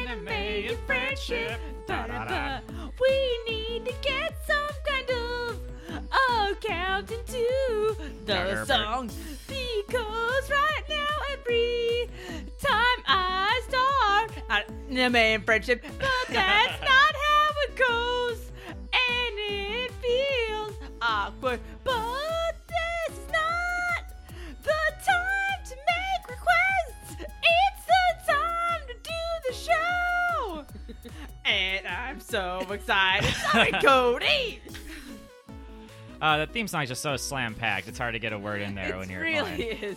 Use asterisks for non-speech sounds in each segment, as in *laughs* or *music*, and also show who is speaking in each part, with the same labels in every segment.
Speaker 1: family and friendship. Da-da-da.
Speaker 2: We need to get some kind of oh count into the
Speaker 1: Gerber.
Speaker 2: song because right now every time I start I am in friendship, but that's not how it goes, and it feels awkward. But this is not the time to make requests. It's the time to do the show. And I'm so excited. Sorry, Cody.
Speaker 1: Uh, the theme song is just so slam packed. It's hard to get a word in there when
Speaker 2: it
Speaker 1: you're
Speaker 2: really
Speaker 1: playing.
Speaker 2: is.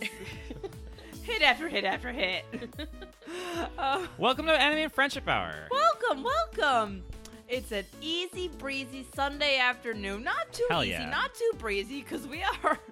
Speaker 2: hit after hit after hit. Oh,
Speaker 1: Welcome to Enemy and Friendship Hour.
Speaker 2: welcome, welcome. It's an easy breezy Sunday afternoon. Not too
Speaker 1: Hell
Speaker 2: easy,
Speaker 1: yeah.
Speaker 2: not too breezy, because we are. *laughs*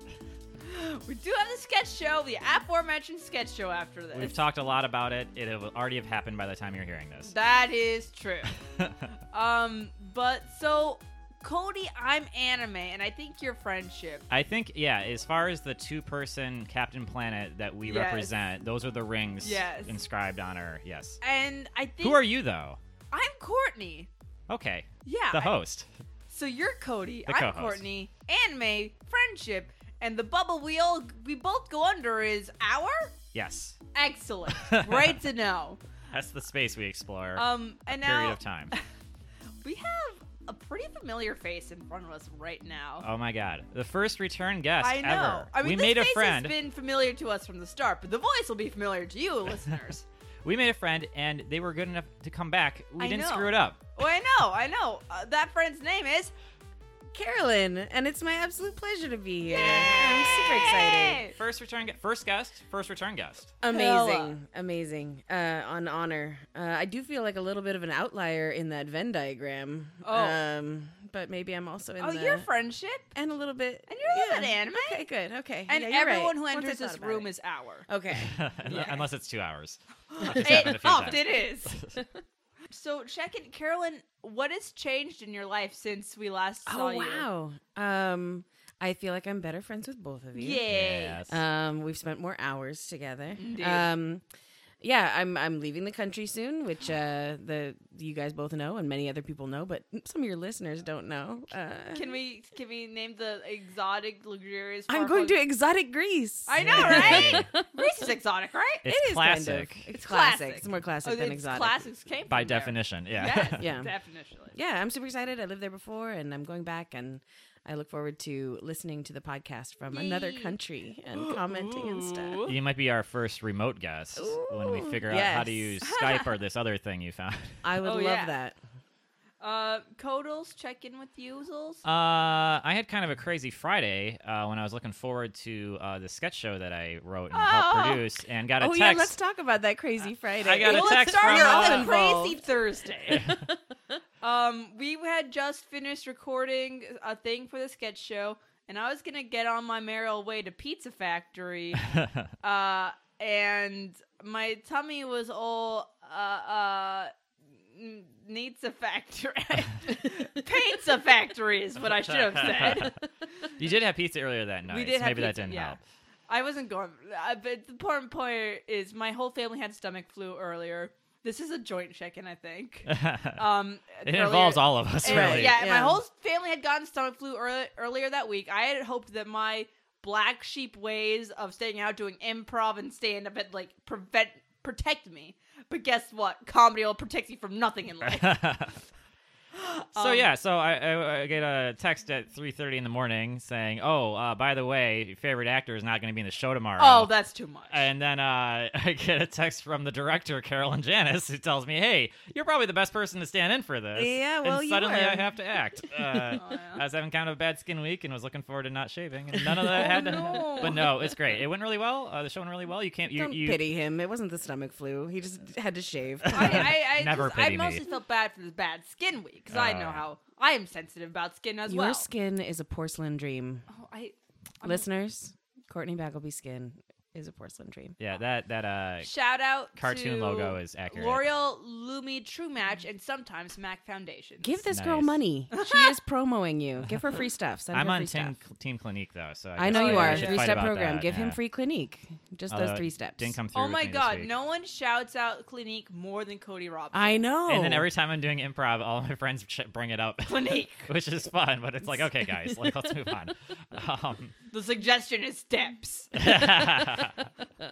Speaker 2: We do have the sketch show, the aforementioned sketch show after this.
Speaker 1: We've talked a lot about it. It will already have happened by the time you're hearing this.
Speaker 2: that is true. *laughs* Um, but so Cody, I'm anime, and I think your friendship.
Speaker 1: *laughs* I think, yeah, as far as the two person Captain Planet that we
Speaker 2: Yes.
Speaker 1: represent, those are the rings
Speaker 2: Yes.
Speaker 1: inscribed on her. Yes.
Speaker 2: And I think
Speaker 1: Who are you, though?
Speaker 2: I'm Courtney.
Speaker 1: Okay.
Speaker 2: Yeah.
Speaker 1: The
Speaker 2: I-
Speaker 1: host.
Speaker 2: so you're Cody.
Speaker 1: The
Speaker 2: I'm
Speaker 1: co-host.
Speaker 2: Courtney. Anime friendship, and the bubble we all we both go under is our
Speaker 1: Yes. *laughs*
Speaker 2: excellent. Great to know.
Speaker 1: That's the space we explore.
Speaker 2: Um, and
Speaker 1: period
Speaker 2: now
Speaker 1: of time.
Speaker 2: we have a pretty familiar face in front of us right now.
Speaker 1: Oh my god. The first return guest
Speaker 2: I know.
Speaker 1: ever.
Speaker 2: I mean,
Speaker 1: we
Speaker 2: this
Speaker 1: made a
Speaker 2: face
Speaker 1: friend.
Speaker 2: has been familiar to us from the start, but the voice will be familiar to you,
Speaker 1: *laughs*
Speaker 2: listeners.
Speaker 1: We made a friend and they were good enough to come back. We
Speaker 2: I
Speaker 1: didn't
Speaker 2: know.
Speaker 1: screw it up.
Speaker 2: Oh, I know, I know. Uh, that friend's name is.
Speaker 3: Carolyn, and it's my absolute pleasure to be here. I'm super excited.
Speaker 2: Hey!
Speaker 1: First return guest, first guest, first return guest. *laughs*
Speaker 2: Hella.
Speaker 3: Amazing, amazing. Uh, on honor, uh, I do feel like a little bit of an outlier in that Venn diagram.
Speaker 2: Oh.
Speaker 3: um, but maybe I'm also in
Speaker 2: Oh,
Speaker 3: the
Speaker 2: your friendship
Speaker 3: and a little bit
Speaker 2: and you're
Speaker 3: uh, yeah.
Speaker 2: a little bit anime.
Speaker 3: Okay, good. Okay,
Speaker 2: And
Speaker 3: Yeah, you're
Speaker 2: everyone
Speaker 3: right.
Speaker 2: who
Speaker 3: Once I
Speaker 2: enters
Speaker 3: thought
Speaker 2: this
Speaker 3: about
Speaker 2: room
Speaker 3: it.
Speaker 2: is our.
Speaker 3: okay.
Speaker 1: Unless it's two hours. It's happened a
Speaker 2: It,
Speaker 1: few
Speaker 2: oft
Speaker 1: times.
Speaker 2: it is.
Speaker 1: *laughs*
Speaker 2: so check in, Carolyn. What has changed in your life since we last *coughs* saw
Speaker 3: Oh
Speaker 2: you?
Speaker 3: wow. Um, I feel like I'm better friends with both of you.
Speaker 2: Yay!
Speaker 1: Yes.
Speaker 3: Um, we've spent more hours together.
Speaker 2: Indeed.
Speaker 3: Um, yeah, I'm I'm leaving the country soon, which uh, the you guys both know and many other people know, but *laughs* some of your listeners don't know. Uh,
Speaker 2: Can we can we name the exotic, luxurious?
Speaker 3: I'm
Speaker 2: farm
Speaker 3: going
Speaker 2: house-
Speaker 3: to exotic Greece.
Speaker 2: I know,
Speaker 3: *laughs*
Speaker 1: Yay.
Speaker 2: right? Greece is exotic, right?
Speaker 1: *laughs* It's
Speaker 3: it is
Speaker 1: classic
Speaker 3: Kind of. It's,
Speaker 2: It's
Speaker 3: classic.
Speaker 2: classic.
Speaker 3: It's more classic
Speaker 2: Oh,
Speaker 3: than
Speaker 2: it's
Speaker 3: exotic.
Speaker 2: classics came
Speaker 1: by
Speaker 2: from there.
Speaker 1: definition. Yeah.
Speaker 2: Yes,
Speaker 3: Yeah.
Speaker 2: definitely.
Speaker 3: Yeah, I'm super excited. I lived there before, and I'm going back, and I look forward to listening to the podcast from another
Speaker 2: Yee.
Speaker 3: country
Speaker 2: *gasps*
Speaker 3: and commenting and
Speaker 2: Ooh.
Speaker 1: *laughs*
Speaker 3: stuff.
Speaker 1: You might be our first remote guest when we
Speaker 3: Ooh,
Speaker 1: figure out how to use
Speaker 3: yes.
Speaker 1: Skype
Speaker 2: *laughs*
Speaker 1: or this other thing you found. *laughs*
Speaker 3: I would
Speaker 2: Oh,
Speaker 3: love
Speaker 2: yeah.
Speaker 3: that.
Speaker 2: Uh, Codals, check in with Usels.
Speaker 1: Uh, I had kind of a crazy Friday uh, when I was looking forward to uh, the sketch show that I wrote and
Speaker 2: Oh.
Speaker 1: helped produce, and got a
Speaker 3: Oh
Speaker 1: text.
Speaker 3: yeah, let's talk about that
Speaker 2: Uh,
Speaker 3: crazy Friday.
Speaker 1: I got a
Speaker 2: well,
Speaker 1: text
Speaker 2: let's start
Speaker 1: from,
Speaker 2: your
Speaker 1: uh,
Speaker 2: own
Speaker 3: involved.
Speaker 2: crazy Thursday. *laughs* um, we had just finished recording a thing for the sketch show, and I was gonna get on my merry old way to Pizza
Speaker 1: *laughs*
Speaker 2: Factory, uh, and my tummy was all uh, uh, n- needs a factory. *laughs* Pizza Factory is what I should have said.
Speaker 1: you did have pizza earlier that night.
Speaker 2: We did have
Speaker 1: Maybe that
Speaker 2: pizza,
Speaker 1: didn't
Speaker 2: yeah.
Speaker 1: help.
Speaker 2: I wasn't going, uh, but the important point is my whole family had stomach flu earlier. This is a joint check-in, I
Speaker 1: *laughs*
Speaker 2: think. Um,
Speaker 1: it
Speaker 2: earlier-
Speaker 1: involves all of us,
Speaker 2: Uh,
Speaker 1: really.
Speaker 2: Yeah,
Speaker 3: Yeah.
Speaker 2: my whole family had gotten stomach flu earl earlier that week. I had hoped that my black sheep ways of staying out doing improv and stand up had like prevent protect me. But guess what? Comedy will protect you from nothing in life.
Speaker 1: *laughs* So
Speaker 2: Um,
Speaker 1: yeah, so I, I, I get a text at three thirty in the morning saying, "Oh, uh, by the way, your favorite actor is not going to be in the show tomorrow."
Speaker 2: oh, that's too much.
Speaker 1: and then uh, *laughs* I get a text from the director Carolyn Janis who tells me, "Hey, you're probably the best person to stand in for this."
Speaker 3: Yeah, well,
Speaker 1: and
Speaker 3: you
Speaker 1: suddenly
Speaker 3: were.
Speaker 1: I have to act. Uh,
Speaker 2: yeah.
Speaker 1: I was having kind of a bad skin week and was looking forward to not shaving, and none of that
Speaker 2: Oh,
Speaker 1: had to.
Speaker 2: no.
Speaker 1: But no, it's great. It went really well. Uh, the show went really well. You can't. You,
Speaker 3: Don't
Speaker 1: you
Speaker 3: pity him. It wasn't the stomach flu. He just had
Speaker 1: *laughs*
Speaker 3: to shave.
Speaker 2: *laughs* I, I, I,
Speaker 1: Never
Speaker 2: just, I
Speaker 1: pity me.
Speaker 2: mostly felt bad for the bad skin week because I
Speaker 1: Oh,
Speaker 2: know
Speaker 1: yeah.
Speaker 2: how I am sensitive about skin as
Speaker 3: Your
Speaker 2: well.
Speaker 3: skin is a porcelain dream.
Speaker 2: Oh, I,
Speaker 3: Listeners, Courtney Baggleby's skin is a porcelain dream.
Speaker 1: Yeah, that that uh
Speaker 2: Shout out
Speaker 1: cartoon
Speaker 2: to
Speaker 1: logo is accurate.
Speaker 2: L'Oreal, Lumi, True Match, and sometimes Mac Foundation.
Speaker 3: Give this girl
Speaker 1: Nice. *laughs*
Speaker 3: money. She is promoing you. Give her free stuff. Send
Speaker 1: I'm
Speaker 3: her
Speaker 1: on
Speaker 3: free
Speaker 1: team,
Speaker 3: stuff.
Speaker 1: team Clinique though, so I,
Speaker 3: I know
Speaker 2: Oh,
Speaker 1: guess
Speaker 3: you
Speaker 2: yeah,
Speaker 1: I
Speaker 3: are.
Speaker 1: should
Speaker 3: Three
Speaker 1: fight
Speaker 3: step
Speaker 1: about
Speaker 3: program.
Speaker 1: that,
Speaker 3: Give him
Speaker 1: yeah.
Speaker 3: free clinique. Just
Speaker 1: Although
Speaker 3: those
Speaker 1: it
Speaker 3: three steps.
Speaker 1: Didn't come through.
Speaker 2: Oh
Speaker 1: with
Speaker 2: my
Speaker 1: me this
Speaker 2: god,
Speaker 1: week.
Speaker 2: no one shouts out Clinique more than Cody Robbins.
Speaker 3: I know.
Speaker 1: And then every time I'm doing improv, all my *laughs* friends ch- bring it
Speaker 2: *laughs*
Speaker 1: up, *laughs*
Speaker 2: Clinique.
Speaker 1: which is fun. But it's like, okay, guys, like let's move
Speaker 3: *laughs*
Speaker 1: on. Um, *laughs*
Speaker 2: the suggestion is steps.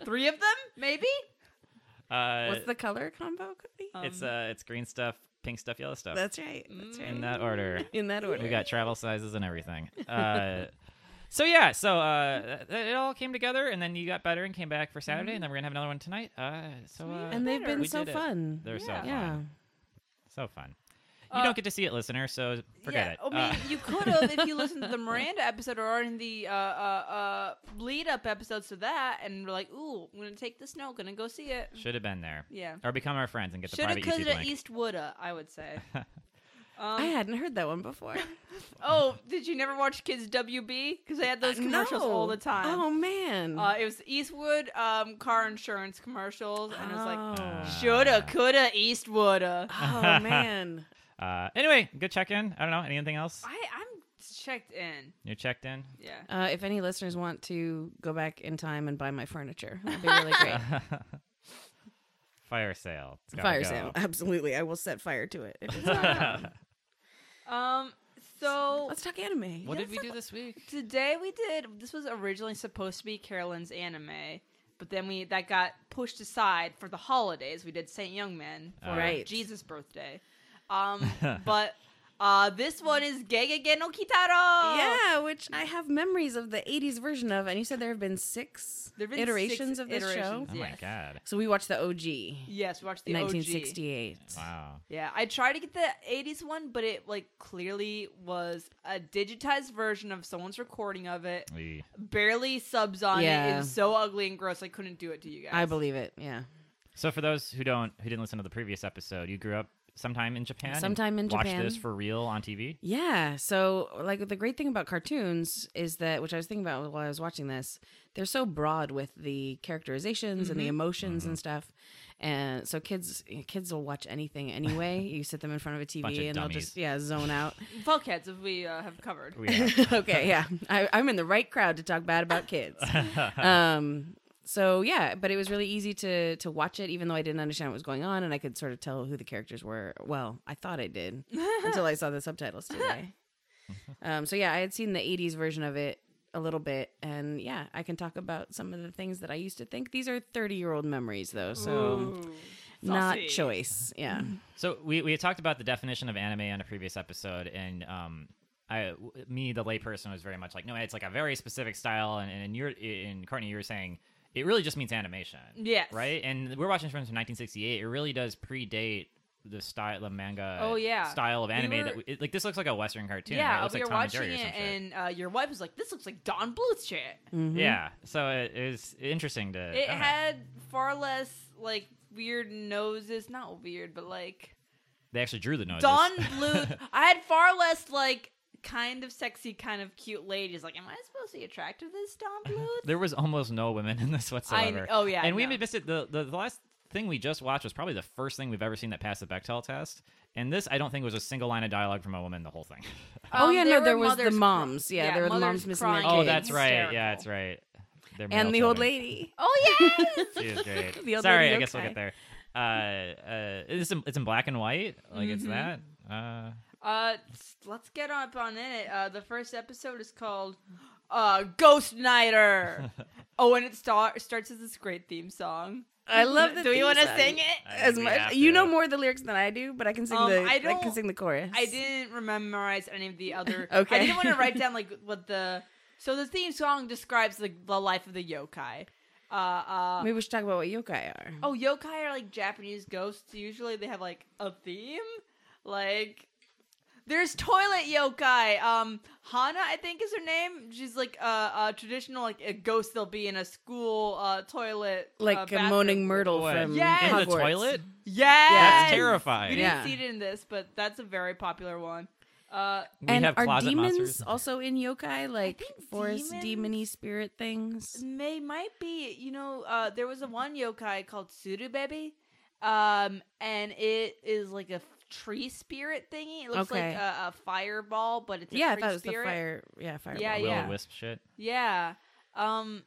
Speaker 2: Three of them, maybe?
Speaker 1: uh,
Speaker 3: What's the color combo? Cody?
Speaker 1: it's uh, it's green stuff, pink stuff, yellow stuff.
Speaker 3: That's right. That's right.
Speaker 1: Mm. in that order.
Speaker 3: In that order.
Speaker 1: We got travel sizes and
Speaker 3: *laughs*
Speaker 1: everything. Uh, so yeah, so uh, th- it all came together, and then you got better and came back for Saturday, and then we're gonna have another one tonight. Uh, so uh,
Speaker 3: and they've
Speaker 2: better.
Speaker 3: been
Speaker 1: we
Speaker 3: so
Speaker 1: did it.
Speaker 3: fun.
Speaker 1: They're so
Speaker 2: Yeah.
Speaker 1: fun.
Speaker 3: yeah.
Speaker 1: So fun. You
Speaker 2: Uh,
Speaker 1: don't get to see it, listener. So forget
Speaker 2: yeah.
Speaker 1: it.
Speaker 2: I mean,
Speaker 1: Uh, *laughs*
Speaker 2: you could have if you listened to the Miranda episode or in the uh, uh, uh, lead up episodes to that and were like, ooh, I'm going to take this note, going to go see it.
Speaker 1: should have been there.
Speaker 2: Yeah.
Speaker 1: Or become our friends and get the
Speaker 2: Should have
Speaker 1: private YouTube
Speaker 2: could have
Speaker 1: link.
Speaker 2: Eastwooda, I would
Speaker 1: *laughs*
Speaker 2: say. um,
Speaker 3: I hadn't heard that one *laughs* before.
Speaker 2: oh, did you never watch Kids WB? Because they had those
Speaker 1: Uh,
Speaker 2: commercials
Speaker 3: No.
Speaker 2: all the time.
Speaker 3: Oh man.
Speaker 2: Uh, it was Eastwood um, car insurance commercials, and it was like
Speaker 3: oh.
Speaker 1: Ah.
Speaker 2: shoulda, coulda, Eastwooda.
Speaker 3: Oh, man.
Speaker 1: Uh, anyway, good check in. I don't know anything else.
Speaker 2: e- I I'm checked in.
Speaker 1: You're checked in.
Speaker 2: Yeah,
Speaker 1: *laughs*
Speaker 3: Uh, if any listeners want to go back in time and buy my furniture, that'd be really great.
Speaker 1: Fire sale. It's *laughs* gotta
Speaker 3: fire
Speaker 2: *laughs*
Speaker 1: go.
Speaker 3: sale, absolutely. I will set fire to it. *laughs* if it's not out.
Speaker 2: Um. So
Speaker 3: Let's talk anime.
Speaker 1: What
Speaker 3: Yeah,
Speaker 1: did we
Speaker 3: let's
Speaker 1: do this week?
Speaker 2: today we did. This was originally supposed to be Carolyn's anime, but then we that got pushed aside for the holidays. We did Saint Youngman for
Speaker 1: Uh,
Speaker 3: Right.
Speaker 2: Jesus' birthday. Um. but uh, this one is Gegege no Kitaro.
Speaker 3: Yeah, which I have memories of the '80s version of, and you said there have been six
Speaker 2: There've been six
Speaker 3: iterations of this
Speaker 2: iterations.
Speaker 1: *laughs* Oh
Speaker 3: show.
Speaker 1: my
Speaker 2: Yes.
Speaker 1: god.
Speaker 3: So we watched the OG,
Speaker 2: Yes, we watched the 1960.
Speaker 3: 1968.
Speaker 1: Wow.
Speaker 2: Yeah, I tried to get the 80s one, but it like clearly was a digitized version of someone's recording of it.
Speaker 1: We-
Speaker 2: Barely subs on it. It
Speaker 3: Yeah.
Speaker 2: was so ugly and gross. I couldn't do it to you guys.
Speaker 3: I believe it. Yeah.
Speaker 1: So for those who don't who didn't listen to the previous episode, you grew up sometime in Japan. and
Speaker 3: Sometime in
Speaker 1: watched
Speaker 3: Japan.
Speaker 1: this for real on TV.
Speaker 3: Yeah. So, like, the great thing about cartoons is that, which I was thinking about while I was watching this, they're so broad with the characterizations
Speaker 1: Mm-hmm.
Speaker 3: and the emotions and stuff. And so kids, kids will watch anything
Speaker 1: *laughs*
Speaker 3: anyway. you sit them in front of a TV
Speaker 1: Bunch of
Speaker 3: and they'll
Speaker 1: dummies.
Speaker 3: just yeah zone out.
Speaker 2: Bulkheads, if we uh, have covered.
Speaker 1: We have-
Speaker 3: okay, yeah, I, I'm in the right crowd to talk bad
Speaker 1: *laughs*
Speaker 3: about kids. um, so yeah, but it was really easy to to watch it, even though I didn't understand what was going on, and I could sort of tell who the characters were. Well, I thought I did until I saw the
Speaker 1: *laughs*
Speaker 3: subtitles today. Um, so yeah, I had seen the '80s version of it a little bit, and yeah, I can talk about some of the things that I used to think. These are 30 year old memories, though, so
Speaker 1: Um,
Speaker 2: Ooh.
Speaker 3: not
Speaker 2: Saucy.
Speaker 3: choice. Yeah,
Speaker 2: *laughs*
Speaker 1: So we we had talked about the definition of anime on a previous episode, and um, I w- me the layperson was very much like, no, it's like a very specific style, and and you're in Courtney, you were saying it really just means animation,
Speaker 2: Yes.
Speaker 1: right? And we're watching from 1968. It really does predate the style, the manga,
Speaker 2: Oh, yeah.
Speaker 1: style of
Speaker 2: We
Speaker 1: anime
Speaker 2: were-
Speaker 1: that we, it, like this looks like a Western cartoon. right? it
Speaker 2: Yeah,
Speaker 1: looks
Speaker 2: we
Speaker 1: like
Speaker 2: were
Speaker 1: Tom
Speaker 2: watching
Speaker 1: and Jerry or
Speaker 2: it,
Speaker 1: some shit.
Speaker 2: and uh, your wife was like, "This looks like Don Bluth shit."
Speaker 1: yeah, so it is interesting to. I
Speaker 2: It
Speaker 1: don't know.
Speaker 2: had far less like weird noses. Not weird, but like
Speaker 1: they actually drew the noses.
Speaker 2: Don
Speaker 1: *laughs*
Speaker 2: Bluth. I had far less like kind of sexy, kind of cute ladies. Like, am I supposed to be attracted to this
Speaker 1: *laughs*
Speaker 2: Don Bluth?
Speaker 1: There was almost no women in this whatsoever.
Speaker 2: oh, yeah,
Speaker 1: and we
Speaker 2: no.
Speaker 1: even missed it. The, the the last thing we just watched was probably the first thing we've ever seen that passed the Bechtel test. And this, I don't think, was a single line of dialogue from a woman the whole
Speaker 3: *laughs*
Speaker 1: thing.
Speaker 3: Oh, yeah, no,
Speaker 2: Um, were
Speaker 3: there was the
Speaker 2: mothers cr-
Speaker 3: moms. Yeah, there were the
Speaker 2: mothers
Speaker 3: moms missing their
Speaker 2: crying
Speaker 1: oh,
Speaker 2: and
Speaker 3: kids.
Speaker 1: that's right.
Speaker 2: hysterical.
Speaker 1: Yeah, that's right. They're male
Speaker 3: and the old
Speaker 1: children.
Speaker 3: lady.
Speaker 2: Oh yes.
Speaker 1: She was great.
Speaker 3: *laughs* The old
Speaker 1: Sorry,
Speaker 3: lady
Speaker 1: I guess we'll
Speaker 3: yokai.
Speaker 1: get there. Uh, uh, it's in, it's in black and white. Like it's
Speaker 3: Mm-hmm.
Speaker 1: that. Uh,
Speaker 2: uh, s- let's get up on it. Uh, the first episode is called uh, Ghost Nighter. oh, and it star- starts as this great theme song.
Speaker 3: I love the
Speaker 2: Do
Speaker 3: theme
Speaker 2: you want to
Speaker 3: song.
Speaker 2: sing it?
Speaker 1: I
Speaker 3: as
Speaker 1: think we have
Speaker 3: much. You
Speaker 1: to.
Speaker 3: know more of the lyrics than I do, but I can sing
Speaker 2: Um,
Speaker 3: the
Speaker 2: I
Speaker 3: I,
Speaker 2: don't-
Speaker 3: can sing the chorus.
Speaker 2: I didn't memorize any of
Speaker 3: *laughs*
Speaker 2: the other.
Speaker 3: Okay.
Speaker 2: I didn't want to
Speaker 3: *laughs*
Speaker 2: write down like what the. So the theme song describes the the life of the yokai. Uh, uh,
Speaker 3: Maybe we should talk about what yokai are.
Speaker 2: oh, yokai are like Japanese ghosts. Usually they have like a theme. Like there's toilet yokai. Um, Hana, I think is her name. She's like a, a traditional like a ghost. They'll be in a school uh, toilet,
Speaker 3: like
Speaker 2: uh,
Speaker 3: a
Speaker 2: bathroom.
Speaker 3: moaning myrtle
Speaker 1: what?
Speaker 3: from
Speaker 2: Yes!
Speaker 1: in the
Speaker 3: Hogwarts.
Speaker 1: toilet.
Speaker 2: Yes,
Speaker 1: That's
Speaker 2: You
Speaker 1: terrifying.
Speaker 2: didn't
Speaker 3: Yeah.
Speaker 2: see it in this, but that's a very popular one. Uh,
Speaker 1: We
Speaker 3: and
Speaker 1: have
Speaker 3: are
Speaker 1: closet
Speaker 3: demons
Speaker 1: monsters.
Speaker 3: also in yokai, like
Speaker 2: think
Speaker 3: forest demony
Speaker 2: demons-
Speaker 3: spirit things?
Speaker 2: May might be, you know, uh, there was a one yokai called Tsuru Baby, um, and it is like a f- tree spirit thingy. It looks
Speaker 3: Okay.
Speaker 2: like a, a fireball, but it's a
Speaker 3: Yeah, I
Speaker 2: tree
Speaker 3: thought it was
Speaker 2: spirit.
Speaker 3: the fire. Oh, Yeah, fire.
Speaker 2: Yeah,
Speaker 1: Will
Speaker 2: yeah.
Speaker 1: o wisp shit.
Speaker 2: Yeah, um,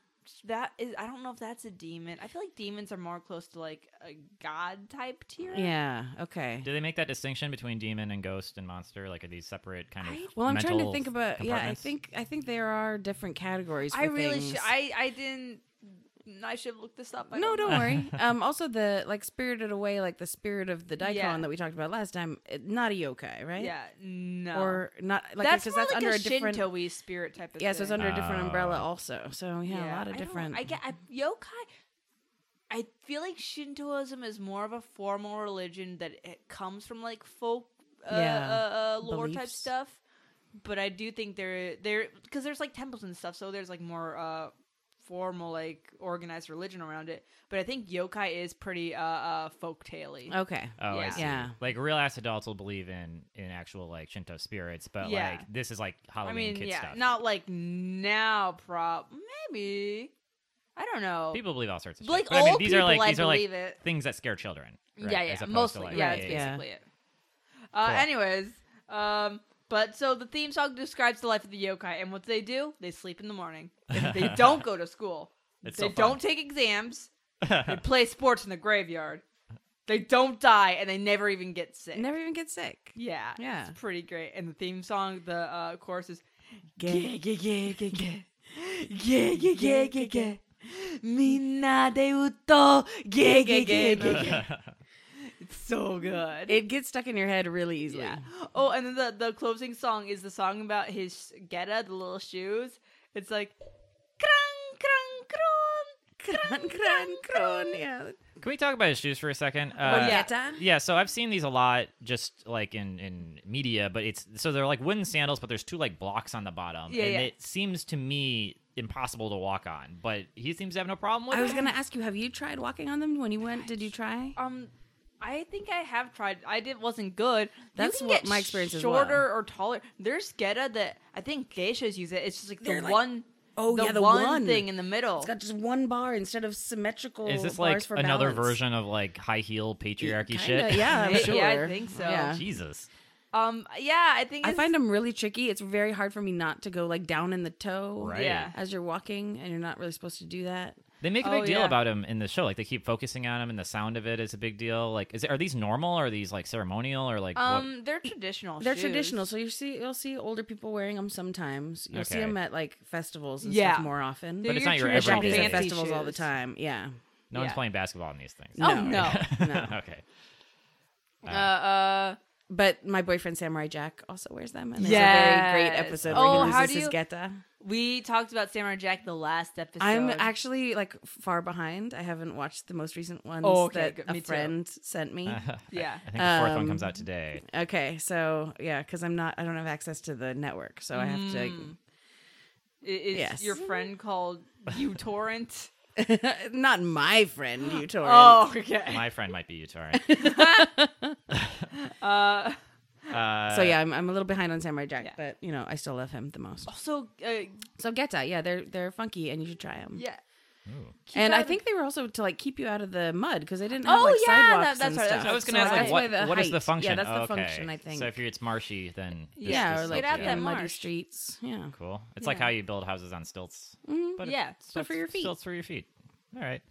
Speaker 2: that is. I don't know if that's a demon. I feel like demons are more close to like a god type tier.
Speaker 3: Yeah. Okay.
Speaker 1: Do they make that distinction between demon and ghost and monster? Like, are these separate kind of?
Speaker 2: I-
Speaker 3: Well, I'm trying to
Speaker 1: mental
Speaker 3: think about. Yeah, I
Speaker 1: compartments?
Speaker 3: think I think there are different categories. For
Speaker 2: I really,
Speaker 3: things.
Speaker 2: should. I, I didn't. I should look this up. I
Speaker 3: no,
Speaker 2: don't
Speaker 3: don't worry. Um, also the like Spirited Away, like the spirit of the daikon
Speaker 2: Yeah.
Speaker 3: that we talked about last time. it- Not a yokai, right?
Speaker 2: Yeah, no.
Speaker 3: Or not like
Speaker 2: that's
Speaker 3: because
Speaker 2: more
Speaker 3: that's
Speaker 2: like
Speaker 3: under
Speaker 2: a,
Speaker 3: a, different.
Speaker 2: Shinto-y spirit type of
Speaker 3: Yeah, so it's
Speaker 2: thing.
Speaker 3: under a different
Speaker 1: Oh.
Speaker 3: umbrella also. So yeah, a lot
Speaker 2: I
Speaker 3: of
Speaker 2: don't-
Speaker 3: different.
Speaker 2: I get I, yokai. I feel like Shintoism is more of a formal religion that it comes from like folk uh,
Speaker 3: Yeah,
Speaker 2: uh, uh, lore type
Speaker 3: beliefs.
Speaker 2: stuff. But I do think there there because there's like temples and stuff, so there's like more uh, formal like organized religion around it. But I think yokai is pretty uh, uh, folktale-y.
Speaker 3: Okay.
Speaker 1: Oh, I
Speaker 2: Yeah.
Speaker 1: see.
Speaker 3: Yeah.
Speaker 1: Like real ass adults will believe in in actual like Shinto spirits, but
Speaker 2: Yeah.
Speaker 1: like this is like
Speaker 2: I
Speaker 1: Halloween
Speaker 2: mean,
Speaker 1: kid
Speaker 2: yeah,
Speaker 1: stuff.
Speaker 2: not like now, prob maybe. I don't know.
Speaker 1: people believe all sorts of
Speaker 2: Like
Speaker 1: shit. But I mean,
Speaker 2: old
Speaker 1: these are like
Speaker 2: people, I
Speaker 1: these are like
Speaker 2: believe it.
Speaker 1: things that scare children. right?
Speaker 2: Yeah,
Speaker 1: As
Speaker 2: yeah,
Speaker 1: opposed to,
Speaker 2: mostly.
Speaker 1: like-
Speaker 2: yeah,
Speaker 3: Right,
Speaker 2: that's
Speaker 3: yeah.
Speaker 2: basically it. Uh,
Speaker 1: Cool.
Speaker 2: Anyways, um, but so the theme song describes the life of the yokai, and what they do, they sleep in the morning.
Speaker 1: *laughs*
Speaker 2: they don't go to school.
Speaker 1: It's
Speaker 2: they
Speaker 1: so fun.
Speaker 2: don't take
Speaker 1: *laughs*
Speaker 2: exams. they play sports in the graveyard. They don't die, and they never even get sick.
Speaker 3: Never even get sick.
Speaker 2: Yeah,
Speaker 3: Yeah.
Speaker 2: it's pretty great. And the theme song, the uh, chorus is
Speaker 3: Gay.
Speaker 2: yeah, yeah, yeah, yeah,
Speaker 3: *laughs*
Speaker 2: yeah, yeah, yeah, yeah.
Speaker 1: *laughs*
Speaker 2: みんなで歌おう。ゲゲゲゲゲ。It's *laughs* so good.
Speaker 3: It gets stuck in your head really easily.
Speaker 2: Yeah. Oh, and then the, the closing song is the song about his geta, the little shoes. It's like krang krang kron.
Speaker 3: *laughs* Cron, cron, cron. Yeah.
Speaker 1: Can we talk about his shoes for
Speaker 2: *laughs*
Speaker 1: a second?
Speaker 2: Uh, yeah.
Speaker 3: Geta?
Speaker 1: Yeah, so I've seen these a lot, just like in in media. But it's so they're like wooden sandals, but there's two like blocks on the bottom,
Speaker 2: Yeah,
Speaker 1: and
Speaker 2: yeah.
Speaker 1: it seems to me impossible to walk on. But he seems to have no problem with
Speaker 3: I was
Speaker 1: it.
Speaker 3: gonna ask you, have you tried walking on them when you went? Did you try?
Speaker 2: Um, I think I have tried. I did wasn't good. You
Speaker 3: That's
Speaker 2: can
Speaker 3: what
Speaker 2: get
Speaker 3: my experience is
Speaker 2: Shorter or taller. There's geta that I think geishas use it. It's just like the
Speaker 3: They're like-
Speaker 2: one.
Speaker 3: Oh,
Speaker 2: the
Speaker 3: yeah, the
Speaker 2: one,
Speaker 3: one.
Speaker 2: thing in the middle.
Speaker 3: It's got just one bar instead of symmetrical.
Speaker 1: Is this
Speaker 3: bars
Speaker 1: like
Speaker 3: for
Speaker 1: another
Speaker 3: balance.
Speaker 1: version of like high heel patriarchy
Speaker 3: Kinda,
Speaker 1: shit?
Speaker 3: Yeah,
Speaker 2: *laughs*
Speaker 3: I'm
Speaker 1: *laughs*
Speaker 2: Yeah,
Speaker 3: sure.
Speaker 2: I think so.
Speaker 3: Yeah.
Speaker 1: Jesus.
Speaker 2: Um, yeah, I think
Speaker 3: I
Speaker 2: it's-
Speaker 3: find them really tricky. It's very hard for me not to go like down in the toe
Speaker 1: Right.
Speaker 2: yeah.
Speaker 3: as you're walking, and you're not really supposed to do that.
Speaker 1: They make a
Speaker 2: Oh,
Speaker 1: big deal
Speaker 2: yeah.
Speaker 1: about him in the show. Like they keep focusing on him, and the sound of it is a big deal. Like, is it, are these normal? Or are these like ceremonial? Or like, what-
Speaker 2: Um, they're traditional.
Speaker 3: They're
Speaker 2: shoes.
Speaker 3: traditional, so you see you'll see older people wearing them sometimes. You'll see
Speaker 1: Okay.
Speaker 3: them at like festivals and
Speaker 2: Yeah.
Speaker 3: stuff more often.
Speaker 2: They're
Speaker 1: But it's not your
Speaker 2: traditional
Speaker 1: everyday
Speaker 3: Japanese at
Speaker 1: fancy
Speaker 3: festivals all the
Speaker 2: shoes.
Speaker 3: time. Yeah,
Speaker 1: no one's
Speaker 2: yeah.
Speaker 1: playing basketball in these things. *laughs*
Speaker 2: Oh no.
Speaker 3: No. No.
Speaker 1: okay. *laughs*
Speaker 2: uh, uh,
Speaker 3: but my boyfriend Samurai Jack also wears them, and
Speaker 2: Yes.
Speaker 3: there's a very great episode
Speaker 2: Oh,
Speaker 3: where he
Speaker 2: how
Speaker 3: loses
Speaker 2: do
Speaker 3: his
Speaker 2: you-
Speaker 3: geta.
Speaker 2: we talked about Samurai Jack the last episode.
Speaker 3: I'm actually like far behind. I haven't watched the most recent ones
Speaker 2: Oh, okay,
Speaker 3: that
Speaker 2: good.
Speaker 3: a
Speaker 2: Me too. Uh-huh.
Speaker 3: friend sent me.
Speaker 2: yeah.
Speaker 1: I think the fourth one comes
Speaker 3: Um,
Speaker 1: out today.
Speaker 3: okay, so yeah, because I'm not, I don't have access to the network, so I have *laughs*
Speaker 2: I- Is
Speaker 3: Yes.
Speaker 2: your friend called you torrent?
Speaker 3: to. uh, not my *gasps* friend, you
Speaker 2: *laughs*
Speaker 3: torrent.
Speaker 2: oh, okay.
Speaker 1: My friend might be you,
Speaker 3: *laughs*
Speaker 1: Torrent.
Speaker 2: Uh,
Speaker 1: Uh,
Speaker 3: So yeah, I'm, I'm a little behind on Samurai Jack,
Speaker 2: Yeah.
Speaker 3: but you know, I still love him the most.
Speaker 2: also, uh,
Speaker 3: Oh. So geta, yeah, they're they're funky, and you should try them.
Speaker 2: yeah.
Speaker 1: Ooh.
Speaker 2: Keep
Speaker 3: And
Speaker 2: out
Speaker 3: I
Speaker 2: of-
Speaker 3: think they were also to like keep you out of the mud because they didn't
Speaker 2: Oh,
Speaker 3: have like
Speaker 2: yeah, that-
Speaker 3: sidewalks
Speaker 2: that's
Speaker 3: and
Speaker 2: right, that's
Speaker 3: stuff.
Speaker 2: right.
Speaker 1: I was going to ask,
Speaker 2: So
Speaker 1: like,
Speaker 2: that's
Speaker 1: what,
Speaker 3: why the
Speaker 1: what is the
Speaker 3: height-
Speaker 1: function?
Speaker 3: Yeah, that's the
Speaker 1: Okay.
Speaker 3: function. I think.
Speaker 1: So if you're, it's marshy, then this,
Speaker 3: yeah,
Speaker 1: this
Speaker 3: or
Speaker 1: looks
Speaker 3: like
Speaker 2: Get out
Speaker 1: good.
Speaker 2: that
Speaker 3: in muddy
Speaker 2: marsh.
Speaker 3: streets. Yeah. Mm-hmm.
Speaker 1: cool. It's like how you build houses on stilts, but it-
Speaker 2: yeah, but
Speaker 1: stilts-
Speaker 3: for your feet.
Speaker 1: Stilts for your feet. All right.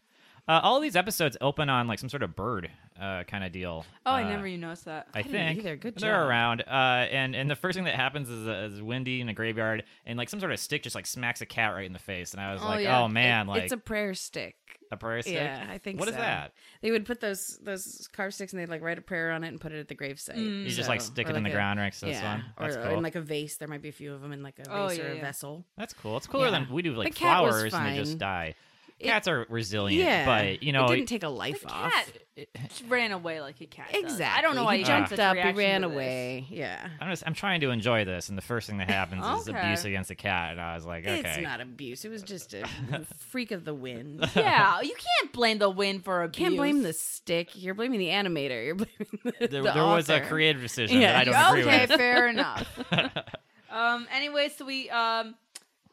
Speaker 1: Uh, all these episodes open on like some sort of bird uh, kind of deal.
Speaker 2: Oh, I
Speaker 1: Uh,
Speaker 2: never even noticed that.
Speaker 1: I,
Speaker 3: didn't
Speaker 1: think
Speaker 3: either. Good
Speaker 1: they're
Speaker 3: job.
Speaker 1: around, uh, and and the first thing that happens is, uh, is Wendy in a graveyard, and like some sort of stick just like smacks a cat right in the face, and I was
Speaker 2: Oh,
Speaker 1: like,
Speaker 2: yeah.
Speaker 1: oh man, like
Speaker 3: it's a prayer stick.
Speaker 1: a prayer stick.
Speaker 3: Yeah, I think
Speaker 1: What is
Speaker 3: so.
Speaker 1: that?
Speaker 3: They would put those those carved sticks and they'd like write a prayer on it and put it at the gravesite.
Speaker 1: You just like
Speaker 3: So-
Speaker 1: stick
Speaker 3: or,
Speaker 1: it in
Speaker 3: like,
Speaker 1: the
Speaker 3: a-
Speaker 1: ground next to this
Speaker 3: yeah,
Speaker 1: one. That's
Speaker 3: or
Speaker 1: cool.
Speaker 3: in like a vase. There might be a few of them in like a vase
Speaker 2: Oh,
Speaker 3: or
Speaker 2: yeah,
Speaker 3: a
Speaker 2: yeah.
Speaker 3: vessel.
Speaker 1: That's cool. It's cooler
Speaker 3: Yeah.
Speaker 1: than we do like
Speaker 3: cat was
Speaker 1: flowers and they just
Speaker 3: fine.
Speaker 1: die.
Speaker 3: It-
Speaker 1: Cats are resilient,
Speaker 3: yeah,
Speaker 1: but you know,
Speaker 3: it didn't take a life
Speaker 2: The
Speaker 3: off.
Speaker 2: cat just ran away like a cat. does.
Speaker 3: Exactly.
Speaker 2: I don't know why
Speaker 3: he
Speaker 2: you
Speaker 3: jumped
Speaker 2: have such
Speaker 3: up. He
Speaker 2: reaction
Speaker 3: ran
Speaker 2: to this.
Speaker 3: away. *laughs* Yeah,
Speaker 1: I'm just I'm trying to enjoy this, and the
Speaker 2: *laughs*
Speaker 1: first thing that happens is
Speaker 2: Okay.
Speaker 1: abuse against a cat, and I was like, okay,
Speaker 3: it's not abuse. It was
Speaker 1: *laughs*
Speaker 3: just a freak of the wind.
Speaker 2: *laughs* Yeah, you can't blame the wind for abuse.
Speaker 3: Can't blame the stick. You're blaming the animator. You're *laughs* blaming the,
Speaker 1: there,
Speaker 3: the
Speaker 1: there was a
Speaker 3: author.
Speaker 1: creative decision
Speaker 3: Yeah,
Speaker 1: that I
Speaker 2: Yeah,
Speaker 1: don't agree
Speaker 2: okay,
Speaker 1: with.
Speaker 2: fair enough. um. Anyway, so we um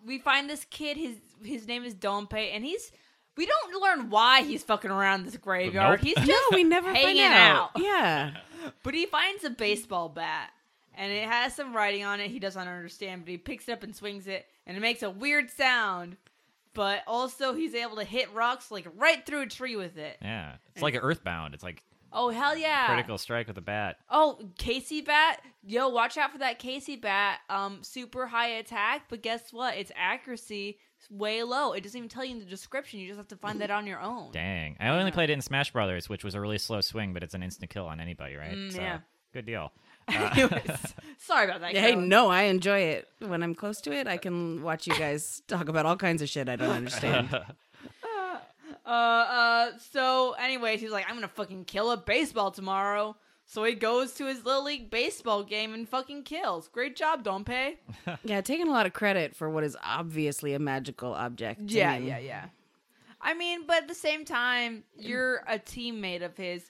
Speaker 2: we find this kid. His his name is Dompe, and he's we don't learn why he's fucking around this graveyard.
Speaker 1: Nope.
Speaker 2: He's just
Speaker 3: *laughs* No, we never find
Speaker 2: hanging
Speaker 3: out.
Speaker 2: out.
Speaker 3: Yeah,
Speaker 2: but he finds a baseball bat, and it has some writing on it. He doesn't understand, but he picks it up and swings it, and it makes a weird sound. But also, he's able to hit rocks like right through a tree with it.
Speaker 1: Yeah, it's like an Earthbound. It's like
Speaker 2: Oh hell yeah!
Speaker 1: critical strike with a bat.
Speaker 2: Oh, Casey Bat. Yo, watch out for that Casey Bat. Um, super high attack, but guess what? Its accuracy is way low. It doesn't even tell you in the description. You just have to find that on your own.
Speaker 1: Dang, I only played it in Smash Brothers, which was a really slow swing, but it's an instant kill on anybody, right?
Speaker 2: Mm, yeah.
Speaker 1: good deal.
Speaker 2: Anyways, sorry about that.
Speaker 3: Hey,
Speaker 2: Carolyn.
Speaker 3: no, I enjoy it. When I'm close to it, I can watch you guys *laughs* talk about all kinds of shit I don't understand.
Speaker 1: *laughs*
Speaker 2: Uh, uh. So, anyways, he's like, I'm gonna fucking kill a baseball tomorrow. So he goes to his little league baseball game and fucking kills. Great job,
Speaker 3: *laughs*
Speaker 2: Dompe.
Speaker 3: yeah, taking a lot of credit for what is obviously a magical object. I
Speaker 2: Yeah,
Speaker 3: mean,
Speaker 2: yeah, yeah. I mean, but at the same time, you're a teammate of his.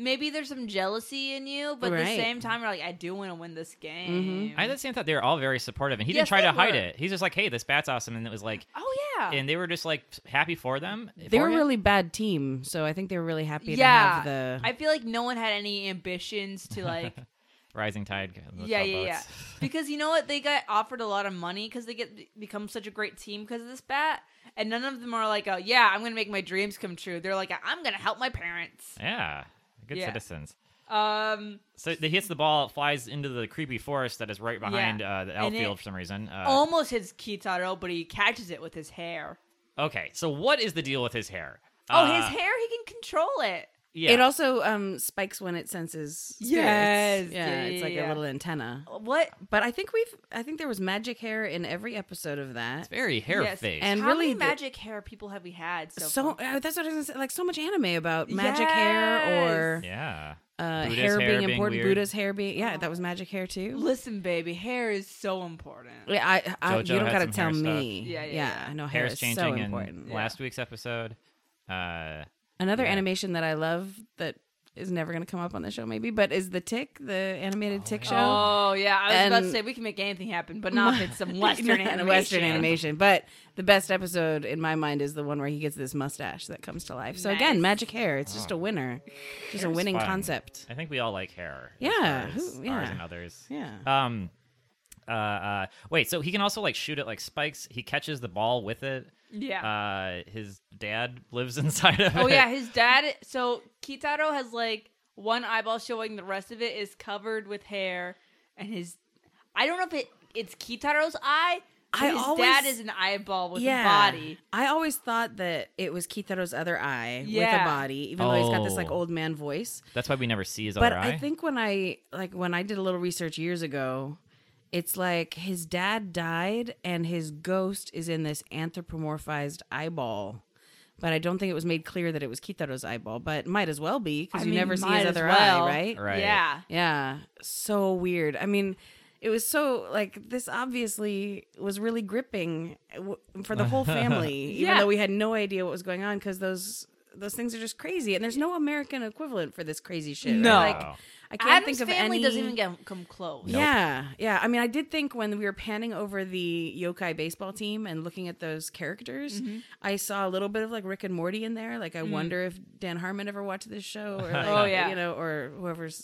Speaker 2: Maybe there's some jealousy in you, but at the
Speaker 3: Right. Mm-hmm.
Speaker 2: same time, you're like, I do want to win this game.
Speaker 1: I had the same thought. They were all very supportive, and he
Speaker 2: Yes,
Speaker 1: didn't try
Speaker 2: they
Speaker 1: to hide
Speaker 2: were.
Speaker 1: it. He's just like, "Hey, this bat's awesome," and it was like,
Speaker 2: oh yeah,
Speaker 1: and they were just like happy for them.
Speaker 3: They
Speaker 1: for
Speaker 3: were
Speaker 1: him.
Speaker 3: really bad team, so I think they were really happy to
Speaker 2: yeah.
Speaker 3: have the.
Speaker 2: I feel like no one had any ambitions to like,
Speaker 3: *laughs*
Speaker 1: rising tide. lifts
Speaker 2: yeah,
Speaker 1: all
Speaker 2: yeah, yeah.
Speaker 1: boats. *laughs*
Speaker 2: Because you know what, they got offered a lot of money because they get become such a great team because of this bat, and none of them are like, oh yeah, I'm gonna make my dreams come true. They're like, I'm gonna help my parents.
Speaker 1: Yeah, good
Speaker 2: Yeah.
Speaker 1: citizens.
Speaker 2: Um,
Speaker 1: So he hits the ball, it flies into the creepy forest that is right behind uh, the
Speaker 2: And it-
Speaker 1: outfield for some reason. Uh,
Speaker 2: almost hits Kitaro, but he catches it with his hair.
Speaker 1: okay, so what is the deal with his hair?
Speaker 2: Oh,
Speaker 1: Uh,
Speaker 2: his hair, he can control it.
Speaker 1: Yeah,
Speaker 3: It also um, spikes when it senses. spirits.
Speaker 2: Yes,
Speaker 3: yeah,
Speaker 2: yeah,
Speaker 3: it's like
Speaker 2: yeah,
Speaker 3: a
Speaker 2: yeah.
Speaker 3: little antenna.
Speaker 2: What?
Speaker 3: But I think we've. I think there was magic hair in every episode of that.
Speaker 1: it's very hair
Speaker 2: Yes.
Speaker 1: face.
Speaker 3: And
Speaker 2: How
Speaker 3: really
Speaker 2: many
Speaker 3: the-
Speaker 2: magic hair people have we had so,
Speaker 3: So
Speaker 2: far?
Speaker 3: uh, that's what I was gonna say. Like so much anime about magic hair or
Speaker 1: yeah,
Speaker 3: uh,
Speaker 1: Buddha's hair
Speaker 3: hair, being
Speaker 1: being
Speaker 3: important.
Speaker 1: weird.
Speaker 3: Buddha's hair being yeah, that was magic hair too.
Speaker 2: Listen, baby, hair is so important.
Speaker 3: Yeah, I, I
Speaker 1: Jojo
Speaker 3: you don't
Speaker 1: had some
Speaker 3: gotta tell
Speaker 1: hair stuff.
Speaker 3: me.
Speaker 2: Yeah, yeah, yeah.
Speaker 3: I know hair
Speaker 1: hair's
Speaker 3: is
Speaker 1: changing
Speaker 3: so
Speaker 1: in
Speaker 3: important.
Speaker 1: last week's episode. Uh,
Speaker 3: Another
Speaker 1: yeah.
Speaker 3: animation that I love that is never gonna come up on the show maybe, but is the Tick, the animated Tick
Speaker 1: yeah.
Speaker 3: show. *laughs*
Speaker 2: Oh yeah, I was about to
Speaker 3: And-
Speaker 2: say we can make anything happen, but not if it's
Speaker 3: *laughs*
Speaker 2: some Western
Speaker 3: Not
Speaker 2: animation.
Speaker 3: Western animation, but the best episode in my mind is the one where he gets this mustache that comes to life. So
Speaker 2: Nice.
Speaker 3: again, magic hair. It's just a winner, just a winning
Speaker 1: Oh. fun.
Speaker 3: concept.
Speaker 1: I think we all like hair. as
Speaker 3: Yeah,
Speaker 1: far as
Speaker 3: who- yeah.
Speaker 1: ours and others.
Speaker 3: Yeah.
Speaker 1: Um. Uh, uh. Wait. So he can also like shoot it like spikes. He catches the ball with it.
Speaker 2: Yeah.
Speaker 1: Uh. His dad lives *laughs* inside of it.
Speaker 2: oh
Speaker 3: *laughs*
Speaker 2: yeah, his dad. So Kitaro has like one eyeball showing, the rest of it is covered with hair, and his. I don't know if it it's Kitaro's eye. but
Speaker 3: I
Speaker 2: his
Speaker 3: always-
Speaker 2: dad is an eyeball with a body.
Speaker 3: I always thought that it was Kitaro's other eye with
Speaker 2: Yeah.
Speaker 3: a body, even though he's got this like
Speaker 1: Oh.
Speaker 3: old man voice.
Speaker 1: That's why we never see his
Speaker 3: But
Speaker 1: other
Speaker 3: I
Speaker 1: eye.
Speaker 3: think when I like when I did a little research years ago, it's like his dad died and his ghost is in this anthropomorphized eyeball. But I don't think it was made clear that it was Kitaro's eyeball, but might as well be because
Speaker 2: I
Speaker 3: you
Speaker 2: mean,
Speaker 3: never see
Speaker 2: might
Speaker 3: his
Speaker 2: as
Speaker 3: other
Speaker 2: well.
Speaker 3: eye, right?
Speaker 1: Right.
Speaker 2: Yeah.
Speaker 3: Yeah, so weird. I mean, it was so like this obviously was really gripping w- for the
Speaker 2: *laughs*
Speaker 3: whole family, even
Speaker 2: Yeah.
Speaker 3: though we had no idea what was going on because those those things are just crazy, and there's no American equivalent for this crazy shit. right?
Speaker 2: No.
Speaker 3: like, I can't
Speaker 2: Adam's
Speaker 3: think of
Speaker 2: family
Speaker 3: any.
Speaker 2: doesn't even get, come close.
Speaker 3: Yeah, yeah. I mean, I did think when we were panning over the yokai baseball team and looking at those characters,
Speaker 2: Mm-hmm.
Speaker 3: I saw a little bit of like Rick and Morty in there. Like, I wonder if Dan Harmon ever watched this
Speaker 1: *laughs*
Speaker 3: show, or like,
Speaker 2: Mm. Oh, yeah.
Speaker 3: you know, or whoever's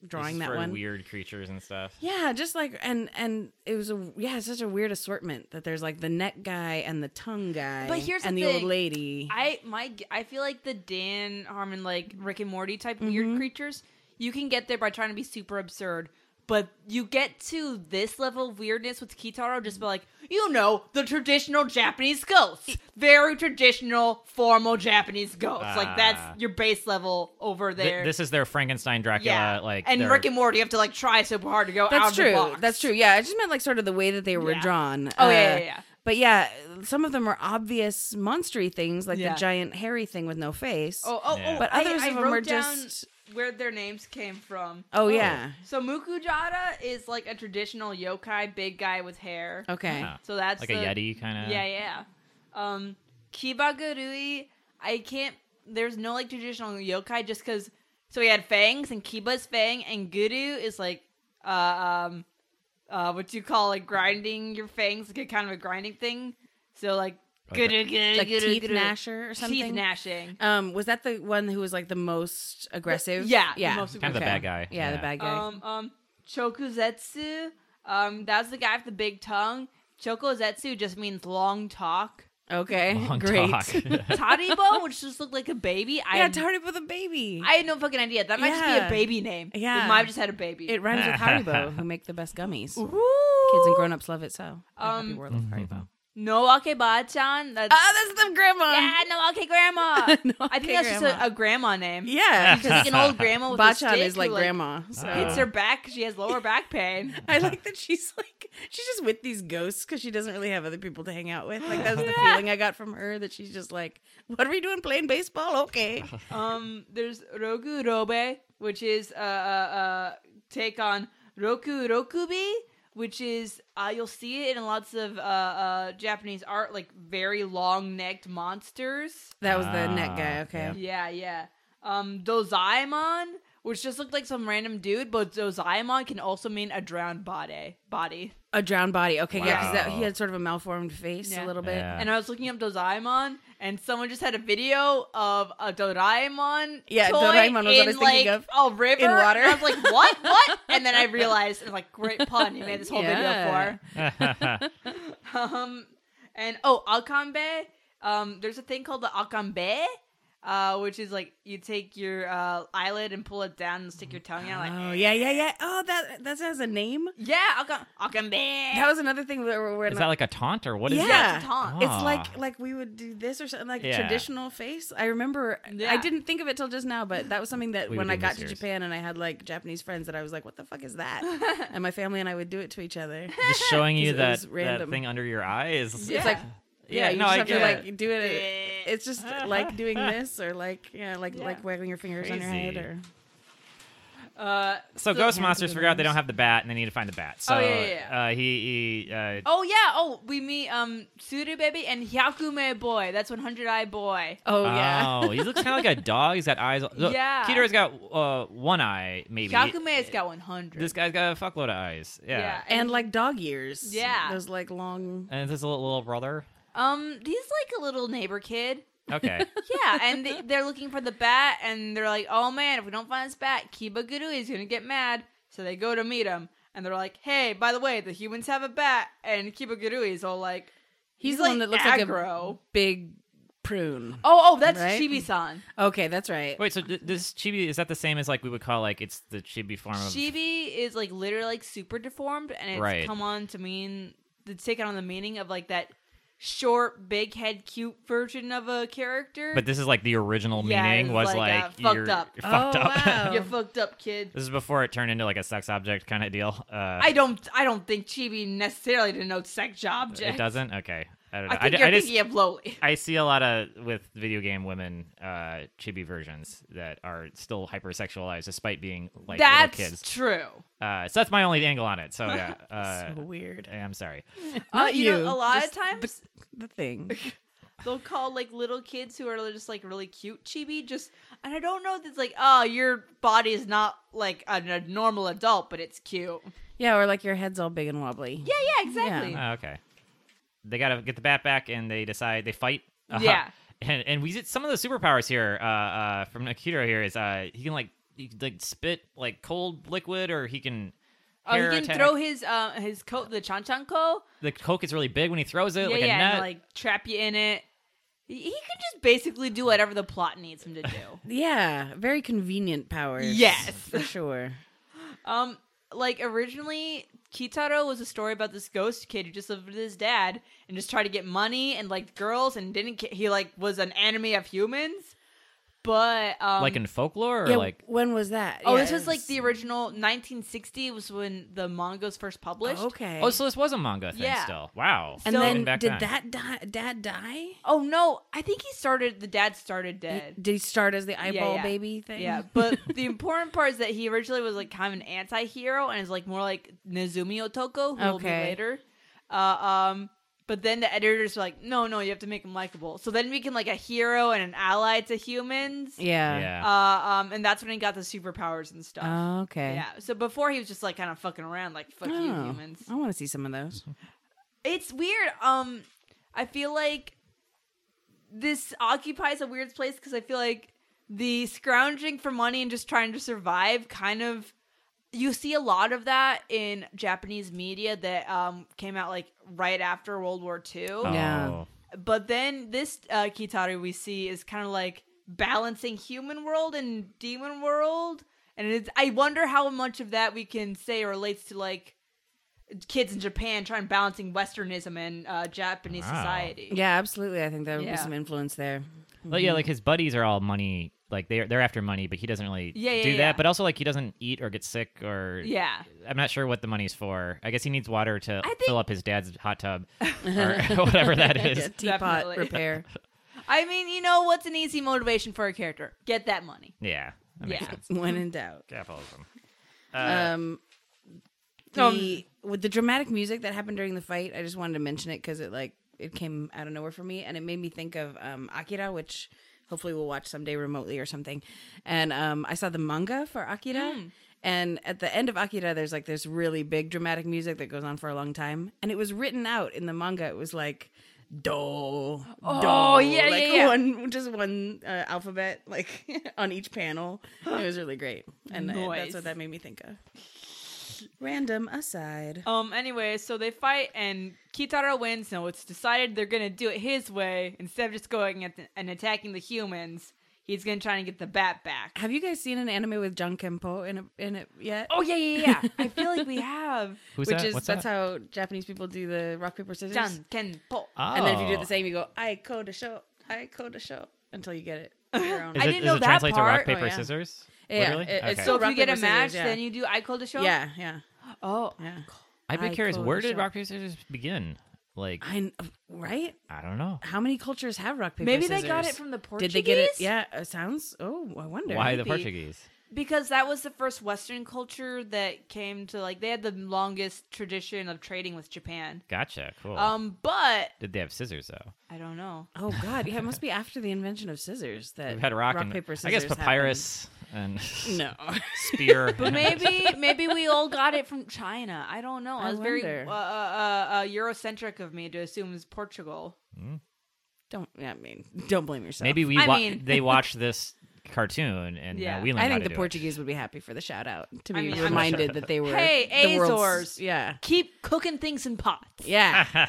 Speaker 1: This
Speaker 3: drawing
Speaker 1: is
Speaker 3: that
Speaker 1: for
Speaker 3: one.
Speaker 1: Weird creatures and stuff.
Speaker 3: Yeah, just like and and it was a yeah, it's such a weird assortment that there's like the neck guy and the tongue guy,
Speaker 2: But here's the
Speaker 3: and the, old
Speaker 2: thing.
Speaker 3: lady.
Speaker 2: I my g- I feel like the Dan Harmon like Rick and Morty type weird creatures. You can get there by trying to be super absurd, but you get to this level of weirdness with Kitaro just by like you know the traditional Japanese ghosts, very traditional formal Japanese ghosts. like
Speaker 1: Ah.
Speaker 2: that's your base level over
Speaker 1: Th-
Speaker 2: there.
Speaker 1: this is their Frankenstein Dracula. Like
Speaker 2: and
Speaker 1: their-
Speaker 2: Rick and Morty have to like try super hard to go out
Speaker 3: That's
Speaker 2: of the
Speaker 3: true.
Speaker 2: box.
Speaker 3: That's true. Yeah, I just meant like sort of the way that they were
Speaker 2: Yeah.
Speaker 3: drawn. Uh,
Speaker 2: Oh, yeah, yeah, yeah.
Speaker 3: But yeah, some of them are obvious monstery things, like
Speaker 2: Yeah.
Speaker 3: the giant hairy thing with no face.
Speaker 2: Oh, oh,
Speaker 1: Yeah.
Speaker 2: oh!
Speaker 3: But
Speaker 2: I-
Speaker 3: others
Speaker 2: I,
Speaker 3: of 'em
Speaker 2: wrote
Speaker 3: are
Speaker 2: down
Speaker 3: just-
Speaker 2: where their names came from.
Speaker 3: Oh, yeah.
Speaker 2: So Mukujata is like a traditional yokai, big guy with hair.
Speaker 3: Okay.
Speaker 1: Ah.
Speaker 2: So that's
Speaker 1: like
Speaker 2: the,
Speaker 1: a yeti kind of.
Speaker 2: Yeah, yeah. Um, Kibagurui, I can't. There's no like traditional yokai just because. So we had fangs and Kiba's fang and Guru is like, uh, um, uh, what you call like grinding your fangs, like a kind of a grinding thing. So like
Speaker 1: Like a-
Speaker 2: Guru, Guru,
Speaker 3: Like
Speaker 2: Guru,
Speaker 3: teeth
Speaker 2: Guru.
Speaker 3: gnasher or something.
Speaker 2: teeth gnashing.
Speaker 3: Um, was that the one who was like the most aggressive?
Speaker 2: yeah, the
Speaker 3: yeah,
Speaker 2: most
Speaker 1: Kind of the bad guy.
Speaker 3: Yeah, the bad guy.
Speaker 2: Um, um, Chokuzetsu, um, that's the guy with the big tongue. Chokuzetsu just means long
Speaker 3: *laughs*
Speaker 2: talk.
Speaker 1: *laughs*
Speaker 3: okay,
Speaker 1: Long
Speaker 3: great. *laughs*
Speaker 1: talk.
Speaker 2: Taribo, which just looked like a baby. I
Speaker 3: yeah, Tardy with a baby.
Speaker 2: I had no fucking idea. That might just be
Speaker 3: Yeah.
Speaker 2: a baby name.
Speaker 3: Yeah.
Speaker 2: It might have just had a baby.
Speaker 3: it rhymes
Speaker 1: *laughs*
Speaker 3: with Haribo, who make the best gummies. Kids and grown-ups love it so. Um,
Speaker 2: Um,
Speaker 3: happy world of
Speaker 1: Mm-hmm.
Speaker 3: Haribo.
Speaker 2: no Ake Bachan. That's
Speaker 3: Ah, that's the grandma.
Speaker 2: yeah, no Ake Grandma.
Speaker 3: *laughs* No
Speaker 2: I think
Speaker 3: Ake
Speaker 2: that's just
Speaker 3: grandma.
Speaker 2: a, a grandma name.
Speaker 1: *laughs*
Speaker 3: Yeah,
Speaker 2: She's like an
Speaker 3: *laughs*
Speaker 2: old grandma with a
Speaker 3: Bachan
Speaker 2: stick
Speaker 3: is like
Speaker 2: who,
Speaker 3: grandma. So
Speaker 1: Ah.
Speaker 2: It's her back. She has lower back pain.
Speaker 1: *laughs*
Speaker 3: I like that she's like she's just with these ghosts because she doesn't really have other people to hang out with. Like that was the
Speaker 2: Yeah.
Speaker 3: feeling I got from her that she's just like, "What are we doing playing
Speaker 1: *laughs*
Speaker 3: baseball? Okay,
Speaker 2: Um, there's Rogu Robe, which is uh, uh, uh take on Roku Rokubi, which is uh, you'll see it in lots of uh, uh Japanese art, like very long necked monsters.
Speaker 3: that was the
Speaker 1: Ah,
Speaker 3: net guy. Okay,
Speaker 2: Yeah, yeah. Um, Dozaemon, which just looked like some random dude, but Dozaemon can also mean a drowned body. Body.
Speaker 3: a drowned body. Okay, yeah, 'cause that
Speaker 1: Wow.
Speaker 3: he had sort of a malformed face
Speaker 2: Yeah.
Speaker 3: a little bit.
Speaker 1: Yeah.
Speaker 2: And I was looking up Dozaemon, and someone just had a video of a Doraemon.
Speaker 3: Yeah,
Speaker 2: toy
Speaker 3: Doraemon was what I
Speaker 2: in,
Speaker 3: was thinking
Speaker 2: like,
Speaker 3: of.
Speaker 2: A river
Speaker 3: In water.
Speaker 2: And I was like,
Speaker 3: *laughs*
Speaker 2: what? What? And then I realized, and like, great pun. You made this whole
Speaker 3: Yeah.
Speaker 2: video for. Um, and oh, Akambe. Um, there's a thing called the Akambe. Uh, which is like you take your uh, eyelid and pull it down and stick your tongue out. Like,
Speaker 3: Oh yeah, yeah, yeah. Oh, that that has a name.
Speaker 2: yeah, Akam- Akambe.
Speaker 3: That was another thing that we're, we're
Speaker 1: Is
Speaker 3: not-
Speaker 1: that like a taunt or what is
Speaker 3: Yeah.
Speaker 1: that?
Speaker 2: That's a taunt.
Speaker 3: It's
Speaker 1: Ah.
Speaker 3: like like we would do this or something like
Speaker 1: Yeah.
Speaker 3: traditional face. I remember
Speaker 2: Yeah.
Speaker 3: I didn't think of it till just now, but that was something that
Speaker 1: We
Speaker 3: when
Speaker 1: would
Speaker 3: I
Speaker 1: do
Speaker 3: got to
Speaker 1: this year's.
Speaker 3: Japan and I had like Japanese friends that I was like, "What the fuck is
Speaker 2: *laughs*
Speaker 3: that?" and my family and I would do it to each other. *laughs*
Speaker 1: Just showing you
Speaker 3: 'Cause it was
Speaker 1: that, that
Speaker 3: random.
Speaker 1: thing under your eyes.
Speaker 2: Yeah.
Speaker 3: It's like yeah, you
Speaker 1: no,
Speaker 3: just
Speaker 1: I
Speaker 3: have
Speaker 1: get
Speaker 3: to
Speaker 1: it.
Speaker 3: like do it. It's
Speaker 2: *laughs*
Speaker 3: just like doing this or like yeah, like
Speaker 2: Yeah.
Speaker 3: like waggling your fingers on your
Speaker 1: Crazy.
Speaker 3: head or
Speaker 2: Uh,
Speaker 1: So
Speaker 2: So-
Speaker 1: ghost
Speaker 3: Yeah,
Speaker 1: monsters
Speaker 3: the
Speaker 1: figure out they don't
Speaker 3: names.
Speaker 1: have the bat and they need to find the bat. So
Speaker 2: Oh, yeah, yeah, yeah.
Speaker 1: Uh, he, he uh,
Speaker 2: Oh yeah. Oh, we meet um Suru baby and Hyakume boy. That's 100 eye boy.
Speaker 3: oh yeah.
Speaker 1: Oh, he looks kind of like a dog. He's got eyes. Look,
Speaker 2: Yeah.
Speaker 1: Kidora's got uh, one eye, maybe.
Speaker 2: Hyakume has got 100.
Speaker 1: This guy's got a fuckload of eyes. Yeah.
Speaker 2: Yeah.
Speaker 3: And like dog ears.
Speaker 2: Yeah.
Speaker 3: Those like long
Speaker 1: And this little, little brother.
Speaker 2: um, he's like a little neighbor kid.
Speaker 3: *laughs*
Speaker 1: Okay.
Speaker 2: Yeah, and they, they're looking for the bat, and they're like, "Oh man, if we don't find this bat, Kibaguru is gonna get mad." So they go to meet him, and they're like, "Hey, by the way, the humans have a bat," and Kibaguru is all like,
Speaker 3: He's
Speaker 2: he's
Speaker 3: the
Speaker 2: like
Speaker 3: one that looks like a-
Speaker 2: aggro. like
Speaker 3: big prune.
Speaker 2: Oh, oh, that's
Speaker 3: Right?
Speaker 2: Chibi-san.
Speaker 3: Okay, that's right.
Speaker 1: Wait, so th- this chibi, is that the same as like we would call like it's the chibi form of.
Speaker 2: Chibi is like literally like super deformed, and it's
Speaker 1: Right.
Speaker 2: come on to mean it's taken on the meaning of like that short, big head, cute version of a character.
Speaker 1: But this is like the original
Speaker 2: Yeah,
Speaker 1: meaning
Speaker 2: it's
Speaker 1: was
Speaker 2: like,
Speaker 1: like.
Speaker 2: uh, fucked
Speaker 1: you're,
Speaker 2: up.
Speaker 1: You're *laughs* fucked
Speaker 3: Oh,
Speaker 1: up.
Speaker 3: *laughs* wow.
Speaker 2: you fucked up, kid.
Speaker 1: this is before it turned into like a sex object kind of deal. Uh,
Speaker 2: I don't, I don't think Chibi necessarily denotes sex object.
Speaker 1: It doesn't? Okay. I don't know.
Speaker 2: I think
Speaker 1: d-
Speaker 2: you're
Speaker 1: just-
Speaker 2: thinking of lowly.
Speaker 1: I see a lot of with video game women uh chibi versions that are still hypersexualized despite being like
Speaker 2: That's
Speaker 1: little kids.
Speaker 2: true.
Speaker 1: Uh so that's my only angle on
Speaker 3: *laughs*
Speaker 1: it. So yeah. Uh
Speaker 3: so weird.
Speaker 1: I'm sorry.
Speaker 2: Uh,
Speaker 3: Not
Speaker 2: you, know,
Speaker 3: you,
Speaker 2: a lot
Speaker 3: just
Speaker 2: of times *laughs*
Speaker 3: The thing.
Speaker 2: they'll call like little kids who are just like really cute chibi. Just and I don't know. if It's like, oh, your body is not like a, a normal adult, but it's cute.
Speaker 3: Yeah, or like your head's all big and wobbly.
Speaker 2: Yeah, yeah,
Speaker 1: *laughs*
Speaker 2: exactly.
Speaker 1: Oh, okay. They got to get the bat back and they decide they fight. Uh,
Speaker 2: Yeah.
Speaker 1: *laughs* And and we did some of the superpowers here uh uh from Akira here is uh he can like he can, like spit like cold liquid or he can
Speaker 2: Oh, he
Speaker 1: hair
Speaker 2: can
Speaker 1: attack.
Speaker 2: throw his uh, his coat, the chan chan ko.
Speaker 1: the coke is really big when he throws it
Speaker 2: Yeah,
Speaker 1: like
Speaker 2: yeah,
Speaker 1: a
Speaker 2: and,
Speaker 1: net.
Speaker 2: like trap you in it. He he can just basically do whatever the plot needs him to
Speaker 1: *laughs*
Speaker 2: do.
Speaker 3: Yeah, very convenient powers.
Speaker 2: Yes.
Speaker 3: for sure.
Speaker 2: um, like originally, Kitaro was a story about this ghost kid who just lived with his dad and just tried to get money and like girls and didn't. ca- He like was an enemy of humans. But um,
Speaker 1: like in folklore, or
Speaker 3: yeah,
Speaker 1: like
Speaker 3: when was that?
Speaker 2: oh,
Speaker 3: Yeah,
Speaker 2: this was like the
Speaker 3: it's-
Speaker 2: original 1960 was when the manga's first published.
Speaker 3: Okay.
Speaker 1: oh, so this was a manga thing
Speaker 2: Yeah.
Speaker 1: still. Wow.
Speaker 3: and
Speaker 2: so-
Speaker 1: And
Speaker 3: then
Speaker 1: back
Speaker 3: did
Speaker 1: then.
Speaker 3: that di- dad die?
Speaker 2: Oh no, I think he started. The dad started
Speaker 3: He-
Speaker 2: dead.
Speaker 3: Did he start as the eyeball
Speaker 2: yeah.
Speaker 3: baby thing? *laughs*
Speaker 2: Yeah, but the important part is that he originally was like kind of an anti-hero and is like more like Nezumi Otoko, who will be
Speaker 3: Okay.
Speaker 2: later. Uh, um, but then the editors were like, no, no, you have to make him likable. So then we can like a hero and an ally to humans.
Speaker 3: yeah.
Speaker 1: yeah.
Speaker 2: Uh, um, and that's when he got the superpowers and stuff.
Speaker 3: Oh, okay.
Speaker 2: Yeah. So before he was just like kind of fucking around, like fuck you
Speaker 3: Oh,
Speaker 2: humans.
Speaker 3: I want to see some
Speaker 2: *laughs*
Speaker 3: of those.
Speaker 2: It's weird. Um, I feel like this occupies a weird place because I feel like the scrounging for money and just trying to survive kind of you see a lot of that in Japanese media that um, came out like right after World War II.
Speaker 3: yeah.
Speaker 1: Oh.
Speaker 2: But then this uh, Kitaru we see is kind of like balancing human world and demon world, and it's I wonder how much of that we can say relates to like kids in Japan trying balancing Westernism and uh, Japanese
Speaker 1: Wow.
Speaker 2: society.
Speaker 3: Yeah, absolutely. I think there would
Speaker 2: Yeah.
Speaker 3: be some influence there.
Speaker 1: Like, yeah, like his buddies are all money. Like they're they're after money, but he doesn't really
Speaker 2: Yeah, yeah,
Speaker 1: do
Speaker 2: yeah.
Speaker 1: that. But also, like he doesn't eat or get sick or
Speaker 2: Yeah.
Speaker 1: I'm not sure what the money's for. I guess he needs water to
Speaker 2: I think-
Speaker 1: fill up his dad's hot
Speaker 3: *laughs*
Speaker 1: tub or *laughs* whatever that is.
Speaker 3: Teapot
Speaker 2: Definitely. *laughs*
Speaker 3: repair.
Speaker 2: I mean, you know what's an easy motivation for a character? Get that money.
Speaker 1: Yeah, that makes
Speaker 2: Yeah.
Speaker 1: sense.
Speaker 3: when in doubt.
Speaker 1: Capitalism.
Speaker 2: Um,
Speaker 3: um, the with the dramatic music that happened during the fight, I just wanted to mention it because it like it came out of nowhere for me, and it made me think of um, Akira, which hopefully we'll watch someday remotely or something. And um, I saw the manga for Akira.
Speaker 2: Hmm.
Speaker 3: And at the end of Akira, there's like this really big dramatic music that goes on for a long time, and it was written out in the manga. It was like do, oh
Speaker 2: yeah,
Speaker 3: like
Speaker 2: yeah, yeah.
Speaker 3: one *laughs* just one uh, alphabet like *laughs* on each panel. It was really great, and uh,
Speaker 2: Nice.
Speaker 3: that's what that made me think of. Random aside.
Speaker 2: Um. Anyway, so they fight and Kitaro wins. So it's decided they're gonna do it his way instead of just going at the, and attacking the humans. He's gonna try and get the bat back.
Speaker 3: Have you guys seen an anime with John Kempo in it, in it yet?
Speaker 2: Oh yeah, yeah, yeah. I feel like
Speaker 3: *laughs*
Speaker 2: we have
Speaker 1: Who's
Speaker 3: Which
Speaker 1: that?
Speaker 3: is
Speaker 1: What's
Speaker 3: that's
Speaker 1: that?
Speaker 3: how Japanese people do the rock paper scissors.
Speaker 2: Done. Ken Po.
Speaker 1: Oh.
Speaker 3: And then if you do the same, you go I code a show, I code a show until you get *laughs* it. on your own.
Speaker 1: Is
Speaker 2: I
Speaker 1: it,
Speaker 2: didn't
Speaker 1: does
Speaker 2: know
Speaker 1: it
Speaker 2: that
Speaker 1: translate to
Speaker 2: part.
Speaker 1: rock
Speaker 2: Oh,
Speaker 1: paper
Speaker 3: yeah.
Speaker 1: scissors?
Speaker 3: Yeah,
Speaker 1: Literally?
Speaker 3: it- it's
Speaker 2: So
Speaker 1: Okay.
Speaker 3: so-
Speaker 2: if you
Speaker 3: Rock,
Speaker 2: get a
Speaker 3: paper, scissors,
Speaker 2: match,
Speaker 3: yeah.
Speaker 2: then you do I call the show.
Speaker 3: yeah, yeah,
Speaker 2: Oh.
Speaker 3: yeah.
Speaker 1: I'd be
Speaker 3: I
Speaker 1: curious.
Speaker 3: call
Speaker 1: Where
Speaker 3: the
Speaker 1: did
Speaker 3: shot.
Speaker 1: rock paper scissors begin? Like
Speaker 3: I kn- right?
Speaker 1: I don't know.
Speaker 3: How many cultures have rock paper?
Speaker 2: Maybe they got it
Speaker 3: scissors?
Speaker 2: from the Portuguese.
Speaker 3: Did they get it? Yeah, it sounds. Oh, I wonder.
Speaker 1: Why the
Speaker 2: maybe.
Speaker 1: Portuguese?
Speaker 2: Because that was the first Western culture that came to like they had the longest tradition of trading with Japan.
Speaker 1: Gotcha. Cool.
Speaker 2: Um, but
Speaker 1: did they have scissors though?
Speaker 2: I don't know.
Speaker 3: Oh God, yeah, it must be after the invention of scissors that
Speaker 1: We've had rock, and
Speaker 3: paper scissors.
Speaker 1: I guess
Speaker 3: happened.
Speaker 1: papyrus and *laughs*
Speaker 3: No, *laughs*
Speaker 1: spear.
Speaker 2: But maybe maybe we all got it from China. I don't know. I,
Speaker 3: I
Speaker 2: was very uh,
Speaker 3: wonder.
Speaker 2: uh, uh, uh, Eurocentric of me to assume it's Portugal.
Speaker 3: don't. I mean, don't blame yourself.
Speaker 1: Maybe we
Speaker 2: I
Speaker 1: wa-
Speaker 2: mean-
Speaker 1: they watched this cartoon and now
Speaker 2: Yeah.
Speaker 1: we learned
Speaker 3: I
Speaker 1: how to
Speaker 3: think the
Speaker 1: do it.
Speaker 3: Portuguese would be happy for the shout out to be
Speaker 2: I mean, I'm
Speaker 3: reminded
Speaker 1: sure.
Speaker 3: that they were
Speaker 2: Hey,
Speaker 3: the world's-
Speaker 2: Azores.
Speaker 3: Yeah,
Speaker 2: Keep cooking things in pots.
Speaker 3: yeah.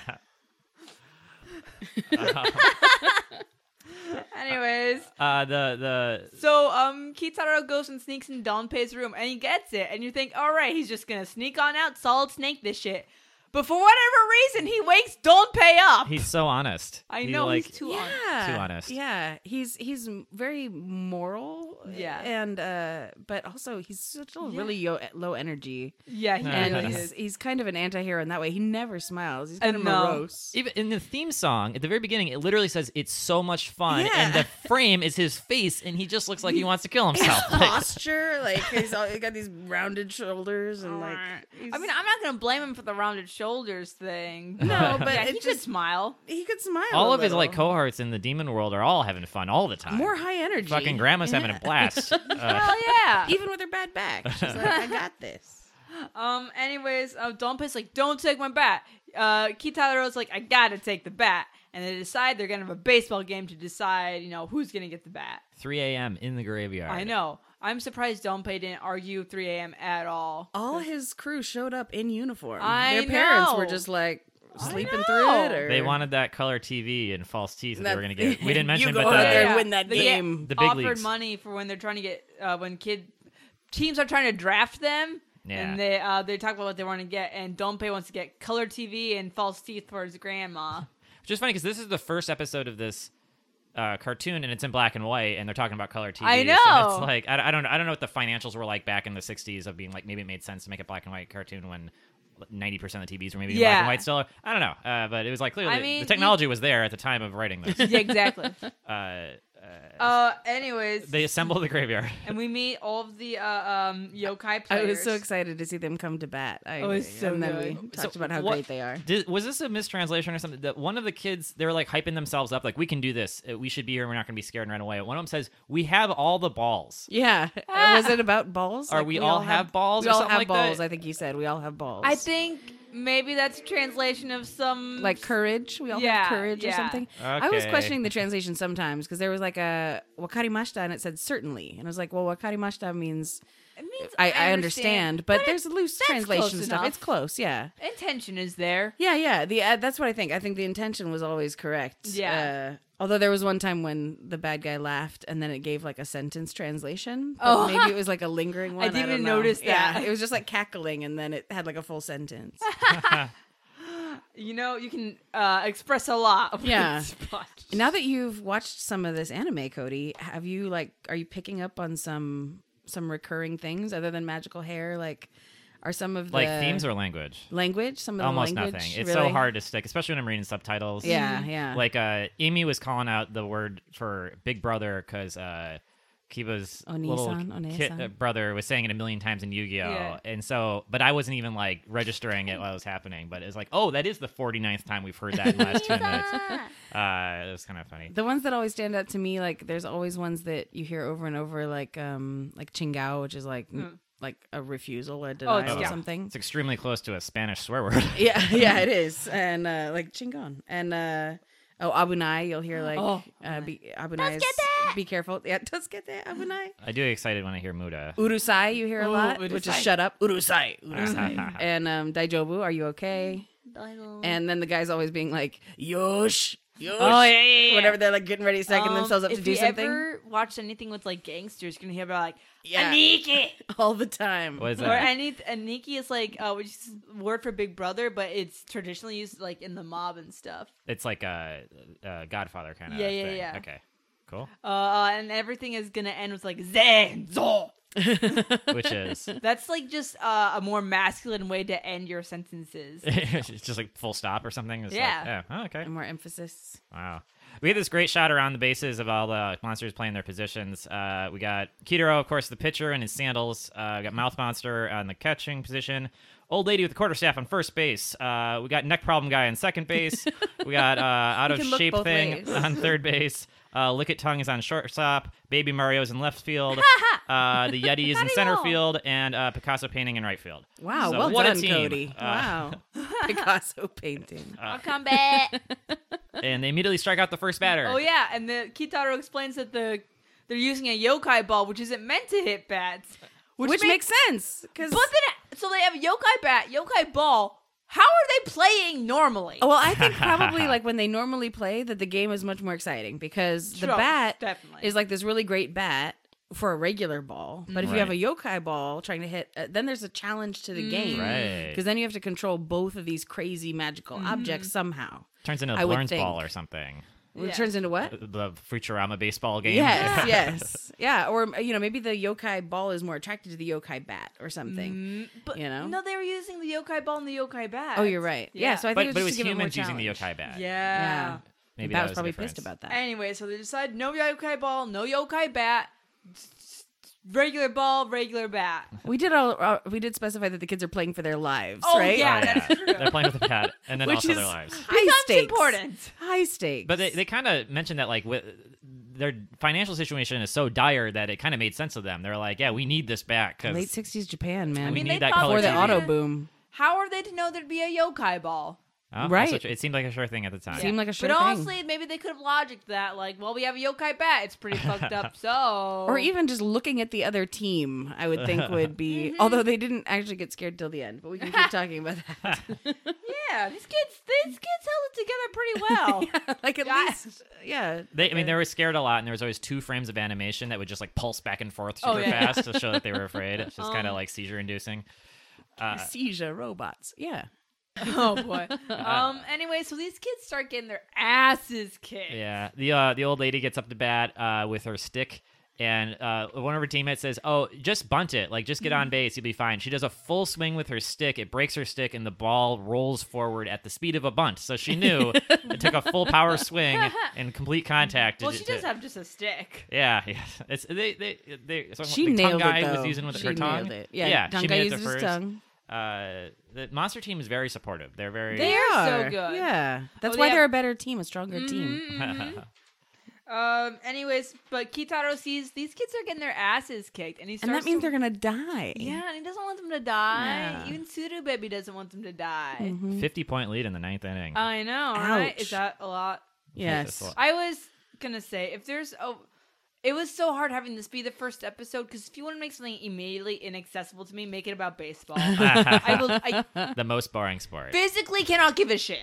Speaker 2: Anyways,
Speaker 1: Uh, the the
Speaker 2: so um, Kitaro goes and sneaks in Donpei's room, and he gets it. And you think, all right, he's just gonna sneak on out, solid snake this shit. But for whatever reason, he wakes Donpei up.
Speaker 1: he's so honest.
Speaker 2: I
Speaker 1: He,
Speaker 2: know
Speaker 1: like,
Speaker 2: he's too
Speaker 3: yeah.
Speaker 2: honest.
Speaker 1: *laughs* Too honest.
Speaker 3: Yeah, he's he's m- very moral.
Speaker 2: Yeah.
Speaker 3: and uh, but also he's such a really yo-
Speaker 1: *laughs*
Speaker 3: low energy,
Speaker 2: Yeah, he
Speaker 1: Yeah.
Speaker 3: and
Speaker 2: really
Speaker 3: he's,
Speaker 2: is.
Speaker 3: he's kind of an antihero in that way. He never smiles. He's
Speaker 2: And
Speaker 3: kind of
Speaker 2: no.
Speaker 3: morose.
Speaker 1: Even in the theme song, at the very beginning, it literally says it's so much fun, and
Speaker 3: Yeah.
Speaker 1: the frame is his face, and he just looks like he wants to kill
Speaker 3: *laughs*
Speaker 1: himself. Like,
Speaker 3: posture, like he's all, he got these rounded shoulders and like.
Speaker 2: I mean, I'm not gonna blame him for the rounded shoulders thing.
Speaker 1: *laughs*
Speaker 3: No, but
Speaker 2: yeah,
Speaker 3: it
Speaker 2: he could
Speaker 3: just-
Speaker 2: smile.
Speaker 3: he could smile.
Speaker 1: all
Speaker 3: a
Speaker 1: of his like
Speaker 3: little.
Speaker 1: cohorts in the demon world are all having fun all the time.
Speaker 3: more high energy.
Speaker 1: fucking grandma's having a blast. *laughs* Uh,
Speaker 2: Hell *laughs* yeah.
Speaker 3: even with her bad back. She's like,
Speaker 1: *laughs*
Speaker 3: I got this.
Speaker 2: Um. Anyways, uh, Donpei's like, "Don't take my bat." Uh, Kitaro's like, "I gotta take the bat," and they decide they're gonna have a baseball game to decide, you know, who's gonna get the bat.
Speaker 1: 3 a.m. in the graveyard.
Speaker 2: I know. I'm surprised Donpei didn't argue 3 a.m. at all.
Speaker 3: All his crew showed up in uniform.
Speaker 2: I
Speaker 3: Their parents were
Speaker 2: know.
Speaker 3: just like sleeping
Speaker 2: know.
Speaker 3: through it. Or
Speaker 1: They wanted that color TV and false teeth that they were going
Speaker 3: That's-
Speaker 1: to get. We didn't mention,
Speaker 3: you
Speaker 1: but
Speaker 3: go out
Speaker 1: the-
Speaker 3: there and win that
Speaker 2: They
Speaker 3: game.
Speaker 1: The big
Speaker 2: offered
Speaker 1: leagues.
Speaker 2: money for when they're trying to get uh, when kid teams are trying to draft them.
Speaker 1: Yeah.
Speaker 2: And they uh, they talk about what they want to get, and Dompe wants to get color TV and false teeth for his grandma.
Speaker 1: *laughs* Which is funny because this is the first episode of this uh, cartoon and it's in black and white and they're talking about color TV.
Speaker 2: I
Speaker 1: And
Speaker 2: know.
Speaker 1: it's like I, I don't I don't know what the financials were like back in the '60s of being like maybe it made sense to make a black and white cartoon when. 90% of the TVs were maybe in black
Speaker 2: Yeah.
Speaker 1: and white still. I don't know. Uh, but it was like clearly
Speaker 2: I mean,
Speaker 1: the
Speaker 2: you-
Speaker 1: technology was there at the time of
Speaker 2: *laughs*
Speaker 1: writing this.
Speaker 2: Yeah, exactly.
Speaker 1: *laughs* uh,
Speaker 2: uh, anyways,
Speaker 1: they assemble the graveyard.
Speaker 2: and we meet all of the uh, um yokai players.
Speaker 3: I was so excited to see them come to bat. I,
Speaker 2: Oh, it's so
Speaker 3: and then we
Speaker 2: good.
Speaker 3: talked
Speaker 1: So
Speaker 3: about how
Speaker 1: what-
Speaker 3: great they are.
Speaker 1: Did, was this a mistranslation or something? That one of the kids, they were like hyping themselves up, like we can do this. Uh, We should be here. We're not going to be scared and run away. One of them says, "We have all the balls."
Speaker 3: Yeah.
Speaker 2: *laughs* Ah.
Speaker 3: Was it about balls?
Speaker 1: Are we all have balls
Speaker 3: We
Speaker 1: or
Speaker 3: all
Speaker 1: something
Speaker 3: have
Speaker 1: like that?
Speaker 3: balls. I think you said we all have balls.
Speaker 2: I think maybe that's a translation of some
Speaker 3: like courage. We all
Speaker 2: Yeah,
Speaker 3: have courage or
Speaker 2: yeah.
Speaker 3: something. I was
Speaker 1: Okay.
Speaker 3: questioning the translation sometimes because there was like a wakarimashita and it said certainly, and I was like, well, wakarimashita means
Speaker 2: It means
Speaker 3: I, I understand, but,
Speaker 2: it-
Speaker 3: there's loose
Speaker 2: that's
Speaker 3: translation
Speaker 2: close
Speaker 3: stuff.
Speaker 2: enough.
Speaker 3: It's close, yeah.
Speaker 2: intention is there.
Speaker 3: Yeah, yeah. The uh, that's what I think. I think the intention was always correct.
Speaker 2: Yeah.
Speaker 3: Uh, although there was one time when the bad guy laughed, and then it gave like a sentence translation. But
Speaker 2: Oh.
Speaker 3: maybe it was like a
Speaker 2: *laughs*
Speaker 3: lingering one.
Speaker 2: didn't
Speaker 3: don't know.
Speaker 2: notice
Speaker 3: Yeah,
Speaker 2: that.
Speaker 3: it was just like cackling, and then it had like a full sentence.
Speaker 2: You know, you can uh, express a lot. *laughs* with
Speaker 3: Yeah.
Speaker 2: spot.
Speaker 3: now that you've watched some of this anime, Cody, have you like are you picking up on some some recurring things other than magical hair? Like, are some of the
Speaker 1: Like themes or language?
Speaker 3: language? Some of the
Speaker 1: Almost
Speaker 3: language,
Speaker 1: nothing. It's so
Speaker 3: really?
Speaker 1: hard to stick, especially when I'm reading subtitles.
Speaker 3: Yeah, yeah.
Speaker 1: Like uh, Amy was calling out the word for Big Brother because uh, Kiba's little
Speaker 3: Oni-san,
Speaker 1: kid,
Speaker 3: Onei-san.
Speaker 1: uh, brother was saying it a million times in Yu-Gi-Oh,
Speaker 2: Yeah.
Speaker 1: and so, but I wasn't even like registering it while it was happening. But it was like, oh, that is the 49th time we've heard that in the last two minutes. Uh, it was kind of funny.
Speaker 3: The ones that always stand out to me, like there's always ones that you hear over and over, like um, like Chingao, which is like n- like a refusal, a denial,
Speaker 2: Hmm. Oh, it's-
Speaker 3: or
Speaker 1: yeah.
Speaker 3: something.
Speaker 1: It's extremely close to a Spanish swear word.
Speaker 3: *laughs* Yeah, yeah, it is, and uh, like Chingon, and uh, oh Abunai,
Speaker 2: *gasps*
Speaker 3: you'll hear like
Speaker 2: Oh,
Speaker 3: uh, be, Abunai, is- be careful, yeah, *laughs* does get that Abunai.
Speaker 1: I do get excited when I hear Muda.
Speaker 3: Urusai, you hear a
Speaker 2: Ooh,
Speaker 3: lot, which is
Speaker 2: Urusai. Ah.
Speaker 3: shut up. Urusai,
Speaker 1: *laughs*
Speaker 3: Urusai, and um, Daijobu, are you okay?
Speaker 2: Mm-hmm.
Speaker 3: And then the guy's always being like Yosh, Yosh,
Speaker 2: Oh, yeah, yeah, yeah.
Speaker 3: whenever they're like getting ready to second
Speaker 2: Um,
Speaker 3: themselves up to
Speaker 2: if
Speaker 3: do
Speaker 2: you
Speaker 3: something.
Speaker 2: ever watch anything with like gangsters, you're gonna hear about like
Speaker 3: Yeah.
Speaker 2: Aniki
Speaker 3: all the time.
Speaker 1: What is
Speaker 2: or
Speaker 1: that?
Speaker 2: any Aniki is like uh, which is word for Big Brother, but it's traditionally used like in the mob and stuff.
Speaker 1: It's like a, uh Godfather kind of
Speaker 2: Yeah, yeah,
Speaker 1: thing.
Speaker 2: yeah.
Speaker 1: Okay, cool.
Speaker 2: Uh, and everything is gonna end with like Zenzo.
Speaker 1: Which is *laughs*
Speaker 2: That's like just uh, a more masculine way to end your sentences.
Speaker 1: it's just like full stop or something. It's
Speaker 2: Yeah.
Speaker 1: Like, oh, oh, okay.
Speaker 3: and more emphasis.
Speaker 1: Wow. We had this great shot around the bases of all the monsters playing their positions. Uh, we got Kitaro, of course, the pitcher in his sandals. Uh, we got Mouth Monster on the catching position. Old lady with the quarterstaff on first base. Uh, we got Neck Problem Guy on second
Speaker 3: *laughs*
Speaker 1: base. we got uh, Out
Speaker 3: You
Speaker 1: of
Speaker 3: can look
Speaker 1: Shape
Speaker 3: both
Speaker 1: Thing
Speaker 3: ways.
Speaker 1: on
Speaker 3: *laughs*
Speaker 1: third base. Uh, Lick It Tongue is on shortstop. Baby Mario's in left
Speaker 3: *laughs*
Speaker 1: field. uh, the Yeti is in center
Speaker 2: Mario.
Speaker 1: field. And uh, Picasso painting in right field.
Speaker 3: Wow,
Speaker 1: So
Speaker 3: well
Speaker 1: what a
Speaker 3: done,
Speaker 1: team. Ah.
Speaker 3: Cody.
Speaker 1: Uh,
Speaker 2: *laughs*
Speaker 3: wow, Picasso painting.
Speaker 2: I'll come
Speaker 3: *laughs*
Speaker 2: back.
Speaker 1: And they immediately strike out the first batter.
Speaker 2: Oh yeah, and the Kitaro explains that the they're using a yokai ball, which isn't meant to hit bats,
Speaker 3: Which, makes sense because.
Speaker 2: But then, so they have a yokai bat, yokai ball. How are they playing normally?
Speaker 3: Oh, well, I think
Speaker 1: *laughs*
Speaker 3: probably like when they normally play, that the game is much more exciting because the
Speaker 2: Sure,
Speaker 3: bat
Speaker 2: definitely.
Speaker 3: is like this really great bat for a regular ball. But if you have a
Speaker 1: Right. Mm.
Speaker 3: yokai ball trying to hit, uh, then there's a challenge to the game.
Speaker 1: Right.
Speaker 3: Because then you have to control both of these crazy magical
Speaker 2: Mm-hmm.
Speaker 3: objects somehow.
Speaker 1: Turns into
Speaker 3: I
Speaker 1: a
Speaker 3: would
Speaker 1: Blurns
Speaker 3: think.
Speaker 1: ball or something. Uh,
Speaker 2: Yeah.
Speaker 3: It turns into what?
Speaker 1: the Futurama baseball game. *laughs*
Speaker 3: Yes, yes. Yeah, or you know, maybe the yokai ball is more attracted to the yokai bat or something.
Speaker 2: but,
Speaker 3: you know?
Speaker 2: no, they were using the yokai ball and the yokai bat.
Speaker 3: Oh, you're right. Yeah, so I think
Speaker 1: but,
Speaker 3: it was,
Speaker 1: but it
Speaker 3: just
Speaker 1: was
Speaker 3: to give
Speaker 1: humans
Speaker 3: it more
Speaker 1: using the
Speaker 3: challenge.
Speaker 1: yokai bat.
Speaker 2: yeah.
Speaker 1: maybe
Speaker 3: bat
Speaker 1: that was
Speaker 3: was,
Speaker 1: the
Speaker 3: probably
Speaker 1: difference.
Speaker 3: pissed about that.
Speaker 2: Anyway, so they decide no yokai ball, no yokai bat, regular ball, regular bat.
Speaker 3: we did all, uh, we did specify that the kids are playing for their lives,
Speaker 2: Oh,
Speaker 3: right?
Speaker 2: yeah.
Speaker 1: Oh, yeah.
Speaker 2: that's
Speaker 3: *laughs*
Speaker 2: true.
Speaker 1: They're playing with a bat, and then
Speaker 3: Which
Speaker 1: also
Speaker 3: is
Speaker 1: their lilives.
Speaker 3: high
Speaker 2: Becomes
Speaker 3: stakes.
Speaker 2: important.
Speaker 3: High stakes.
Speaker 1: But they, they kind of mentioned that like with, their financial situation is so dire that it kind of made sense to them. They're like, yeah, we need this back
Speaker 3: late
Speaker 1: because
Speaker 3: '60s Japan, man,
Speaker 1: we
Speaker 2: mean,
Speaker 1: need
Speaker 2: they
Speaker 1: that
Speaker 2: thought
Speaker 1: color.
Speaker 3: before the
Speaker 2: they
Speaker 1: TV.
Speaker 2: were-
Speaker 3: auto boom.
Speaker 2: How are they to know there'd be a yokai ball?
Speaker 1: Oh, that's
Speaker 3: Right.
Speaker 1: such- it seemed like a sure thing at the time.
Speaker 3: Seemed like a sure
Speaker 2: But
Speaker 3: thing.
Speaker 2: honestly, maybe they could have logicked that, like, well, we have a yokai bat. It's pretty fucked
Speaker 3: *laughs*
Speaker 2: up, so.
Speaker 3: Or even just looking at the other team, I
Speaker 1: *laughs*
Speaker 3: would think would be.
Speaker 2: Mm-hmm.
Speaker 3: Although they didn't actually get scared till the end, but we
Speaker 2: *laughs*
Speaker 3: can keep talking about that.
Speaker 2: Yeah, these kids, these kids held it together
Speaker 3: *laughs*
Speaker 2: pretty well.
Speaker 3: Yeah, like at
Speaker 2: Yeah.
Speaker 3: least, yeah.
Speaker 1: They, I mean, they were scared a lot, and there was always two frames of animation that would just like pulse back and forth
Speaker 2: Oh,
Speaker 1: super
Speaker 2: yeah.
Speaker 1: fast to
Speaker 3: *laughs*
Speaker 1: show that they were afraid. It's just kind of
Speaker 2: Um,
Speaker 1: like seizure inducing. Uh,
Speaker 3: Seizure robots. Yeah.
Speaker 2: *laughs* Oh boy. um. Anyway, so these kids start getting their asses kicked.
Speaker 1: Yeah, the uh, the old lady gets up to bat uh, with her stick, and uh, one of her teammates says, "Oh, just bunt it. Like, just get
Speaker 3: Mm-hmm.
Speaker 1: on base. You'll be fine." She does a full swing with her stick. It breaks her stick, and the ball rolls forward at the speed of a bunt. So she knew it took a full power swing and
Speaker 3: *laughs*
Speaker 1: complete
Speaker 3: Mm-hmm.
Speaker 1: contact.
Speaker 2: Well,
Speaker 1: to-
Speaker 2: she does
Speaker 1: to-
Speaker 2: have just a stick.
Speaker 1: Yeah, *laughs* yeah. It's they they they. so
Speaker 3: She
Speaker 1: the tongue
Speaker 3: nailed
Speaker 1: guy
Speaker 3: it. Though.
Speaker 1: was using with
Speaker 3: she
Speaker 1: her tongue.
Speaker 3: Nailed it. Yeah,
Speaker 1: she
Speaker 3: Tongue guy
Speaker 1: made it
Speaker 3: used
Speaker 1: the
Speaker 3: his
Speaker 1: first.
Speaker 3: tongue.
Speaker 1: Uh, the monster team is very supportive. They're very.
Speaker 2: They are so good. Oh,
Speaker 3: Yeah, that's
Speaker 2: they
Speaker 3: why
Speaker 2: have-
Speaker 3: they're a better team, a stronger team.
Speaker 2: Mhm, mhm. um. Anyways, but Kitaro sees these kids are getting their asses kicked, and he
Speaker 3: And
Speaker 2: starts.
Speaker 3: that means
Speaker 2: to-
Speaker 3: they're gonna die.
Speaker 2: Yeah, and he doesn't want them to die.
Speaker 3: Yeah. Mm-hmm.
Speaker 2: Even Tsuru baby doesn't want them to die.
Speaker 1: 50 point lead in the ninth inning.
Speaker 3: Uh-huh.
Speaker 2: I know, right?
Speaker 3: Ouch.
Speaker 2: Is that a lot?
Speaker 3: Yes.
Speaker 1: Yes.
Speaker 2: I was gonna say if there's a, it was so hard having this be the first episode because if you want to make something immediately inaccessible to me, make it about baseball. I will. I
Speaker 1: the most boring sport.
Speaker 2: physically cannot give a shit.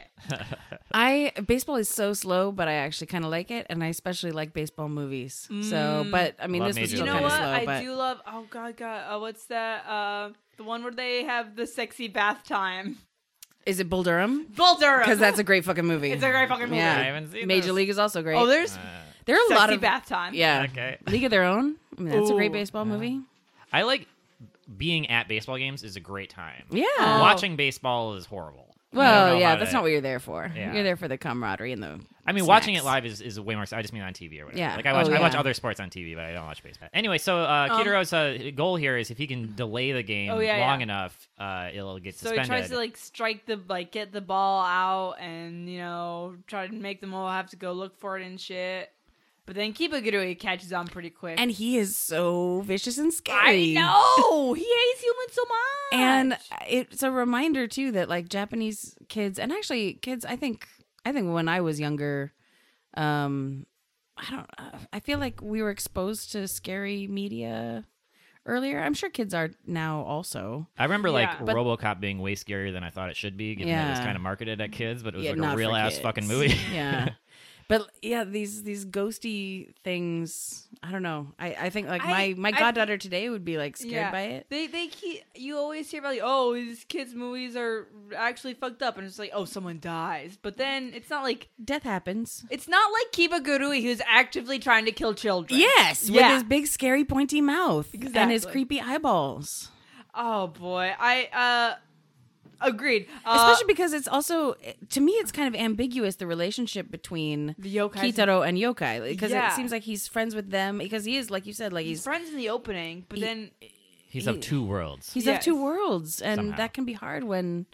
Speaker 3: I baseball is so slow, but I actually kind of like it, and I especially like baseball movies. So, but I mean,
Speaker 1: Love
Speaker 3: this was
Speaker 1: Major
Speaker 3: still
Speaker 2: You
Speaker 1: League
Speaker 2: know
Speaker 3: kind
Speaker 2: what?
Speaker 3: of
Speaker 1: Baseball.
Speaker 3: slow.
Speaker 2: I
Speaker 3: But
Speaker 2: do love. Oh God, God. Uh, what's that? Uh, the one where they have the sexy bath time. *laughs*
Speaker 3: is it Bull Durham?
Speaker 2: Bull Durham.
Speaker 3: Because that's a great fucking movie.
Speaker 2: *laughs* It's a great fucking movie.
Speaker 1: I
Speaker 3: Yeah,
Speaker 1: haven't seen
Speaker 3: Major
Speaker 1: this.
Speaker 3: League is also great.
Speaker 2: Oh, there's
Speaker 3: there are a
Speaker 2: sexy
Speaker 3: lot of
Speaker 2: bath time.
Speaker 3: yeah.
Speaker 1: Okay.
Speaker 3: League of Their Own. I mean, that's a great
Speaker 2: Ooh. Oh.
Speaker 3: baseball movie.
Speaker 1: I like being at baseball games is a great time.
Speaker 3: Yeah.
Speaker 2: Oh.
Speaker 1: Watching baseball is horrible. I don't
Speaker 3: Well,
Speaker 1: know
Speaker 3: yeah,
Speaker 1: about
Speaker 3: that's
Speaker 1: it.
Speaker 3: not what you're there for.
Speaker 1: Yeah.
Speaker 3: You're there for the camaraderie and the.
Speaker 1: I mean,
Speaker 3: snacks.
Speaker 1: watching it live is, is way more. I just mean on TV or whatever.
Speaker 3: Yeah.
Speaker 1: Like I watch,
Speaker 3: Oh,
Speaker 1: I watch
Speaker 3: yeah.
Speaker 1: other sports on TV, but I don't watch baseball. Anyway, so uh,
Speaker 2: Um,
Speaker 1: Kitaro's uh, goal here is if he can delay the game
Speaker 2: Oh, yeah,
Speaker 1: long
Speaker 2: yeah.
Speaker 1: enough, uh, it'll get
Speaker 2: So
Speaker 1: suspended.
Speaker 2: he tries to like strike the like get the ball out and you know try to make them all have to go look for it and shit. But then Kibagurui catches on pretty quick.
Speaker 3: And he is so vicious and
Speaker 2: I
Speaker 3: scary.
Speaker 2: know he hates humans so much.
Speaker 3: And it's a reminder too that like Japanese kids and actually kids, I think I think when I was younger, um, I don't. uh, I feel like we were exposed to scary media earlier. I'm sure kids are now also.
Speaker 1: I remember
Speaker 2: Yeah.
Speaker 1: like
Speaker 3: But-
Speaker 1: RoboCop being way scarier than I thought it should be, given that it was
Speaker 3: Yeah.
Speaker 1: kind of marketed at kids, but it was
Speaker 3: Yeah,
Speaker 1: like
Speaker 3: not
Speaker 1: a
Speaker 3: for
Speaker 1: real ass
Speaker 3: kids.
Speaker 1: fucking
Speaker 3: *laughs*
Speaker 1: movie. *laughs*
Speaker 3: yeah. But yeah, these these ghosty things. I don't know. I, I think like
Speaker 2: I-
Speaker 3: my my
Speaker 2: I thi-
Speaker 3: goddaughter today would be like scared by it.
Speaker 2: They they keep you always hear about like oh these kids movies are actually fucked up and it's like oh someone dies. But then it's not like
Speaker 3: Death happens.
Speaker 2: it's not like Kibagurui who's actively trying to kill children.
Speaker 3: Yes,
Speaker 2: Yeah.
Speaker 3: with his big scary pointy mouth and his
Speaker 2: Exactly.
Speaker 3: creepy eyeballs.
Speaker 2: Oh boy, I uh agreed. Uh,
Speaker 3: Especially because it's also to me it's kind of ambiguous the relationship between
Speaker 2: The yokais-
Speaker 3: Kitaro and yokai because
Speaker 2: Yeah.
Speaker 3: it seems like he's friends with them because he is like you said like
Speaker 2: he's
Speaker 3: he's
Speaker 2: friends in the opening, but then
Speaker 1: He's of two worlds.
Speaker 3: he's
Speaker 2: Yes.
Speaker 3: of two worlds and
Speaker 1: Somehow.
Speaker 3: that can be hard when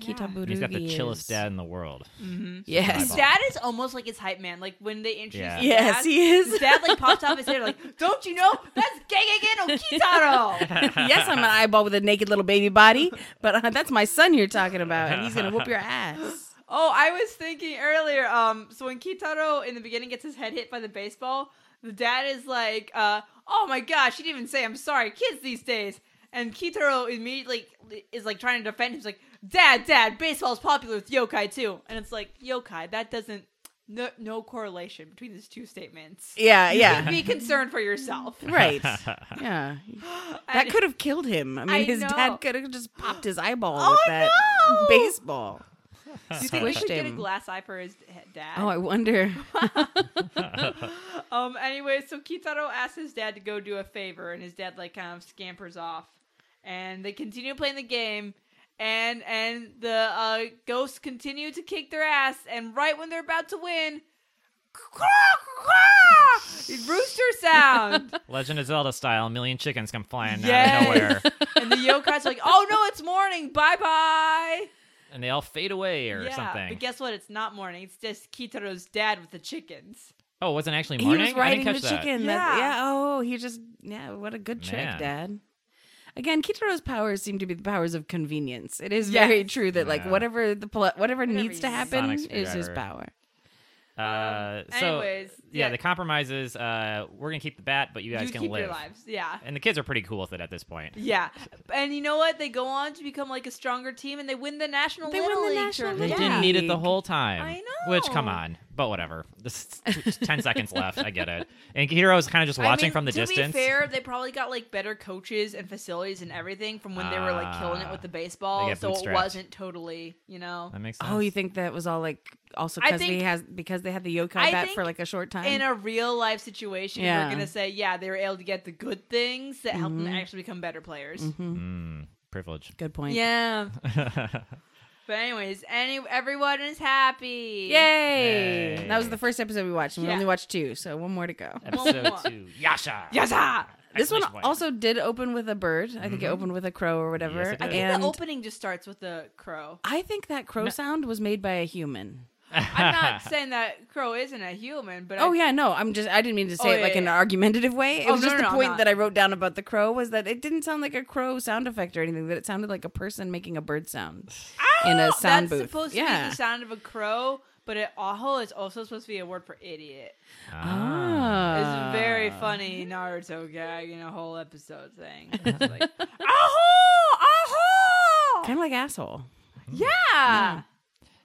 Speaker 3: Kitaburu
Speaker 1: And he's got the
Speaker 3: is-
Speaker 1: chillest dad in the world.
Speaker 3: *laughs* Yes.
Speaker 1: eyeball.
Speaker 2: Dad is almost like his hype man. Like when they introduce
Speaker 1: Yeah.
Speaker 2: his
Speaker 3: Yes,
Speaker 2: dad,
Speaker 3: he is.
Speaker 2: His dad like pops out his head like, "Don't you know that's Gegege no
Speaker 3: *laughs*
Speaker 2: Kitaro?"
Speaker 3: yes, I'm an eyeball with a naked little baby body, but uh, that's my son you're talking about and he's going to whoop your ass.
Speaker 2: oh, I was thinking earlier. Um, so when Kitaro in the beginning gets his head hit by the baseball, the dad is like, uh, "Oh my gosh, he didn't even say I'm sorry, kids these days." And Kitaro immediately is like trying to defend him. He's like, "Dad, Dad, baseball's popular with yokai too." And it's like, "Yokai, that doesn't." No, no correlation between these two statements.
Speaker 3: Yeah, yeah.
Speaker 2: Be concerned for yourself.
Speaker 1: *laughs*
Speaker 3: *laughs* Right. Yeah. That
Speaker 2: And-
Speaker 3: could have killed him. I mean,
Speaker 2: I
Speaker 3: his
Speaker 2: know.
Speaker 3: dad could have just popped his eyeball
Speaker 2: Oh,
Speaker 3: with that
Speaker 2: no!
Speaker 3: baseball.
Speaker 2: Do you think we should
Speaker 3: squished
Speaker 2: get a
Speaker 3: him.
Speaker 2: glass eye for his he- dad?
Speaker 3: Oh,
Speaker 1: *laughs*
Speaker 3: I wonder.
Speaker 2: um. Anyway, so Kitaro asks his dad to go do a favor, and his dad like kind of scampers off, and they continue playing the game, and and the uh, ghosts continue to kick their ass, and right when they're about to win. *laughs* Rooster
Speaker 1: *laughs*
Speaker 2: sound,
Speaker 1: Legend of Zelda style, a million chickens come flying
Speaker 2: Yes.
Speaker 1: out of nowhere.
Speaker 2: *laughs* and the yokai's like, "Oh no, it's morning! Bye bye!"
Speaker 1: and they all fade away or
Speaker 2: yeah,
Speaker 1: something.
Speaker 2: but guess what? It's not morning. It's just Kitaro's dad with the chickens.
Speaker 1: oh, it wasn't actually
Speaker 3: he
Speaker 1: morning. I
Speaker 3: was
Speaker 1: didn't
Speaker 3: riding the
Speaker 1: catch that.
Speaker 3: chicken. Yeah.
Speaker 2: Yeah.
Speaker 3: yeah. Oh, he just, yeah, what a good
Speaker 1: Man.
Speaker 3: trick, Dad. Again, Kitaro's powers seem to be the powers of convenience. It is
Speaker 2: Yes.
Speaker 3: very true that, like,
Speaker 1: Yeah.
Speaker 3: whatever the pl- whatever needs to
Speaker 2: he's-
Speaker 3: happen
Speaker 1: Sonic
Speaker 3: is his
Speaker 1: screwdriver.
Speaker 3: power.
Speaker 1: Uh,
Speaker 2: Um,
Speaker 1: so
Speaker 2: anyways,
Speaker 1: yeah,
Speaker 2: yeah.
Speaker 1: the compromise is uh, we're gonna keep the bat, but you guys
Speaker 2: you
Speaker 1: can
Speaker 2: keep
Speaker 1: live.
Speaker 2: your lives. Yeah.
Speaker 1: And the kids are pretty cool with it at this point.
Speaker 2: Yeah, and you know what? They go on to become like a stronger team, and they win the national.
Speaker 3: They
Speaker 2: Little
Speaker 3: win the
Speaker 2: League
Speaker 3: National
Speaker 1: They
Speaker 2: tournament.
Speaker 3: Little
Speaker 1: didn't
Speaker 2: yeah.
Speaker 3: League.
Speaker 1: need it the whole time.
Speaker 2: I
Speaker 1: Which, come
Speaker 2: know.
Speaker 1: on, but whatever. This is ten seconds left. I get it. And Hiro is kind of just
Speaker 2: I
Speaker 1: watching
Speaker 2: mean,
Speaker 1: from the
Speaker 2: to
Speaker 1: distance.
Speaker 2: be fair, they probably got like better coaches and facilities and everything from when they were like killing it
Speaker 1: Ah.
Speaker 2: with the baseball,
Speaker 1: They get
Speaker 2: so it
Speaker 1: bootstrapped.
Speaker 2: wasn't totally, you know.
Speaker 1: that makes sense.
Speaker 3: Oh, you think that was all like also
Speaker 2: I
Speaker 3: because
Speaker 2: think-
Speaker 3: he has because they had the yokai
Speaker 2: I
Speaker 3: bat
Speaker 2: think
Speaker 3: for like a short time.
Speaker 2: In a real life situation,
Speaker 3: Yeah. Mm-hmm.
Speaker 2: we're gonna say, yeah, they were able to get the good things that helped them actually become better players.
Speaker 1: Mm, privilege.
Speaker 3: Good point.
Speaker 2: Yeah. *laughs* But anyways, any everyone is happy.
Speaker 3: Yay!
Speaker 1: Yay.
Speaker 3: That was the first episode we watched. and We
Speaker 2: Yeah.
Speaker 3: only watched two, so one more to go.
Speaker 1: Episode two. Yasha.
Speaker 2: Yes. ah!
Speaker 3: This one
Speaker 1: Exclamation point. Mm-hmm.
Speaker 3: also did open with a bird. I think it opened with a crow or whatever.
Speaker 1: Yes, it
Speaker 3: I
Speaker 1: did.
Speaker 2: The
Speaker 3: and
Speaker 2: opening just starts with the crow.
Speaker 3: I think that crow sound was made by a human.
Speaker 2: I'm
Speaker 1: *laughs*
Speaker 2: not saying that crow isn't a human, but
Speaker 3: Oh
Speaker 2: I,
Speaker 3: yeah, no, I'm just I didn't mean to say
Speaker 2: Oh,
Speaker 3: it like
Speaker 2: yeah,
Speaker 3: in an
Speaker 2: yeah.
Speaker 3: argumentative way. It
Speaker 2: Oh,
Speaker 3: was
Speaker 2: no,
Speaker 3: just
Speaker 2: no, no,
Speaker 3: the
Speaker 2: I'm
Speaker 3: point
Speaker 2: not.
Speaker 3: that I wrote down about the crow was that it didn't sound like a crow sound effect or anything. That it sounded like a person making a bird sound in a sound
Speaker 2: that's
Speaker 3: booth.
Speaker 2: supposed to
Speaker 3: yeah.
Speaker 2: be the sound of a crow, but it aho is also supposed to be a word for idiot.
Speaker 3: Oh.
Speaker 1: Ah.
Speaker 2: It's a very funny Naruto gag in a whole episode
Speaker 1: *laughs*
Speaker 2: thing. It's like, aho, aho,
Speaker 3: Kind of like asshole.
Speaker 2: yeah.
Speaker 1: Mm.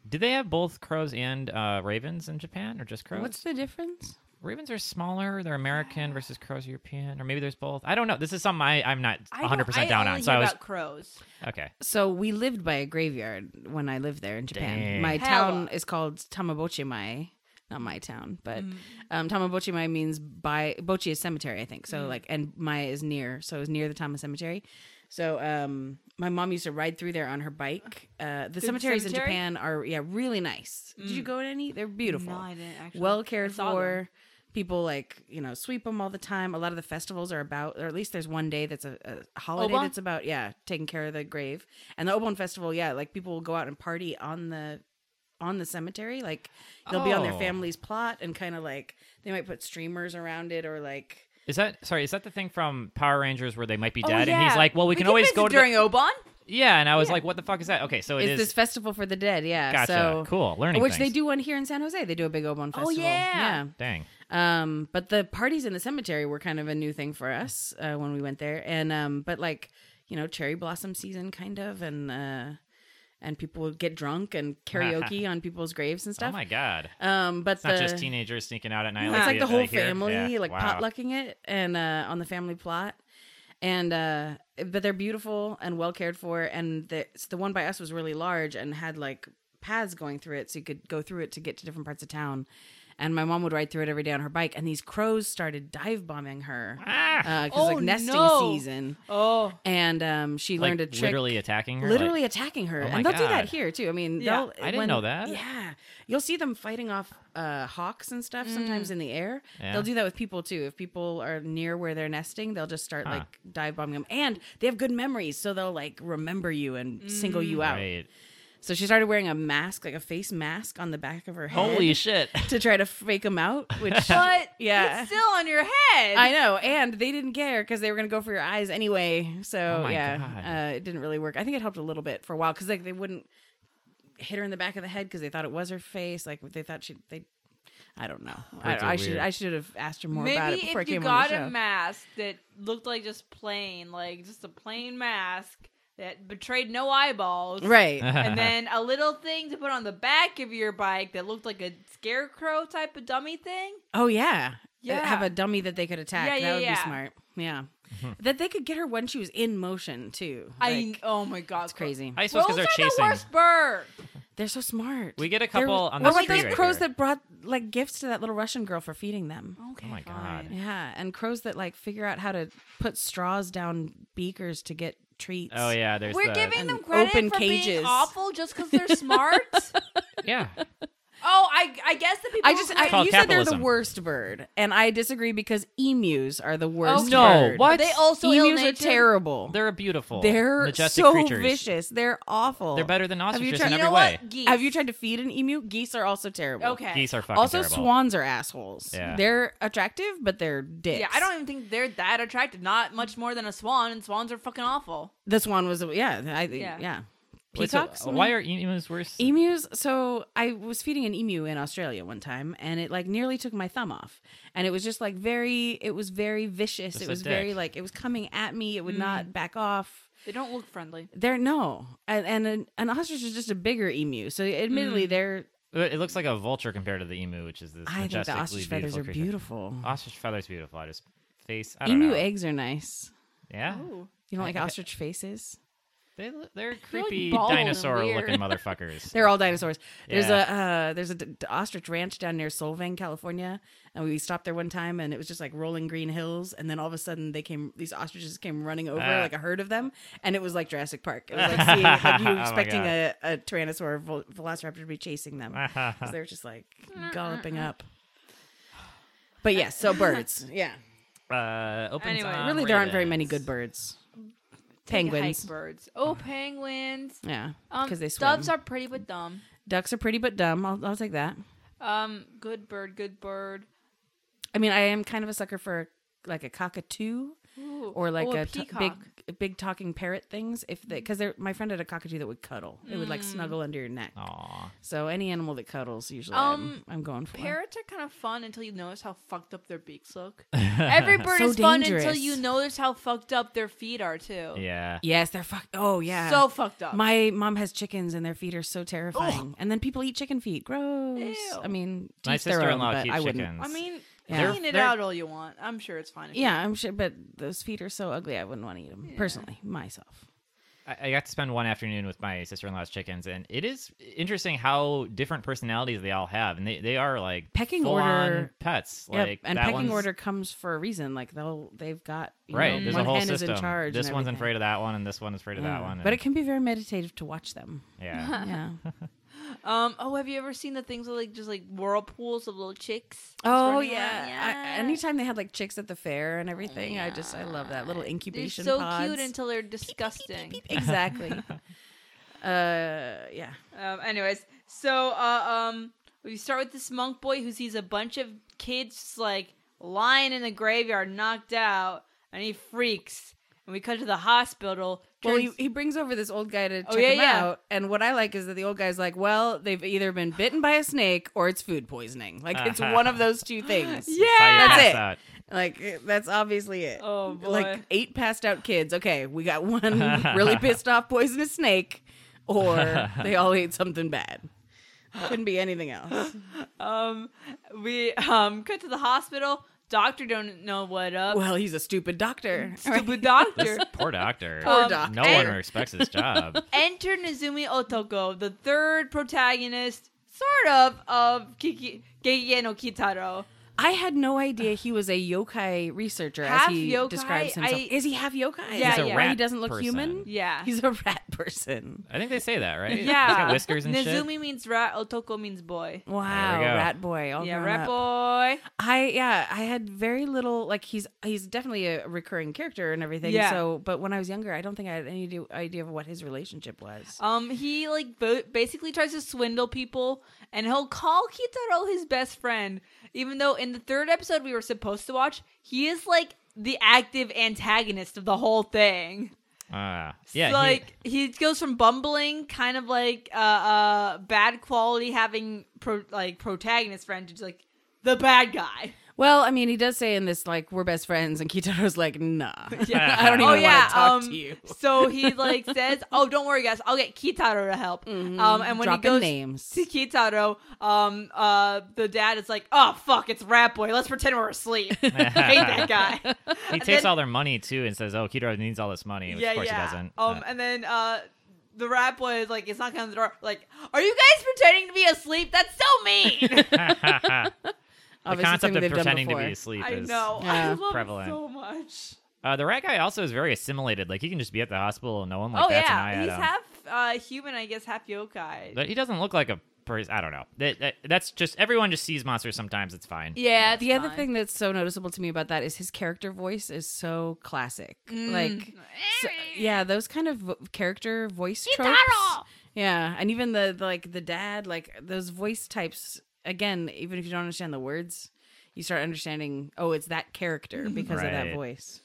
Speaker 1: Do they have both crows and uh, ravens in Japan, or just crows?
Speaker 3: What's the difference?
Speaker 1: Ravens are smaller. They're American versus crows are European, or maybe there's both. I don't know. This is something I, I'm not
Speaker 2: I don't-
Speaker 1: 100 percent
Speaker 2: I
Speaker 1: down
Speaker 2: only
Speaker 1: on. So
Speaker 2: hear
Speaker 1: I was
Speaker 2: about crows.
Speaker 1: okay.
Speaker 3: So we lived by a graveyard when I lived there in Japan.
Speaker 1: Dang.
Speaker 3: My
Speaker 2: Hella.
Speaker 3: town is called Tamabochimai. Not my town, but
Speaker 2: Mm-hmm.
Speaker 3: um, Tamabochimai means by Bochi is cemetery, I think.
Speaker 2: Mm.
Speaker 3: So like, and Maya is near, so it was near the Tama cemetery. So um, my mom used to ride through there on her bike. Uh, the cemeteries in
Speaker 2: cemetery? Mm.
Speaker 3: Japan are yeah really nice. Did you go to any? They're beautiful,
Speaker 2: No, I didn't actually.
Speaker 3: well cared
Speaker 2: I saw them.
Speaker 3: for. People like you know sweep them all the time. A lot of the festivals are about, or at least there's one day that's a, a holiday
Speaker 2: Obon?
Speaker 3: that's about yeah taking care of the grave and the Obon festival. Yeah, like people will go out and party on the on the cemetery. Like they'll be on their
Speaker 1: Oh.
Speaker 3: family's plot and kind of like they might put streamers around it or like
Speaker 1: Is that sorry? Is that the thing from Power Rangers where they might be
Speaker 3: Oh,
Speaker 1: dead, and he's
Speaker 3: yeah.
Speaker 1: like, "Well, we, can always
Speaker 2: visit
Speaker 1: go to the-
Speaker 2: during Obon.
Speaker 1: *laughs* yeah." And I was like, "What the fuck is that?" Okay, so it
Speaker 3: it's
Speaker 1: is.
Speaker 3: this festival for the dead. Yeah,
Speaker 1: gotcha.
Speaker 3: so
Speaker 1: cool. Learning
Speaker 3: Which they
Speaker 1: things.
Speaker 3: do one here in San Jose. They do a big Obon festival.
Speaker 2: yeah.
Speaker 3: yeah.
Speaker 1: Dang. Oh
Speaker 3: Um, but the parties in the cemetery were kind of a new thing for us uh, when we went there, and um, but like you know, cherry blossom season kind of, and uh, and people would get drunk and
Speaker 1: *laughs*
Speaker 3: karaoke on people's graves and
Speaker 1: Oh
Speaker 3: stuff.
Speaker 1: my god.
Speaker 3: um, but
Speaker 1: It's not
Speaker 3: the,
Speaker 1: just teenagers sneaking out at night.
Speaker 3: it's like
Speaker 1: we-
Speaker 3: the
Speaker 1: uh,
Speaker 3: whole
Speaker 1: here.
Speaker 3: family
Speaker 1: Yeah.
Speaker 3: like
Speaker 1: Wow.
Speaker 3: potlucking it and uh, on the family plot and uh but they're beautiful and well cared for and the so the one by us was really large and had like paths going through it so you could go through it to get to different parts of town and my mom would ride through it every day on her bike and these crows started dive bombing her
Speaker 1: Ah!
Speaker 3: because
Speaker 2: Oh,
Speaker 3: like nesting
Speaker 2: no.
Speaker 3: season
Speaker 2: Oh,
Speaker 3: and um she
Speaker 1: Like,
Speaker 3: learned a trick
Speaker 1: literally attacking her. like- Oh
Speaker 3: literally attacking her.
Speaker 1: my
Speaker 3: and they'll do
Speaker 1: God.
Speaker 3: that here too. I mean,
Speaker 2: Yeah.
Speaker 3: they'll,
Speaker 1: I didn't know that.
Speaker 3: Yeah, you'll see them fighting off uh, hawks and stuff sometimes in the air.
Speaker 1: Yeah.
Speaker 3: They'll do that with people too. If people are near where they're nesting, they'll just start
Speaker 1: Huh.
Speaker 3: like dive bombing them. And they have good memories, so they'll like remember you and single you out.
Speaker 1: Right.
Speaker 3: So she started wearing a mask, like a face mask, on the back of her head
Speaker 1: *laughs* Holy shit.
Speaker 3: to try to fake them out.
Speaker 1: *laughs*
Speaker 3: Which
Speaker 2: but
Speaker 3: Yeah.
Speaker 2: it's still on your head.
Speaker 3: I know, and they didn't care because they were gonna go for your eyes anyway.
Speaker 1: Oh
Speaker 3: So
Speaker 1: my
Speaker 3: yeah,
Speaker 1: God.
Speaker 3: Uh, it didn't really work. I think it helped a little bit for a while because like they wouldn't hit her in the back of the head because they thought it was her face. Like they thought she they. I don't know. I,
Speaker 1: Birds are
Speaker 3: I should
Speaker 1: weird.
Speaker 3: I should have asked her more
Speaker 2: Maybe
Speaker 3: about it before I
Speaker 2: if you
Speaker 3: came
Speaker 2: got
Speaker 3: on the show.
Speaker 2: a mask that looked like just plain, like just a plain mask that betrayed no eyeballs,
Speaker 1: Uh-huh.
Speaker 3: right.
Speaker 2: *laughs*
Speaker 1: *laughs*
Speaker 2: and then a little thing to put on the back of your bike that looked like a scarecrow type of dummy thing.
Speaker 3: Oh yeah.
Speaker 2: Yeah.
Speaker 3: Have a dummy that they could attack.
Speaker 2: Yeah,
Speaker 3: that
Speaker 2: yeah,
Speaker 3: would
Speaker 2: yeah.
Speaker 3: be smart. Yeah.
Speaker 1: Mm-hmm.
Speaker 3: that they could get her when she was in motion too.
Speaker 2: I
Speaker 3: Like,
Speaker 2: oh my god,
Speaker 3: it's crazy.
Speaker 1: I suppose
Speaker 2: Crows
Speaker 1: because
Speaker 2: are
Speaker 1: they're chasing.
Speaker 2: the worst bird.
Speaker 3: They're so smart.
Speaker 1: We get a
Speaker 3: They're-
Speaker 1: couple on the
Speaker 3: What were
Speaker 1: street
Speaker 3: those
Speaker 1: right
Speaker 3: crows
Speaker 1: here.
Speaker 3: that brought like gifts to that little Russian girl for feeding them?
Speaker 2: Okay,
Speaker 1: Oh my God.
Speaker 2: fine.
Speaker 3: Yeah, and crows that like figure out how to put straws down beakers to get treats.
Speaker 1: Oh yeah, there's
Speaker 2: We're
Speaker 1: the,
Speaker 2: giving
Speaker 3: And
Speaker 2: them credit
Speaker 3: open
Speaker 2: for
Speaker 3: cages.
Speaker 2: being awful just because they're smart.
Speaker 3: *laughs*
Speaker 1: yeah.
Speaker 2: oh, I I guess the people
Speaker 3: I just
Speaker 2: who
Speaker 3: I,
Speaker 2: create-
Speaker 1: called
Speaker 3: you said they're the
Speaker 1: capitalism.
Speaker 3: worst bird, and I disagree because emus are the worst.
Speaker 2: Okay.
Speaker 1: No,
Speaker 3: bird.
Speaker 1: what?
Speaker 2: Are they also
Speaker 3: emus are
Speaker 2: ill-natured?
Speaker 3: terrible. They're,
Speaker 1: They're a
Speaker 3: *laughs*
Speaker 1: beautiful. majestic
Speaker 3: so
Speaker 1: creatures.
Speaker 3: vicious. They're awful.
Speaker 1: They're better than
Speaker 3: you
Speaker 1: ostriches
Speaker 3: tried-
Speaker 1: in
Speaker 2: You
Speaker 1: every
Speaker 2: know
Speaker 1: way.
Speaker 2: what? Geese.
Speaker 3: Have you tried to feed an emu? Geese are also terrible.
Speaker 2: Okay.
Speaker 1: Geese are fucking
Speaker 3: Also,
Speaker 1: terrible.
Speaker 3: swans are assholes.
Speaker 1: Yeah.
Speaker 3: They're attractive, but they're dicks.
Speaker 2: Yeah, I don't even think they're that attractive. Not much more than a swan, and swans are fucking awful.
Speaker 3: The swan was yeah, I,
Speaker 2: Yeah.
Speaker 3: yeah,
Speaker 1: Wait, so
Speaker 3: Peacocks, you
Speaker 1: why
Speaker 3: mean?
Speaker 1: are emus worse?
Speaker 3: Emus. So I was feeding an emu in Australia one time, and it like nearly took my thumb off. And it was just like very, it was very vicious.
Speaker 1: Just
Speaker 3: it
Speaker 1: a
Speaker 3: was very
Speaker 1: dick. Hmm.
Speaker 3: like it was coming at me. It would not back off.
Speaker 2: They don't look friendly.
Speaker 3: They're no, and and an, an ostrich is just a bigger emu. So
Speaker 1: Hmm.
Speaker 3: admittedly, they're.
Speaker 1: it looks like a vulture compared to the emu, which is this
Speaker 3: I think the
Speaker 1: majestically
Speaker 3: ostrich feathers
Speaker 1: beautiful
Speaker 3: are
Speaker 1: creature.
Speaker 3: beautiful.
Speaker 1: Ostrich feathers beautiful. I just face. I don't
Speaker 3: Emu
Speaker 1: know.
Speaker 3: eggs are nice.
Speaker 1: Yeah,
Speaker 2: Oh.
Speaker 3: You don't like
Speaker 1: I-
Speaker 3: ostrich faces?
Speaker 1: they lo- they're creepy
Speaker 2: bald and
Speaker 1: dinosaur looking
Speaker 2: weird. *laughs*
Speaker 1: motherfuckers.
Speaker 3: They're all dinosaurs. There's
Speaker 1: Yeah.
Speaker 3: a uh, there's a d- d- ostrich ranch down near Solvang, California, and we stopped there one time, and it was just like rolling green hills, and then all of a sudden they came, these ostriches came running over
Speaker 1: Ah.
Speaker 3: like a herd of them, and it was like Jurassic Park. It
Speaker 1: *laughs*
Speaker 3: was like seeing like
Speaker 1: Oh
Speaker 3: you
Speaker 1: my
Speaker 3: expecting
Speaker 1: God.
Speaker 3: a, a tyrannosaur or vel- velociraptor to be
Speaker 1: *laughs*
Speaker 3: chasing them, 'Cause they were just like galloping up. But
Speaker 2: *laughs*
Speaker 3: yes, so birds, yeah,
Speaker 1: uh, open
Speaker 2: Anyway.
Speaker 1: time
Speaker 3: really there aren't very many
Speaker 1: ratings.
Speaker 3: good birds.
Speaker 2: Take a hike,
Speaker 3: Penguins.
Speaker 2: birds. Oh, penguins.
Speaker 3: Yeah,
Speaker 2: Um,
Speaker 3: because they swim.
Speaker 2: doves are pretty but dumb.
Speaker 3: Ducks are pretty but dumb. I'll, I'll take that.
Speaker 2: Um, good bird, good bird.
Speaker 3: I mean, I am kind of a sucker for like a cockatoo
Speaker 2: Ooh.
Speaker 3: or like
Speaker 2: Oh,
Speaker 3: a, t-
Speaker 2: peacock.
Speaker 3: big big talking parrot things. If they because they're my friend had a cockatoo that would cuddle. It would
Speaker 2: Mm.
Speaker 3: like snuggle under your neck.
Speaker 1: Oh. Aw.
Speaker 3: So any animal that cuddles usually
Speaker 2: Um,
Speaker 3: I'm, I'm going for.
Speaker 2: Parrots are kind of fun until you notice how fucked up their beaks
Speaker 1: *laughs*
Speaker 2: look. Every bird
Speaker 3: So
Speaker 2: is fun until
Speaker 3: dangerous.
Speaker 2: you notice how fucked up their feet are too.
Speaker 1: Yeah.
Speaker 3: yes, they're fuck. Oh yeah.
Speaker 2: So fucked up.
Speaker 3: my mom has chickens and their feet are so terrifying. And then people eat chicken feet. Gross.
Speaker 2: Ew.
Speaker 3: I mean, to
Speaker 1: My
Speaker 3: each their own,
Speaker 1: sister-in-law
Speaker 3: but
Speaker 1: keeps
Speaker 3: I wouldn't.
Speaker 1: chickens.
Speaker 2: I mean,
Speaker 3: Yeah.
Speaker 2: clean it
Speaker 1: They're-
Speaker 2: out all you want. I'm sure it's fine. if you-
Speaker 3: Yeah, I'm sure, but those feet are so ugly. I wouldn't want to eat them personally myself.
Speaker 1: I I got to spend one afternoon with my sister in law's chickens, and it is interesting how different personalities they all have, and they, they are like
Speaker 3: Pecking
Speaker 1: full-on
Speaker 3: order-
Speaker 1: pets.
Speaker 3: Yep,
Speaker 1: Like
Speaker 3: and
Speaker 1: that
Speaker 3: pecking
Speaker 1: one's-
Speaker 3: order comes for a reason. Like they'll they've got you
Speaker 1: right?
Speaker 3: Know,
Speaker 1: there's
Speaker 3: one
Speaker 1: a whole
Speaker 3: hen
Speaker 1: system.
Speaker 3: is in charge.
Speaker 1: this
Speaker 3: and
Speaker 1: one's
Speaker 3: everything. Mm.
Speaker 1: afraid of that one, and this one is afraid of that one.
Speaker 3: But it
Speaker 1: and-
Speaker 3: can be very meditative to watch them. *laughs*
Speaker 1: yeah,
Speaker 3: Yeah.
Speaker 2: Um. Oh, have you ever seen the things with like just like whirlpools of little chicks? Just
Speaker 3: Oh
Speaker 2: running
Speaker 3: yeah.
Speaker 2: around?
Speaker 3: I, anytime they had like chicks at the fair and everything, I just I love that little
Speaker 2: They're
Speaker 3: incubation.
Speaker 2: so
Speaker 3: pods.
Speaker 2: cute until they're disgusting.
Speaker 3: exactly.
Speaker 2: *laughs*
Speaker 3: uh, yeah.
Speaker 2: um. Anyways, so uh, um, we start with this monk boy who sees a bunch of kids just, like lying in the graveyard, knocked out, and he freaks. And we cut to the hospital.
Speaker 3: Well, he,
Speaker 2: Turns-
Speaker 3: he brings over this old guy to check
Speaker 2: Oh, yeah,
Speaker 3: him
Speaker 2: yeah.
Speaker 3: out, and what I like is that the old guy's like, "Well, they've either been bitten by a snake or it's food poisoning. Like it's one
Speaker 1: *laughs*
Speaker 3: of those two things.
Speaker 1: Sigh,
Speaker 2: yeah.
Speaker 3: That's
Speaker 1: pass
Speaker 3: it.
Speaker 1: out.
Speaker 3: Like that's obviously it.
Speaker 2: Oh, boy.
Speaker 3: Like eight passed out kids. Okay, we got one
Speaker 1: *laughs*
Speaker 3: really pissed off poisonous snake, or they all ate something bad. Couldn't be
Speaker 2: *laughs*
Speaker 3: anything else.
Speaker 2: Um. We um cut to the hospital. Doctor don't know what up.
Speaker 3: Well, he's a stupid doctor. *laughs*
Speaker 2: Stupid doctor.
Speaker 1: Poor doctor.
Speaker 2: *laughs*
Speaker 3: Poor *laughs*
Speaker 2: Um,
Speaker 3: doctor.
Speaker 1: no one respects his job.
Speaker 2: enter Nozumi Otoko, the third protagonist, sort of, of Kiki, Geige no Kitaro.
Speaker 3: I had no idea he was a yokai researcher
Speaker 2: Half
Speaker 3: as he
Speaker 2: yokai,
Speaker 3: describes himself.
Speaker 2: I-
Speaker 3: Is he half yokai?
Speaker 2: Yeah,
Speaker 3: Is that
Speaker 2: yeah.
Speaker 3: why he doesn't look
Speaker 1: Person.
Speaker 3: human?
Speaker 2: Yeah.
Speaker 3: He's a rat person.
Speaker 1: I think they say that, right?
Speaker 2: yeah.
Speaker 1: *laughs* He's got whiskers and shit.
Speaker 2: Nozumi means rat, Otoko means boy.
Speaker 3: Wow,
Speaker 1: go.
Speaker 3: rat boy. All
Speaker 2: yeah,
Speaker 3: grown
Speaker 2: rat
Speaker 3: up.
Speaker 2: boy.
Speaker 3: I yeah, I had very little like he's he's definitely a recurring character and everything.
Speaker 2: Yeah.
Speaker 3: So, but when I was younger, I don't think I had any do- idea of what his relationship was.
Speaker 2: Um, he like bo- basically tries to swindle people, and he'll call Kitaro his best friend, even though in the third episode we were supposed to watch, he is like the active antagonist of the whole thing.
Speaker 1: Ah. yeah, he-
Speaker 2: like he, goes from bumbling, kind of like uh, uh bad quality having pro- like protagonist friend to just, like the bad guy.
Speaker 3: Well, I mean, he does say in this like we're best friends, and Kitaro's
Speaker 2: *laughs*
Speaker 3: like, nah,
Speaker 2: Yeah.
Speaker 3: *laughs* I don't even
Speaker 2: oh
Speaker 3: want to
Speaker 2: yeah,
Speaker 3: talk
Speaker 2: um,
Speaker 3: to you.
Speaker 2: so he
Speaker 3: *laughs*
Speaker 2: like says, "Oh, don't worry, guys, I'll get Kitaro to help."
Speaker 3: Mm-hmm.
Speaker 2: Um, and when
Speaker 3: Dropping
Speaker 2: he goes
Speaker 3: names.
Speaker 2: to Kitaro, um, uh, the dad is like, "Oh fuck, it's Rat Boy. Let's pretend we're asleep." *laughs* I hate that guy.
Speaker 1: he takes
Speaker 2: then-
Speaker 1: all their money too and says, "Oh, Kidro needs all this money," which of course he doesn't.
Speaker 2: Um,
Speaker 1: Uh,
Speaker 2: and then uh, the rat boy is like, it's knocking on the door. Like, are you guys pretending to be asleep? That's so
Speaker 1: *laughs*
Speaker 2: mean.
Speaker 1: the *laughs*
Speaker 3: *laughs* Obviously
Speaker 1: concept
Speaker 3: something
Speaker 1: of
Speaker 3: they've done
Speaker 1: pretending to
Speaker 3: before.
Speaker 1: be asleep
Speaker 2: I
Speaker 1: is
Speaker 2: know. I
Speaker 3: Yeah.
Speaker 2: love it
Speaker 1: prevalent.
Speaker 2: so much.
Speaker 1: Uh, the rat guy also is very assimilated. Like he can just be at the hospital and no one like
Speaker 2: oh
Speaker 1: bats an eye
Speaker 2: yeah,
Speaker 1: at
Speaker 2: he's
Speaker 1: him.
Speaker 2: half uh, human, I guess, half yokai.
Speaker 1: but he doesn't look like a person. I don't know. That, that- that's just everyone just sees monsters. Sometimes it's fine.
Speaker 2: yeah.
Speaker 3: The other thing that's so noticeable to me about that is his character voice is so classic.
Speaker 2: Mm.
Speaker 3: Like, so- yeah, those kind of vo- character voice uh, tropes. Yeah, and even the, the like the dad, like those voice types. Again, even if you don't understand the Mm-hmm. words, you start understanding. Oh, it's that character because of
Speaker 1: Right.
Speaker 3: that voice.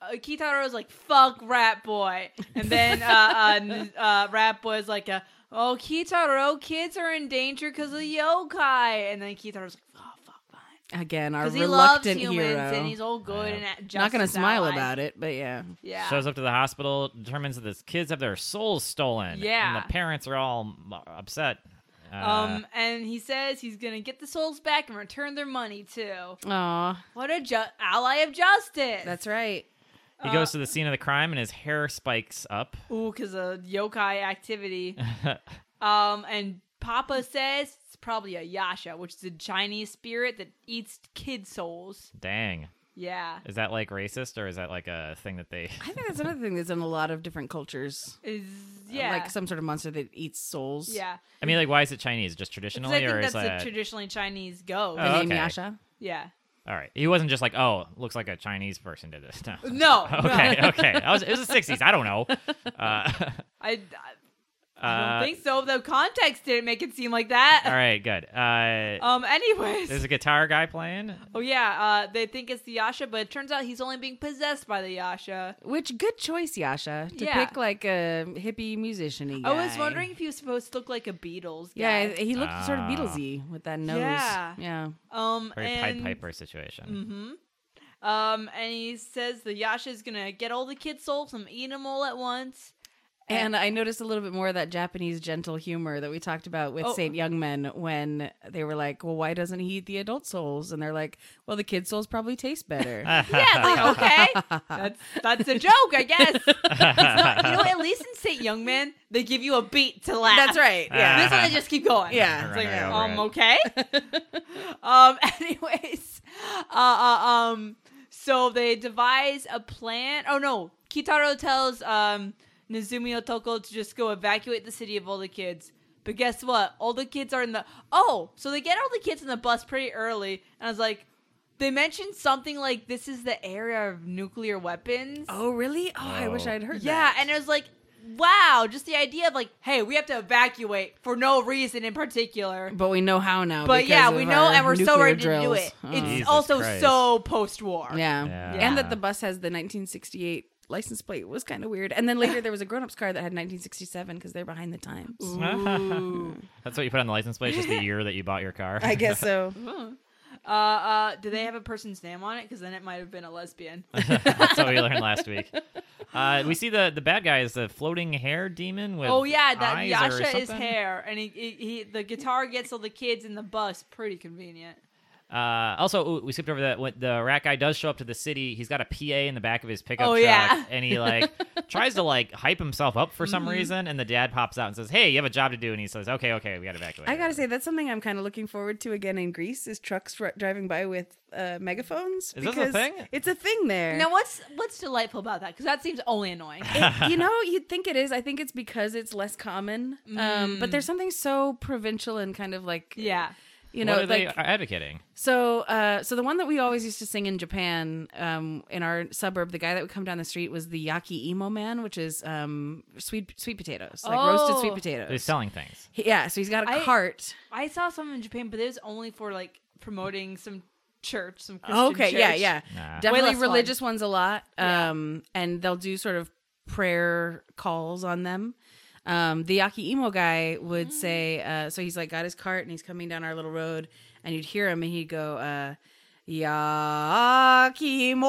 Speaker 2: uh, Kitaro's like, fuck Rat Boy. And then uh, uh, n- uh, Rat Boy's like, uh, oh, Kitaro, kids are in danger because of yokai. And then Kitaro's like, oh, fuck, fine.
Speaker 3: Again, our
Speaker 2: Because he loves
Speaker 3: reluctant
Speaker 2: humans
Speaker 3: hero.
Speaker 2: and he's all good
Speaker 1: Yeah.
Speaker 2: and at
Speaker 3: not going to
Speaker 2: justice
Speaker 3: smile
Speaker 2: allies.
Speaker 3: about it, but yeah.
Speaker 2: Yeah.
Speaker 1: Shows up to the hospital, determines that his kids have their souls stolen.
Speaker 2: Yeah.
Speaker 1: And the parents are all m- upset. Uh,
Speaker 2: um, and he says he's gonna get the souls back and return their money too.
Speaker 3: Aw,
Speaker 2: What a ju- ally of justice!
Speaker 3: that's right.
Speaker 1: he
Speaker 2: uh,
Speaker 1: goes to the scene of the crime and his hair spikes up.
Speaker 2: ooh, because of yokai activity.
Speaker 1: *laughs*
Speaker 2: um, and Papa says it's probably a yasha, which is a Chinese spirit that eats kid souls.
Speaker 1: Dang.
Speaker 2: Yeah,
Speaker 1: Is that like racist or is that like a thing that they.
Speaker 3: I think that's another thing that's in a lot of different cultures.
Speaker 2: is yeah,
Speaker 3: Like some sort of monster that eats souls.
Speaker 2: yeah.
Speaker 1: *laughs* I mean, like, why is it Chinese? Just
Speaker 2: 'Cause
Speaker 1: traditionally
Speaker 2: I think
Speaker 1: or
Speaker 2: that's
Speaker 1: is
Speaker 2: a
Speaker 1: that.
Speaker 2: traditionally Chinese ghost.
Speaker 3: The
Speaker 1: Oh,
Speaker 3: name
Speaker 1: okay.
Speaker 3: Yasha.
Speaker 2: Yeah.
Speaker 1: all right. He wasn't just like, oh, looks like a Chinese person did this. *laughs* No.
Speaker 2: *laughs* No.
Speaker 1: Okay,
Speaker 2: No.
Speaker 1: okay. I was, it was the 60s. I
Speaker 2: *laughs*
Speaker 1: don't know. Uh,
Speaker 2: I, I
Speaker 1: uh,
Speaker 2: don't think so. The context didn't make it seem like that.
Speaker 1: All right, good.
Speaker 2: *laughs*
Speaker 1: Uh,
Speaker 2: Um. Anyways.
Speaker 1: there's a guitar guy playing.
Speaker 2: Oh yeah, uh, they think it's the Yasha, but it turns out he's only being possessed by the Yasha.
Speaker 3: Which good choice, Yasha, to
Speaker 2: Yeah.
Speaker 3: pick like a hippie musician.
Speaker 2: I was wondering if he was supposed to look like a Beatles guy.
Speaker 3: Yeah, he looked sort of
Speaker 1: Ah.
Speaker 3: Beatlesy with that nose.
Speaker 2: Yeah.
Speaker 3: yeah.
Speaker 2: Um.
Speaker 1: Very
Speaker 2: and, mm-hmm.
Speaker 1: Pied Piper situation.
Speaker 2: Um. And he says the Yasha is gonna get all the kids' souls and eat them all at once.
Speaker 3: And I noticed a little bit more of that Japanese gentle humor that we talked about with
Speaker 2: Oh.
Speaker 3: Saint Young Men when they were like, "Well, why doesn't he eat the adult souls?" And they're like, "Well, the kid souls probably taste
Speaker 2: *laughs*
Speaker 3: better."
Speaker 2: Yeah.
Speaker 1: *laughs*
Speaker 2: it's Like, okay. That's that's a joke, I guess. It's not, you know, at least in St. Young Man, they give you a beat to laugh.
Speaker 3: That's right.
Speaker 2: *laughs*
Speaker 3: Yeah. Uh-huh.
Speaker 2: This one, they just keep going.
Speaker 3: Yeah.
Speaker 2: It's like,
Speaker 1: Runner over
Speaker 2: um,
Speaker 1: it.
Speaker 2: okay.
Speaker 3: *laughs*
Speaker 2: um, *laughs* anyways, uh, uh, um, so they devise a plan. Oh no, Kitaro tells um Nizumi Otoko to just go evacuate the city of all the kids. But guess what? All the kids are in the. Oh, so they get all the kids in the bus pretty early, and I was like, they mentioned something like this is the area of nuclear weapons.
Speaker 3: oh, really? Oh, I wish
Speaker 1: Oh.
Speaker 3: I'd heard.
Speaker 2: Yeah,
Speaker 3: that.
Speaker 2: and it was like, wow, just the idea of like, hey, we have to evacuate for no reason in particular.
Speaker 3: but we know how now.
Speaker 2: But
Speaker 3: because
Speaker 2: yeah,
Speaker 3: of
Speaker 2: we
Speaker 3: our
Speaker 2: know, and we're so
Speaker 3: nuclear
Speaker 2: ready to do
Speaker 3: drills.
Speaker 2: it.
Speaker 3: Oh.
Speaker 2: It's
Speaker 1: Jesus
Speaker 2: also
Speaker 1: Christ.
Speaker 2: so post-war.
Speaker 3: Yeah.
Speaker 1: Yeah.
Speaker 3: And that
Speaker 1: Yeah.
Speaker 3: the bus has the 1968 license plate was kind of weird. And then
Speaker 2: *laughs*
Speaker 3: later there was a grown-ups car that had 1967 because they're behind the times.
Speaker 2: Ooh.
Speaker 1: That's what you put on the license plate, just
Speaker 2: *laughs*
Speaker 1: the year that you bought your car. *laughs*
Speaker 3: I guess so.
Speaker 2: uh, uh, do they have a person's name on it? Because then it might have been a lesbian.
Speaker 1: That's what we learned last week. Uh, we see the the bad guy is the floating hair demon with
Speaker 2: oh yeah, that
Speaker 1: eyes or
Speaker 2: Yasha is
Speaker 1: something.
Speaker 2: hair, and he, he, he the guitar gets all the kids in the bus. Pretty convenient.
Speaker 1: Uh, also, ooh, we skipped over that. When the rat guy does show up to the city, he's got a PA in the back of his pickup
Speaker 2: Oh,
Speaker 1: truck,
Speaker 2: yeah. Mm-hmm.
Speaker 1: and
Speaker 2: *laughs*
Speaker 1: he like tries to like hype himself up for some reason. And the dad pops out and says, "Hey, you have a job to do," and he says, "Okay, okay, we got to evacuate."
Speaker 3: I gotta say that's something I'm kind of looking forward to again in Greece is trucks r- driving by with uh, megaphones.
Speaker 1: Is this a
Speaker 3: because
Speaker 1: thing?
Speaker 3: It's a thing there.
Speaker 2: Now, what's what's delightful about that? Because that seems only annoying.
Speaker 3: *laughs* It- you know, you'd think it is. I think it's because it's less common. Um, but there's something so provincial and kind of like
Speaker 2: *laughs* yeah.
Speaker 3: you know,
Speaker 1: what are
Speaker 3: like
Speaker 1: they advocating?
Speaker 3: So, uh, so the one that we always used to sing in Japan, um, in our suburb, the guy that would come down the street was the yaki emo man, which is um, sweet sweet potatoes, like roasted
Speaker 2: Oh.
Speaker 3: sweet
Speaker 1: They're
Speaker 3: potatoes.
Speaker 1: selling things.
Speaker 3: He- yeah, so he's got a
Speaker 2: I-
Speaker 3: cart.
Speaker 2: I saw some in Japan, but it was only for like promoting some church, some Christian
Speaker 3: Okay, yeah,
Speaker 2: church.
Speaker 3: yeah,
Speaker 1: Nah.
Speaker 3: definitely
Speaker 2: Way less
Speaker 3: religious ones a lot. Um, and they'll do sort of prayer calls on them. Um, the yaki emo guy
Speaker 2: Mm.
Speaker 3: would say, uh, so he's like got his cart and he's coming down our little road, and you'd hear him and he'd go. Uh, Yakimo.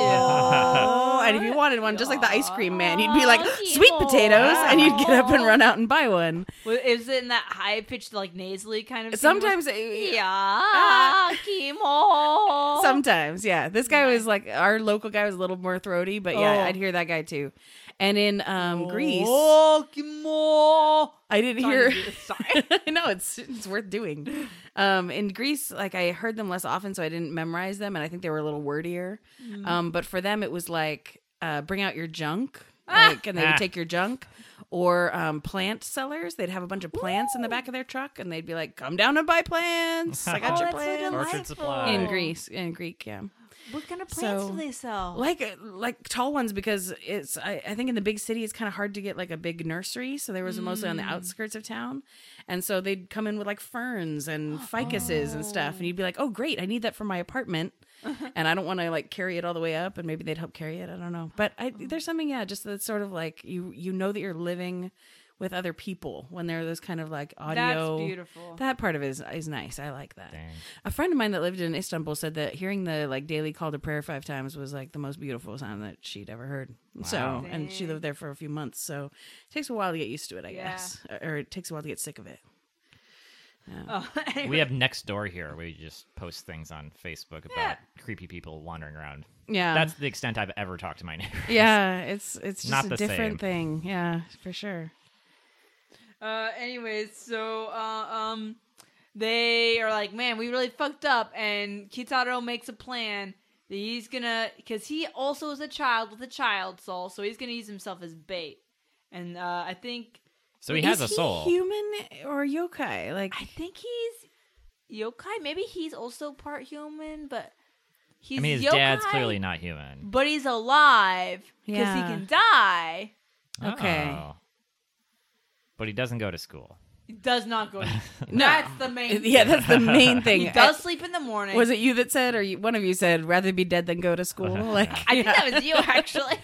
Speaker 2: Yeah.
Speaker 3: And if you wanted one, just like the ice cream man, you'd be like,
Speaker 2: Yakimo.
Speaker 3: sweet potatoes. And you'd get up and run out and buy one.
Speaker 2: Well, is it in that high pitched, like nasally kind of?
Speaker 3: Sometimes, uh,
Speaker 2: yeah, chemo.
Speaker 3: Sometimes, yeah. This guy was like our local guy was a little more throaty, but yeah,
Speaker 2: Oh.
Speaker 3: I'd hear that guy too. And in um, Greece,
Speaker 2: Oh, chemo.
Speaker 3: I didn't
Speaker 2: Sorry,
Speaker 3: hear. *laughs*
Speaker 2: sorry.
Speaker 3: I know it's it's worth doing. Um, in Greece, like I heard them less often, so I didn't memorize them, and I think they were a little wordier.
Speaker 2: Mm.
Speaker 3: Um, but for them, it was like uh, bring out
Speaker 2: *laughs*
Speaker 3: your junk, like, and they would
Speaker 1: Ah.
Speaker 3: take your junk. Or um, plant sellers, they'd have a bunch of plants in the back of their truck, and they'd be like, "Come down and buy plants. I got
Speaker 1: Oh,
Speaker 2: *laughs*
Speaker 3: your
Speaker 2: that's so
Speaker 3: plants."
Speaker 1: Orchard supply.
Speaker 2: delightful.
Speaker 3: in Greece, in Greek, yeah.
Speaker 2: What kind of plants
Speaker 3: So-
Speaker 2: do they sell?
Speaker 3: like uh, like tall ones because it's I, I think in the big city it's kind of hard to get like a big nursery so they was mostly on the outskirts of town and so they'd come in with like ferns and ficuses and stuff and you'd be like oh great i need that for my apartment and i don't want to like carry it all the way up and maybe they'd help carry it i don't know but I, there's something yeah just that's sort of like you you know that you're living with other people when there are those kind of like audio
Speaker 2: beautiful.
Speaker 3: that part of it is, is nice i like that a friend of mine that lived in Istanbul said that hearing the like daily call to prayer five times was like the most beautiful sound that she'd ever heard. So, and she lived there for a few months. So, it takes a while to get used to it, I
Speaker 2: Yeah.
Speaker 3: guess, or, or it takes a while to get sick of it.
Speaker 2: Oh, *laughs*
Speaker 1: We have next door here. We just post things on Facebook about
Speaker 2: Yeah.
Speaker 1: creepy people wandering around.
Speaker 3: Yeah,
Speaker 1: That's the extent I've ever talked to my neighbor. *laughs*
Speaker 3: yeah. It's it's just
Speaker 1: Not
Speaker 3: a
Speaker 1: the
Speaker 3: different
Speaker 1: same.
Speaker 3: thing. Yeah, for sure.
Speaker 2: uh, anyways, so uh, um, they are like, man, we really fucked up, and Kitaro makes a plan. that He's gonna, cause he also is a child with a child soul, so he's gonna use himself as bait. And uh, I think,
Speaker 1: So he has a
Speaker 3: Is
Speaker 1: soul.
Speaker 3: human or yokai? Like, *laughs*
Speaker 2: I think he's yokai. Maybe he's also part human, but he's
Speaker 1: I mean, his
Speaker 2: yokai,
Speaker 1: dad's clearly not human.
Speaker 2: but he's alive because he
Speaker 3: Yeah.
Speaker 2: can die.
Speaker 3: Okay.
Speaker 1: Oh. But he doesn't go to school.
Speaker 2: He does not
Speaker 3: *laughs*
Speaker 2: go. To,
Speaker 3: No.
Speaker 2: that's the main.
Speaker 3: yeah, that's the
Speaker 1: *laughs*
Speaker 3: main thing. Eh,
Speaker 2: He does sleep in the morning.
Speaker 3: was it you that said, or you, one of you said, rather be dead than go
Speaker 1: *laughs*
Speaker 3: to school? Like,
Speaker 2: I think that was you,
Speaker 3: *laughs*
Speaker 2: actually.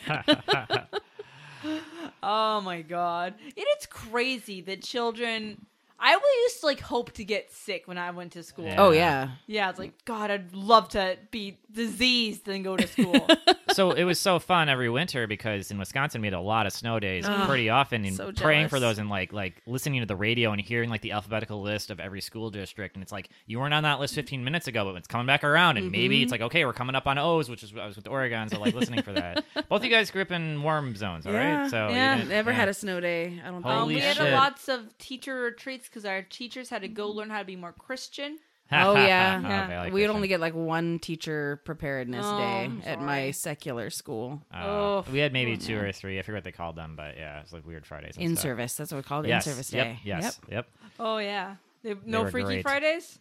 Speaker 2: *laughs* oh my god! It is crazy that children. I really used to like hope to get sick when I went to school.
Speaker 1: Yeah.
Speaker 3: oh yeah,
Speaker 2: Yeah, it's like God, I'd love to be diseased and go to school.
Speaker 3: *laughs*
Speaker 1: so it was so fun every winter because in Wisconsin we had a lot of snow days pretty often and
Speaker 3: so
Speaker 1: praying for
Speaker 3: jealous.
Speaker 1: those and like like listening to the radio and hearing like the alphabetical list of every school district and it's like you weren't on that list 15 minutes ago but it's coming back around and maybe
Speaker 3: Mm-hmm.
Speaker 1: it's like okay we're coming up on O's which is I was with Oregon so like listening for that both you guys grew up in warm zones all right?
Speaker 3: yeah.
Speaker 1: so you
Speaker 2: Yeah.
Speaker 1: didn't-
Speaker 3: Never
Speaker 1: yeah.
Speaker 3: had a snow day. I don't.
Speaker 2: um,
Speaker 1: Holy
Speaker 2: we had
Speaker 1: shit.
Speaker 2: a lots of teacher retreats because our teachers had to go learn how to be more Christian.
Speaker 1: *laughs*
Speaker 3: Oh, yeah.
Speaker 1: Oh,
Speaker 2: Yeah.
Speaker 1: Valley
Speaker 3: We'd
Speaker 1: Christian.
Speaker 3: only get like one teacher preparedness
Speaker 2: Oh,
Speaker 3: day
Speaker 2: I'm
Speaker 3: at
Speaker 2: sorry.
Speaker 3: my secular school.
Speaker 1: Uh,
Speaker 2: Oh,
Speaker 1: we had maybe two or three. I forget what they called them, but yeah, it's like weird Fridays. and
Speaker 3: In
Speaker 1: stuff.
Speaker 3: service. That's what we called it.
Speaker 1: Yes.
Speaker 3: In service
Speaker 1: yep.
Speaker 3: day.
Speaker 1: Yes. Yep.
Speaker 2: Oh yeah, They- no
Speaker 1: were
Speaker 2: Freaky
Speaker 1: great.
Speaker 2: Fridays.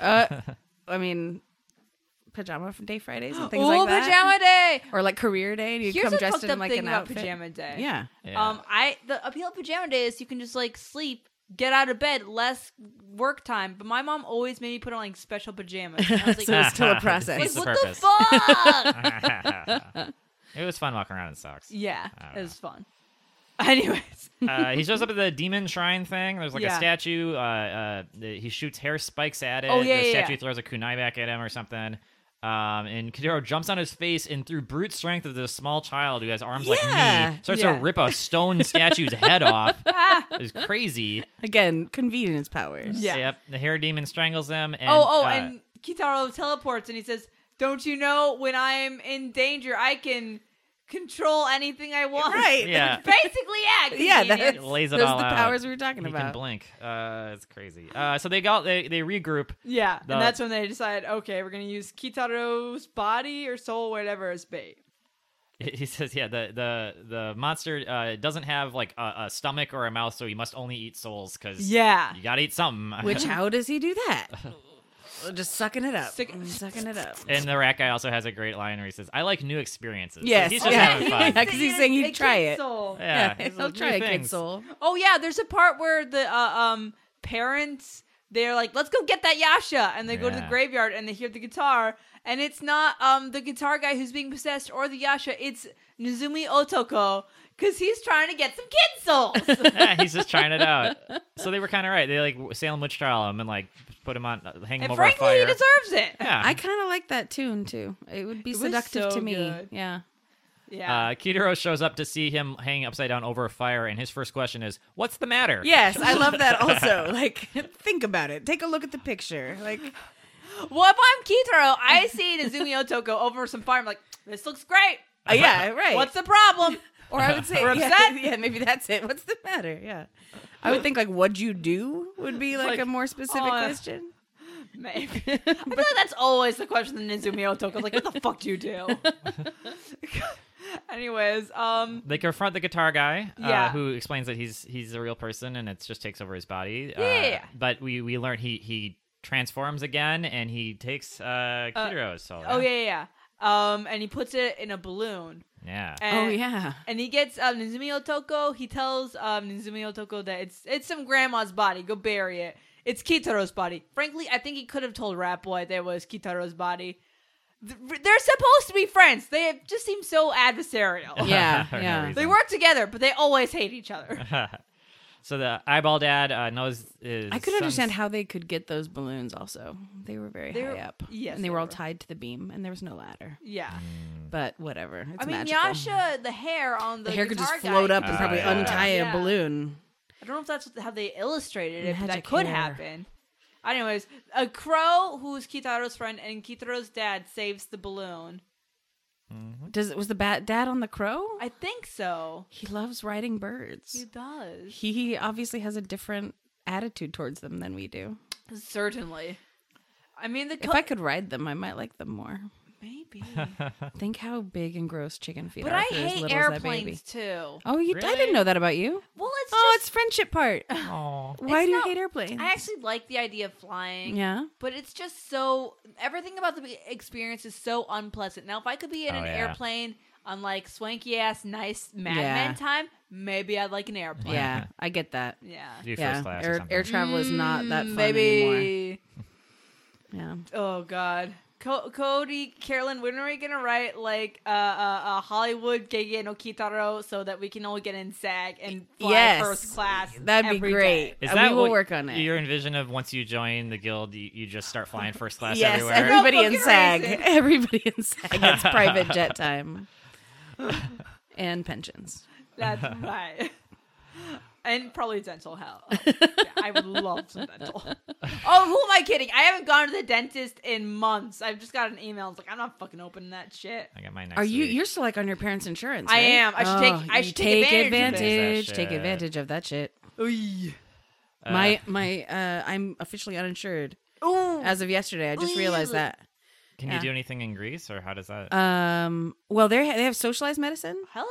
Speaker 3: Yep. Uh, I mean, pajama day Fridays
Speaker 2: *gasps*
Speaker 3: and things
Speaker 2: oh,
Speaker 3: like that.
Speaker 2: pajama day.
Speaker 3: *laughs* Or like career day. And you
Speaker 2: Here's
Speaker 3: come
Speaker 2: a
Speaker 3: dressed
Speaker 2: fucked
Speaker 3: in
Speaker 2: up
Speaker 3: like
Speaker 2: thing
Speaker 3: an
Speaker 2: about
Speaker 3: outfit.
Speaker 2: pajama day.
Speaker 3: Yeah.
Speaker 1: Yeah.
Speaker 2: Um, I the appeal of pajama day is you can just like sleep, get out of bed, less work time. But my mom always made me put on like special pajamas. And I
Speaker 1: *laughs*
Speaker 2: was like,
Speaker 3: So it's still a
Speaker 2: like,
Speaker 1: Defeats
Speaker 3: process.
Speaker 1: the
Speaker 2: what the
Speaker 1: purpose.
Speaker 2: fuck?
Speaker 1: *laughs* it was fun walking around in socks.
Speaker 2: yeah,
Speaker 1: I don't
Speaker 2: it was fun. *laughs* Anyways,
Speaker 1: Uh, he shows up at the demon shrine thing. There's like
Speaker 2: Yeah.
Speaker 1: a statue. Uh, uh, the, he shoots hair spikes at it.
Speaker 2: Oh, yeah,
Speaker 1: the
Speaker 2: yeah,
Speaker 1: statue
Speaker 2: yeah.
Speaker 1: throws a kunai back at him or something. Um, and Kadero jumps on his face and through brute strength of this small child who has arms like
Speaker 3: Yeah.
Speaker 1: me, starts
Speaker 2: Yeah.
Speaker 1: to rip a
Speaker 2: *laughs*
Speaker 1: stone statue's head off. It was crazy.
Speaker 3: Again, convenience powers.
Speaker 2: Yeah.
Speaker 1: Yep. The hair demon strangles him. And,
Speaker 2: oh, oh,
Speaker 1: uh,
Speaker 2: and Kitaro teleports and he says, "Don't you know when I'm in danger, I can control anything I want."
Speaker 3: *laughs* Right.
Speaker 2: *laughs*
Speaker 1: yeah.
Speaker 2: Basically, yeah,
Speaker 3: Yeah,
Speaker 2: convenience.
Speaker 1: It lays it
Speaker 3: Those
Speaker 1: all
Speaker 3: are the
Speaker 1: out.
Speaker 3: powers we were talking
Speaker 1: He can
Speaker 3: about.
Speaker 1: blink. Uh, it's crazy. Uh, so they got they they regroup.
Speaker 2: yeah.
Speaker 1: The-
Speaker 2: and that's when they decide, okay, we're gonna use Kitaro's body or soul, whatever, as bait.
Speaker 1: *laughs* He says, "Yeah, the the the monster uh, doesn't have like a, a stomach or a mouth, so he must only eat souls because
Speaker 2: Yeah.
Speaker 1: you gotta eat something." *laughs*
Speaker 3: Which, how does he do that? Just sucking it up.
Speaker 2: Suck-
Speaker 3: Mm, sucking it up.
Speaker 1: and the rat guy also has a great line where he says, "I like new experiences." So
Speaker 3: Yes.
Speaker 1: he's just
Speaker 3: Yeah.
Speaker 1: having fun.
Speaker 3: *laughs* Yeah, 'cause he's saying he'd
Speaker 2: a
Speaker 3: try
Speaker 2: kid's
Speaker 3: it.
Speaker 2: soul.
Speaker 1: Yeah,
Speaker 3: yeah
Speaker 1: he's
Speaker 3: *laughs* he'll
Speaker 1: like,
Speaker 3: try
Speaker 1: "New
Speaker 3: a kid
Speaker 1: things."
Speaker 3: soul.
Speaker 2: Oh yeah, there's a part where the uh, um parents they're like, "Let's go get that Yasha," and they go to the
Speaker 1: Yeah.
Speaker 2: graveyard and they hear the guitar, and it's not um the guitar guy who's being possessed or the Yasha, it's Nozumi Otoko because he's trying to get some kid
Speaker 1: *laughs*
Speaker 2: souls.
Speaker 1: *laughs* Yeah, he's just trying it
Speaker 3: *laughs*
Speaker 1: out. So they were kind of right. They like Salem witch trial him and like put him on, uh, hang him
Speaker 2: and
Speaker 1: over a
Speaker 2: frankly,
Speaker 1: fire.
Speaker 2: he deserves it.
Speaker 1: *laughs* yeah,
Speaker 3: I kind of like that tune too. It would be
Speaker 2: was
Speaker 3: seductive
Speaker 2: so
Speaker 3: to me.
Speaker 2: good.
Speaker 3: Yeah.
Speaker 2: Yeah.
Speaker 1: Uh, Kitaro shows up to see him hanging upside down over a fire, and his first question is, "What's the matter?"
Speaker 3: Yes, I love *laughs* that also. Like, think about it. Take a look at the picture. Like,
Speaker 2: well, if I'm Kitaro, I see Nozumi Otoko over some fire. I'm like, "This looks great.
Speaker 3: uh, yeah, right.
Speaker 2: What's the
Speaker 1: *laughs*
Speaker 2: problem?"
Speaker 3: or I would say,
Speaker 2: We're
Speaker 3: yeah,
Speaker 2: upset?
Speaker 3: *laughs* yeah, maybe that's it. What's the matter? Yeah. I would think like, what'd you do would be like,
Speaker 1: Like,
Speaker 3: a more specific
Speaker 2: uh,
Speaker 3: question. *laughs*
Speaker 2: Maybe. I feel like that's always the question that Nizumi Otoko like, what the fuck do you do? *laughs* Anyways, um
Speaker 1: They confront the guitar guy,
Speaker 2: Yeah.
Speaker 1: uh, who explains that he's he's a real person and it just takes over his body. Uh,
Speaker 2: Yeah.
Speaker 1: but we we learn he he transforms again and he takes uh, Kidaro's soul.
Speaker 2: oh yeah yeah, yeah. um, and he puts it in a balloon.
Speaker 1: Yeah. *laughs*
Speaker 2: And,
Speaker 3: oh yeah.
Speaker 2: And he gets um, Nizumi Otoko. He tells um, Nizumi Otoko that it's it's some grandma's body. Go bury it. It's Kitaro's body. Frankly, I think he could have told Rat Boy that it was Kitaro's body. Th- They're supposed to be friends. They just seem so adversarial.
Speaker 3: Yeah,
Speaker 1: For no
Speaker 3: yeah.
Speaker 1: reason.
Speaker 2: They work together, but they always hate each other. *laughs*
Speaker 1: so the eyeball dad uh, knows. His
Speaker 3: I could
Speaker 1: son's-
Speaker 3: understand how they could get those balloons. Also, they were very
Speaker 2: They
Speaker 3: high
Speaker 2: were-
Speaker 3: up.
Speaker 2: yes,
Speaker 3: and they
Speaker 2: they
Speaker 3: were all
Speaker 2: were.
Speaker 3: tied to the beam, and there was no ladder.
Speaker 2: Yeah.
Speaker 3: But whatever. It's
Speaker 2: I mean,
Speaker 3: magical.
Speaker 2: Yasha, the hair on the,
Speaker 3: the hair could just
Speaker 2: guitar guy-
Speaker 3: float up and
Speaker 1: Ah,
Speaker 3: probably
Speaker 1: yeah.
Speaker 3: untie
Speaker 2: Yeah.
Speaker 3: a balloon.
Speaker 2: I don't know if that's how they illustrated it, but that
Speaker 3: Magic
Speaker 2: could
Speaker 3: hair.
Speaker 2: happen. Anyways, a crow who's Kitaro's friend and Kitaro's dad saves the balloon.
Speaker 3: Does was the bat dad on the crow?
Speaker 2: I think so.
Speaker 3: He loves riding
Speaker 2: He
Speaker 3: birds.
Speaker 2: does.
Speaker 3: He obviously has a different attitude towards them than we do.
Speaker 2: Certainly. I mean, the
Speaker 3: If I could ride them, I might like
Speaker 2: *laughs*
Speaker 3: them more. *laughs*
Speaker 2: maybe.
Speaker 3: Think how big and gross chicken feet
Speaker 2: but
Speaker 3: are.
Speaker 2: I
Speaker 3: for as
Speaker 2: hate
Speaker 3: little as that baby.
Speaker 2: airplanes too.
Speaker 3: Oh, you, I
Speaker 1: Really?
Speaker 3: didn't know that about you.
Speaker 2: Well, it's
Speaker 3: oh, it's
Speaker 2: just.
Speaker 3: friendship part.
Speaker 1: *laughs* Aw.
Speaker 3: Why
Speaker 2: *laughs* it's not-
Speaker 3: do you hate airplanes?
Speaker 2: I actually like the idea of flying.
Speaker 3: yeah.
Speaker 2: But it's just so everything about the experience is so unpleasant. Now, if I could be in
Speaker 1: Oh,
Speaker 2: an
Speaker 1: yeah.
Speaker 2: airplane on like swanky ass, nice Mad
Speaker 3: Yeah.
Speaker 2: Men time, maybe I'd like an airplane.
Speaker 1: *laughs*
Speaker 3: Yeah, I get that.
Speaker 2: Yeah.
Speaker 1: Do first
Speaker 3: yeah,
Speaker 1: class or
Speaker 3: air,
Speaker 1: something.
Speaker 3: air travel is not that fun
Speaker 2: Mm, maybe.
Speaker 3: anymore.
Speaker 2: Oh God. Co- Cody, Carolyn, when are we gonna write like a uh, uh, uh, Hollywood Gege no Kitaro so that we can all get in SAG and fly
Speaker 3: Yes.
Speaker 2: first class?
Speaker 3: Yeah, that'd be
Speaker 2: every
Speaker 3: great.
Speaker 2: day?
Speaker 1: Is
Speaker 3: Uh,
Speaker 1: that
Speaker 3: we will
Speaker 1: what
Speaker 3: work on it.
Speaker 1: Your envision of once you join the guild, you, you just start flying first class
Speaker 3: Yes,
Speaker 1: everywhere.
Speaker 3: everybody
Speaker 2: No
Speaker 3: in
Speaker 2: fucking *laughs*
Speaker 3: SAG.
Speaker 2: reason.
Speaker 3: Everybody
Speaker 1: *laughs*
Speaker 3: in SAG gets private jet time and pensions.
Speaker 2: That's
Speaker 3: *laughs*
Speaker 2: right. *laughs* And probably dental health. Yeah, I would love some dental. Oh, who am I kidding? I haven't gone to the dentist in months. I've just got an email. It's like I'm not fucking opening that shit.
Speaker 1: I got mine next
Speaker 3: Are you?
Speaker 1: week.
Speaker 3: You're still like on your parents' insurance?
Speaker 2: I
Speaker 3: right?
Speaker 2: am. I should take- I
Speaker 3: you
Speaker 2: should take advantage of it.
Speaker 3: advantage.
Speaker 1: That
Speaker 3: Take
Speaker 1: shit.
Speaker 3: advantage of that shit.
Speaker 2: Ooh.
Speaker 1: Uh,
Speaker 3: my my. Uh, I'm officially uninsured
Speaker 2: Ooh.
Speaker 3: as of yesterday. I just realized
Speaker 2: Ooh.
Speaker 3: that.
Speaker 1: Can
Speaker 3: yeah.
Speaker 1: you do anything in Greece, or how does that?
Speaker 3: Um. Well, they they have socialized medicine.
Speaker 2: Hello.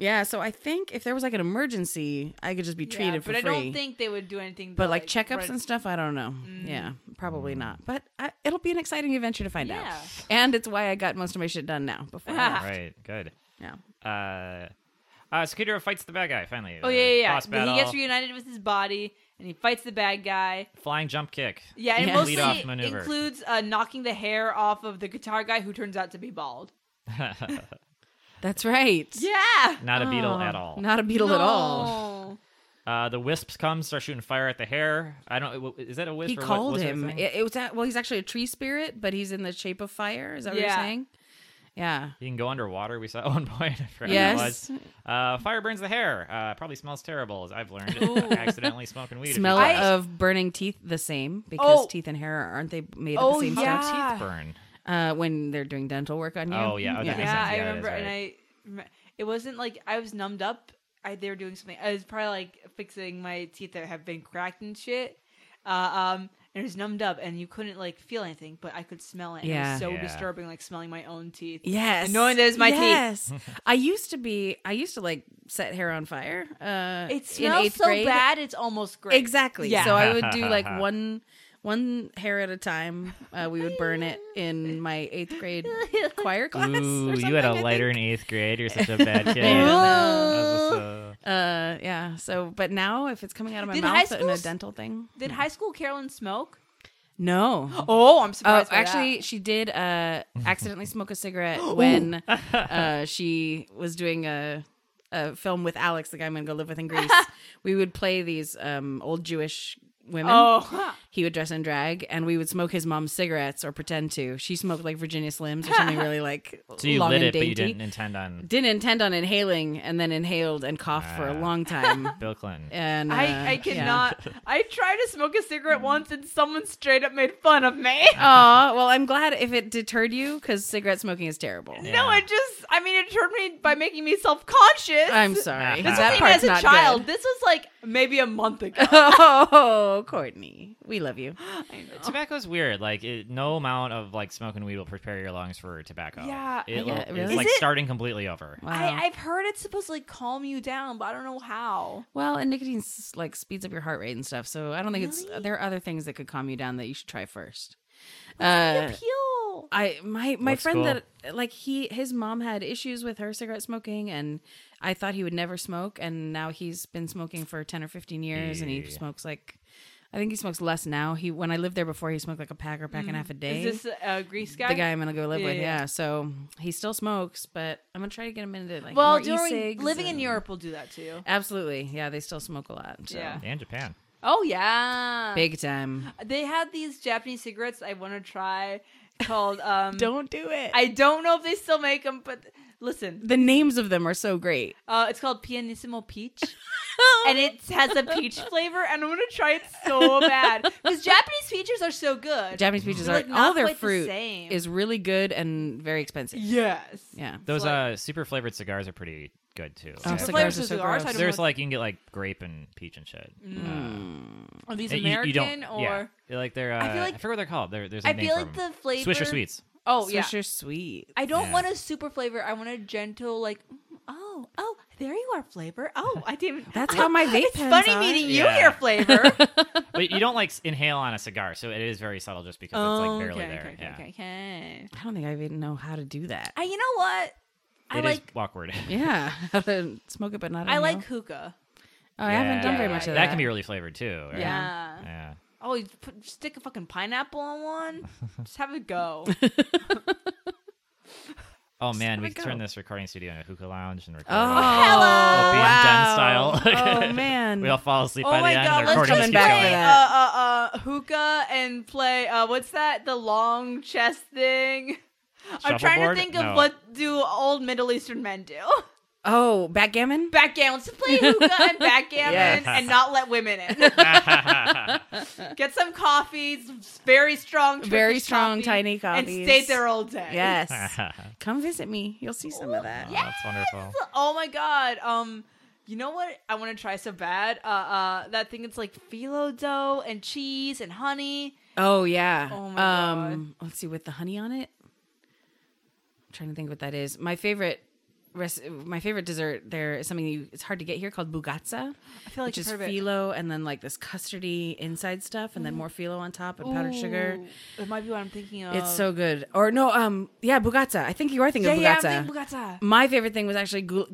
Speaker 3: Yeah. So I think if there was like an emergency, I could just be treated
Speaker 2: Yeah,
Speaker 3: for
Speaker 2: but
Speaker 3: free.
Speaker 2: I don't think they would do anything. to,
Speaker 3: but like checkups
Speaker 2: rent-
Speaker 3: and stuff, I don't know.
Speaker 2: Mm-hmm.
Speaker 3: Yeah,
Speaker 1: Mm.
Speaker 3: probably not. But I, it'll be an exciting adventure to find out.
Speaker 2: Yeah.
Speaker 3: And it's why I got most of my shit done now. Before,
Speaker 2: *laughs*
Speaker 3: I left.
Speaker 1: right, good.
Speaker 3: yeah.
Speaker 1: Uh, uh, Skidero fights the bad guy finally.
Speaker 2: Oh
Speaker 1: Uh,
Speaker 2: yeah, yeah.
Speaker 1: Boss
Speaker 2: yeah.
Speaker 1: battle,
Speaker 2: He gets reunited with his body, and he fights the bad guy.
Speaker 1: flying jump kick.
Speaker 2: Yeah, and
Speaker 3: Yeah.
Speaker 2: mostly
Speaker 1: Lead off maneuver.
Speaker 2: includes uh, knocking the hair off of the guitar guy, who turns out to be bald.
Speaker 3: That's right.
Speaker 2: Yeah,
Speaker 1: Not a beetle
Speaker 3: Oh,
Speaker 1: at all.
Speaker 3: Not a beetle at all.
Speaker 2: No.
Speaker 1: Uh, the wisps come, start shooting fire at the hair. I don't. Is that a wisp?
Speaker 3: He
Speaker 1: or what-
Speaker 3: called
Speaker 1: what's that
Speaker 3: him.
Speaker 1: thing?
Speaker 3: It, it was at, well, he's actually a tree spirit, but he's in the shape of fire. Is that what you're
Speaker 2: Yeah.
Speaker 3: saying? Yeah.
Speaker 1: He can go underwater. We saw *laughs* at one point. I forgot what it
Speaker 3: Yes.
Speaker 1: was. Uh, fire burns the hair. Uh, probably smells terrible, as I've learned.
Speaker 2: Ooh.
Speaker 1: *laughs* accidentally smoking weed. if
Speaker 3: Smell
Speaker 1: you
Speaker 2: I-
Speaker 3: of burning teeth the same because
Speaker 2: Oh.
Speaker 3: teeth and hair aren't they made of
Speaker 2: Oh,
Speaker 3: the same
Speaker 2: yeah.
Speaker 3: stuff
Speaker 1: teeth burn.
Speaker 3: uh, when they're doing dental work on you?
Speaker 1: Oh, yeah. Oh, that makes
Speaker 2: yeah,
Speaker 1: sense.
Speaker 2: I
Speaker 1: Yeah, that
Speaker 2: remember,
Speaker 1: is
Speaker 2: and I, rem- it wasn't like I was numbed up. I they were doing something. I was probably like fixing my teeth that have been cracked and shit. Uh, um, and it was numbed up, and you couldn't like feel anything, but I could smell it. and it
Speaker 3: Yeah.
Speaker 2: was so
Speaker 1: Yeah.
Speaker 2: disturbing, like smelling my own teeth.
Speaker 3: Yes.
Speaker 2: And knowing that it's my teeth.
Speaker 3: yes. *laughs* I used to be I used to like set hair on fire. Uh
Speaker 2: It
Speaker 3: in
Speaker 2: smells
Speaker 3: eighth
Speaker 2: so
Speaker 3: grade.
Speaker 2: bad, it's almost great.
Speaker 3: Exactly.
Speaker 2: Yeah.
Speaker 3: So I would do
Speaker 1: *laughs*
Speaker 3: like one one hair at a time. Uh, we would burn it in my eighth grade choir class. or
Speaker 1: Ooh, you had
Speaker 3: something, I
Speaker 1: a
Speaker 3: think.
Speaker 1: lighter in eighth grade. You're such a
Speaker 3: *laughs*
Speaker 1: bad kid. That was, uh,
Speaker 3: Uh yeah. So but now if it's coming out of my
Speaker 2: Did high
Speaker 3: mouth in a
Speaker 2: schools-
Speaker 3: dental thing.
Speaker 2: Did high school Carolyn smoke?
Speaker 3: No.
Speaker 2: Oh, I'm
Speaker 3: Oh,
Speaker 2: surprised. by
Speaker 3: actually, she
Speaker 1: *laughs*
Speaker 3: did uh, accidentally smoke a
Speaker 1: *gasps*
Speaker 3: cigarette when uh, she was doing a, a film with Alex, the guy I'm going to go live
Speaker 2: *laughs*
Speaker 3: with in Greece. we would play these um, old Jewish women.
Speaker 2: that. oh,
Speaker 3: He would dress in drag, and we would smoke his mom's cigarettes or pretend to. She smoked like Virginia Slims or
Speaker 2: *laughs*
Speaker 3: something really like
Speaker 1: so you
Speaker 3: long
Speaker 1: lit
Speaker 3: and
Speaker 1: it, but
Speaker 3: dainty.
Speaker 1: you didn't intend on
Speaker 3: Didn't intend on inhaling, and then inhaled and coughed for a
Speaker 1: Ah.
Speaker 3: long
Speaker 1: *laughs*
Speaker 3: time.
Speaker 1: Bill Clinton.
Speaker 3: And uh,
Speaker 2: *laughs* I, I
Speaker 3: yeah.
Speaker 2: cannot. I tried to smoke a cigarette once, and someone straight up made fun of me.
Speaker 3: Aw, well, I'm glad if it deterred you because cigarette smoking is terrible.
Speaker 2: No,
Speaker 1: Yeah.
Speaker 2: it just. I mean, it turned me by making me self conscious.
Speaker 3: I'm sorry.
Speaker 1: This was
Speaker 3: that
Speaker 2: Even as
Speaker 3: part's
Speaker 2: a
Speaker 3: not
Speaker 2: child,
Speaker 3: good. *laughs*
Speaker 2: this was like maybe a month ago.
Speaker 3: Oh, Courtney, we love you.
Speaker 1: *laughs* Tobacco's weird. Like it, no amount of like smoking weed will prepare your lungs for tobacco.
Speaker 2: Yeah.
Speaker 1: it,
Speaker 3: Yeah,
Speaker 1: it's
Speaker 3: really?
Speaker 1: like
Speaker 2: Is it-
Speaker 1: starting completely over.
Speaker 3: Wow.
Speaker 2: I, I've heard it's supposed to like calm you down, but I don't know how.
Speaker 3: well, and nicotine s- like speeds up your heart rate and stuff. So I don't think it's there are other things that could calm you down that you should try first. Uh,
Speaker 2: Appeal. cool.
Speaker 3: I my my
Speaker 1: Looks
Speaker 3: friend
Speaker 1: cool.
Speaker 3: that like he his mom had issues with her cigarette smoking and I thought he would never smoke and now he's been smoking for 10 or 15 years and he
Speaker 1: Yeah.
Speaker 3: smokes like I think he smokes less now. He when I lived there before he smoked like a pack or pack and a half a day.
Speaker 2: Is this a grease guy?
Speaker 3: the guy I'm gonna go live
Speaker 2: Yeah,
Speaker 3: with,
Speaker 2: yeah.
Speaker 3: yeah. So he still smokes, but I'm gonna try to get him into like
Speaker 2: Well,
Speaker 3: more
Speaker 2: during
Speaker 3: e-cigs
Speaker 2: living in
Speaker 3: and-
Speaker 2: Europe will do that to you.
Speaker 3: absolutely, yeah. They still smoke a lot, so.
Speaker 2: Yeah. Um,
Speaker 1: And Japan.
Speaker 2: Oh yeah,
Speaker 3: big time.
Speaker 2: They had these Japanese cigarettes I want to try
Speaker 3: *laughs*
Speaker 2: called. Um,
Speaker 3: do it.
Speaker 2: I don't know if they still make them, but listen,
Speaker 3: the names of them are
Speaker 2: *laughs*
Speaker 3: so great.
Speaker 2: uh, it's called Pianissimo Peach, and it has a peach *laughs* flavor, and I want to try it so bad *laughs* because Japanese peaches are so good.
Speaker 3: Japanese peaches
Speaker 2: They're,
Speaker 3: are
Speaker 2: like, not
Speaker 3: all their
Speaker 2: quite the
Speaker 3: fruit
Speaker 2: same.
Speaker 3: is really good and very expensive.
Speaker 2: yes,
Speaker 3: Yeah.
Speaker 1: Those
Speaker 2: like-
Speaker 1: uh super flavored cigars are pretty good too.
Speaker 3: Oh,
Speaker 1: Yeah.
Speaker 2: The
Speaker 3: cigars
Speaker 2: flavors
Speaker 3: are
Speaker 2: of
Speaker 3: so
Speaker 2: cigars,
Speaker 3: gross.
Speaker 2: I don't
Speaker 1: There's
Speaker 2: know
Speaker 1: like you can get like grape and peach and shit. Uh,
Speaker 2: what- are these
Speaker 1: you- you,
Speaker 2: Mm. American
Speaker 1: you don't,
Speaker 2: or
Speaker 1: yeah. They're like they're. Uh, I
Speaker 2: I feel like-
Speaker 1: forget what they're called. There, there's. a
Speaker 2: I
Speaker 1: name
Speaker 2: feel
Speaker 1: for
Speaker 2: like
Speaker 1: them.
Speaker 2: the flavor
Speaker 1: Swisher sweets.
Speaker 2: Oh yeah,
Speaker 3: Swisher sweet.
Speaker 2: I don't
Speaker 1: Yeah.
Speaker 2: want a super flavor. I want a gentle, like, mm, oh, oh, there you are, flavor. Oh, I didn't.
Speaker 3: That's how my vape
Speaker 2: It's
Speaker 3: pens
Speaker 2: funny
Speaker 3: are.
Speaker 2: meeting you
Speaker 1: Yeah.
Speaker 2: here, flavor.
Speaker 1: but you don't like s- inhale on a cigar, so it is very subtle just because it's like barely
Speaker 2: Oh, okay,
Speaker 1: there.
Speaker 2: Okay,
Speaker 1: yeah.
Speaker 2: okay, okay.
Speaker 3: I don't think I even know how to do that.
Speaker 2: I, you know what? I
Speaker 1: It is
Speaker 2: like *laughs*
Speaker 1: awkward.
Speaker 3: yeah, *laughs* how to smoke it but not.
Speaker 2: I
Speaker 3: inhale.
Speaker 2: like hookah.
Speaker 3: Oh, I haven't done
Speaker 1: Yeah.
Speaker 3: very much of that.
Speaker 1: That can be really flavored too. right?
Speaker 2: Yeah.
Speaker 1: Yeah.
Speaker 2: Oh, you put, stick a fucking pineapple on one. Just have a go.
Speaker 1: Oh man,
Speaker 3: let
Speaker 1: we
Speaker 3: it
Speaker 1: could turn
Speaker 3: go.
Speaker 1: this recording studio into a hookah lounge and record.
Speaker 3: Oh,
Speaker 2: hello.
Speaker 1: Being done style. *laughs*
Speaker 3: Oh man.
Speaker 1: we all fall asleep
Speaker 2: oh
Speaker 1: Oh, by the
Speaker 2: my
Speaker 1: end.
Speaker 2: god,
Speaker 1: and the
Speaker 2: let's just
Speaker 1: recording just
Speaker 3: coming
Speaker 2: play
Speaker 1: keeps
Speaker 3: back
Speaker 1: going.
Speaker 3: to that.
Speaker 2: uh, uh, uh, hookah and play. Uh, what's that? The long chest thing. I'm trying to
Speaker 1: Shuffleboard?
Speaker 2: think of
Speaker 1: No.
Speaker 2: what do old Middle Eastern men do. *laughs*
Speaker 3: oh, backgammon.
Speaker 2: backgammon. Let's play
Speaker 1: *laughs*
Speaker 2: hookah and backgammon
Speaker 3: Yes.
Speaker 2: and not let women in. Get some coffees, very strong, Turkish
Speaker 3: Very strong,
Speaker 2: coffee,
Speaker 3: tiny
Speaker 2: and
Speaker 3: coffees.
Speaker 2: stay there all day.
Speaker 3: Yes. Come visit me. You'll see some of that.
Speaker 1: Oh, That's wonderful.
Speaker 3: *laughs*
Speaker 2: *laughs* Oh my god. Um, you know what I want to try so bad? Uh, uh, that thing that's like phyllo dough and cheese and honey.
Speaker 3: Oh yeah.
Speaker 2: Oh, my
Speaker 3: um, Let's see with the honey on it. I'm trying to think what that is. My favorite. Rest, my favorite dessert there is something you, it's hard to get here called bugatza,
Speaker 2: I feel like
Speaker 3: which
Speaker 2: I've
Speaker 3: is
Speaker 2: heard of it.
Speaker 3: phyllo and then like this custardy inside stuff and then more phyllo on top and powdered sugar.
Speaker 2: Ooh, It might be what I'm thinking of.
Speaker 3: It's so good. Or no, um, yeah, bugatza. I think you are thinking
Speaker 2: yeah,
Speaker 3: of
Speaker 2: yeah.
Speaker 3: bugatza.
Speaker 2: I'm thinking bugata.
Speaker 3: My favorite thing was actually gu-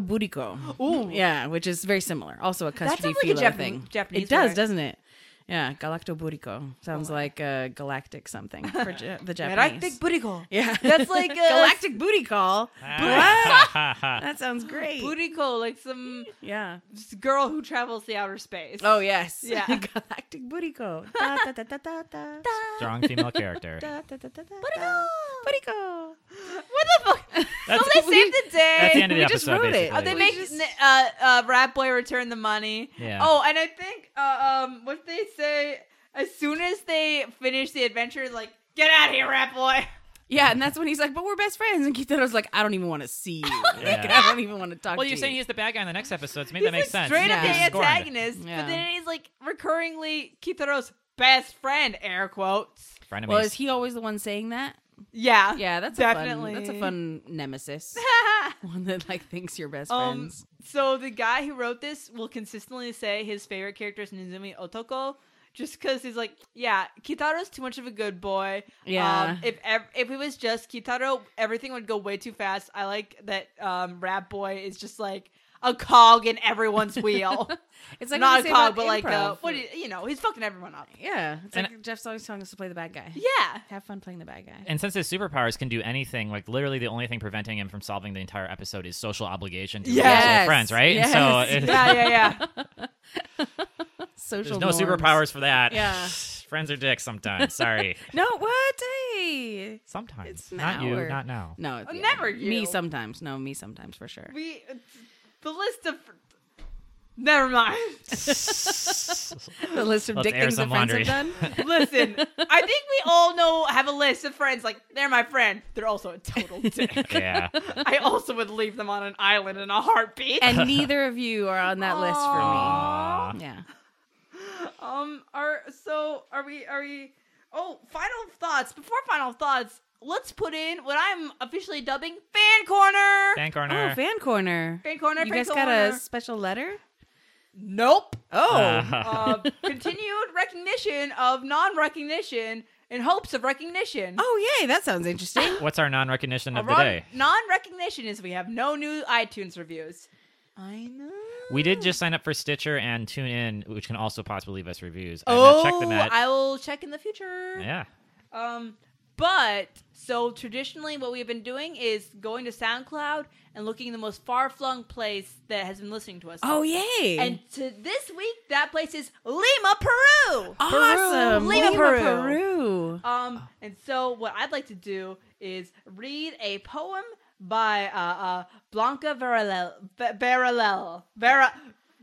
Speaker 3: galactoburico.
Speaker 2: Ooh,
Speaker 3: Yeah, which is very similar. Also a
Speaker 2: That
Speaker 3: custody
Speaker 2: sounds like a
Speaker 3: phyllo
Speaker 2: Japan-
Speaker 3: thing.
Speaker 2: Japanese
Speaker 3: it does,
Speaker 2: word. Oh
Speaker 3: doesn't it? Yeah, galactoburico sounds like uh, galactic something
Speaker 2: *laughs*
Speaker 3: for ja-
Speaker 2: Merak
Speaker 3: the Japanese.
Speaker 2: big booty call.
Speaker 3: yeah,
Speaker 2: That's
Speaker 3: *laughs*
Speaker 2: like uh, a
Speaker 3: galactic booty call. what? That sounds great.
Speaker 2: booty call, like some
Speaker 3: Yeah.
Speaker 2: girl who travels the outer space.
Speaker 3: Oh *laughs* yes.
Speaker 2: Yeah.
Speaker 3: galactic booty call. Da da da da da
Speaker 2: *laughs*
Speaker 3: da.
Speaker 1: Strong female
Speaker 3: *laughs*
Speaker 1: character.
Speaker 3: Da, da, da, da, da, da.
Speaker 2: Burico.
Speaker 3: Booty call.
Speaker 2: What the fuck?
Speaker 1: That's-
Speaker 2: Don't they save
Speaker 1: *laughs*
Speaker 2: the day?
Speaker 1: That's the end of
Speaker 3: We
Speaker 1: the
Speaker 3: just
Speaker 1: episode.
Speaker 3: wrote it.
Speaker 1: Basically.
Speaker 2: Oh, they make uh, uh, Rat Boy return the money.
Speaker 1: Yeah.
Speaker 2: Oh, and I think uh, um, what they say as soon as they finish the adventure, like get out of here, Rat Boy.
Speaker 3: Yeah, and that's when he's like, "But we're best friends." And Keith was like, "I don't even want to see *laughs* you. Like,
Speaker 1: Yeah.
Speaker 3: I don't even want to talk
Speaker 1: Well,
Speaker 3: to
Speaker 1: you're
Speaker 3: you."
Speaker 1: saying he's the bad guy in the next episode, so maybe that
Speaker 2: He's,
Speaker 1: makes
Speaker 2: like,
Speaker 1: sense.
Speaker 2: Straight
Speaker 3: Yeah.
Speaker 2: up
Speaker 1: He's
Speaker 2: the
Speaker 1: scorned.
Speaker 2: antagonist,
Speaker 3: Yeah.
Speaker 2: but then he's like recurringly Kitaro's best friend, air quotes.
Speaker 1: Frenemies.
Speaker 3: well, is he always the one saying that?
Speaker 2: Yeah.
Speaker 3: Yeah, that's
Speaker 2: Definitely.
Speaker 3: A fun, that's a fun nemesis. *laughs*
Speaker 2: *laughs*
Speaker 3: one that like thinks you're best
Speaker 2: Um,
Speaker 3: friends.
Speaker 2: So the guy who wrote this will consistently say his favorite character is Nizumi Otoko, just because he's like, yeah, Kitaro's too much of a good boy.
Speaker 3: Yeah.
Speaker 2: Um, if ev- if it was just Kitaro, everything would go way too fast. I like that um, Rat Boy is just like a cog in
Speaker 3: *laughs*
Speaker 2: everyone's wheel.
Speaker 3: It's like
Speaker 2: Not
Speaker 3: what
Speaker 2: a
Speaker 3: they say
Speaker 2: cog,
Speaker 3: about
Speaker 2: but like uh
Speaker 3: improv.
Speaker 2: what do you, you know, he's fucking everyone up.
Speaker 3: yeah, it's
Speaker 1: And-
Speaker 3: like Jeff's always telling us to play the bad guy.
Speaker 2: Yeah.
Speaker 3: Have fun playing the bad guy.
Speaker 1: and since his superpowers can do anything, like literally the only thing preventing him from solving the entire episode is social obligation to his
Speaker 3: Yes.
Speaker 1: actual friends, right?
Speaker 3: Yes.
Speaker 1: So it's-
Speaker 2: Yeah, yeah, yeah.
Speaker 3: Social.
Speaker 1: there's no
Speaker 3: norms.
Speaker 1: superpowers for that.
Speaker 3: Yeah.
Speaker 1: *sighs* friends are dicks sometimes.
Speaker 3: *laughs*
Speaker 1: Sorry.
Speaker 3: No, what? Hey. Oh,
Speaker 1: Sometimes.
Speaker 3: It's
Speaker 1: not you,
Speaker 3: our-
Speaker 1: not
Speaker 3: *laughs*
Speaker 1: now.
Speaker 3: No, yeah.
Speaker 2: never you.
Speaker 3: Me sometimes. No, me sometimes for sure.
Speaker 2: We the list of Never mind.
Speaker 3: *laughs* *laughs* The list of
Speaker 1: Let's
Speaker 3: dick
Speaker 1: air
Speaker 3: things the
Speaker 1: some
Speaker 3: friends have done.
Speaker 1: laundry. *laughs*
Speaker 2: Listen, I think we all know have a list of friends like they're my friend. They're also a total dick.
Speaker 1: yeah.
Speaker 2: I also would leave them on an island in a heartbeat.
Speaker 3: and neither of you are on that list for
Speaker 1: Aw.
Speaker 3: me. Yeah.
Speaker 2: um, are so are we? Are we? Oh, final thoughts. Before final thoughts, let's put in what I'm officially dubbing fan corner.
Speaker 1: Fan corner.
Speaker 3: Oh, fan corner.
Speaker 2: fan corner.
Speaker 3: You
Speaker 2: fan
Speaker 3: guys
Speaker 2: corner.
Speaker 3: got a special letter?
Speaker 2: nope.
Speaker 3: Oh.
Speaker 1: Uh,
Speaker 2: Uh, continued recognition of non-recognition in hopes of recognition.
Speaker 3: Oh, yay. That sounds interesting. *gasps*
Speaker 1: What's our non-recognition of the
Speaker 2: Our
Speaker 1: day?
Speaker 2: Non-recognition is we have no new iTunes reviews. I know.
Speaker 1: We did just sign up for Stitcher and TuneIn, which can also possibly leave us reviews. I have
Speaker 2: Oh,
Speaker 1: not checked them out.
Speaker 2: I will check in the future.
Speaker 1: Yeah.
Speaker 2: Um, but so traditionally, what we've been doing is going to SoundCloud and looking in the most far flung place that has been listening to us.
Speaker 3: oh, yay.
Speaker 2: And to this week, that place is Lima, Peru.
Speaker 3: awesome.
Speaker 2: Lima, Peru.
Speaker 3: Peru.
Speaker 2: Um, and so what I'd like to do is read a poem by uh, uh, Blanca Varalel. Ba- Baralel. Vera.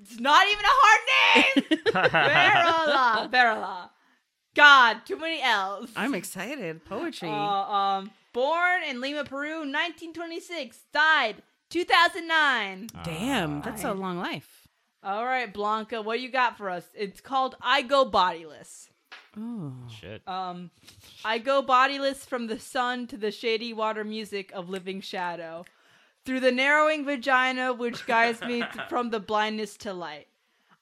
Speaker 2: It's not even a hard name. *laughs* Barala. Barala. God, too many L's.
Speaker 3: I'm excited. Poetry.
Speaker 2: Uh, um, born in Lima, Peru, 1926. Died 2009.
Speaker 3: Uh. Damn, that's a long life.
Speaker 2: All right, Blanca, what you got for us? It's called "I Go Bodiless."
Speaker 3: Oh.
Speaker 1: *laughs* Shit.
Speaker 2: Um, I go bodiless from the sun to the shady water music of living shadow, through the narrowing vagina which guides me
Speaker 1: *laughs*
Speaker 2: th- from the blindness to light.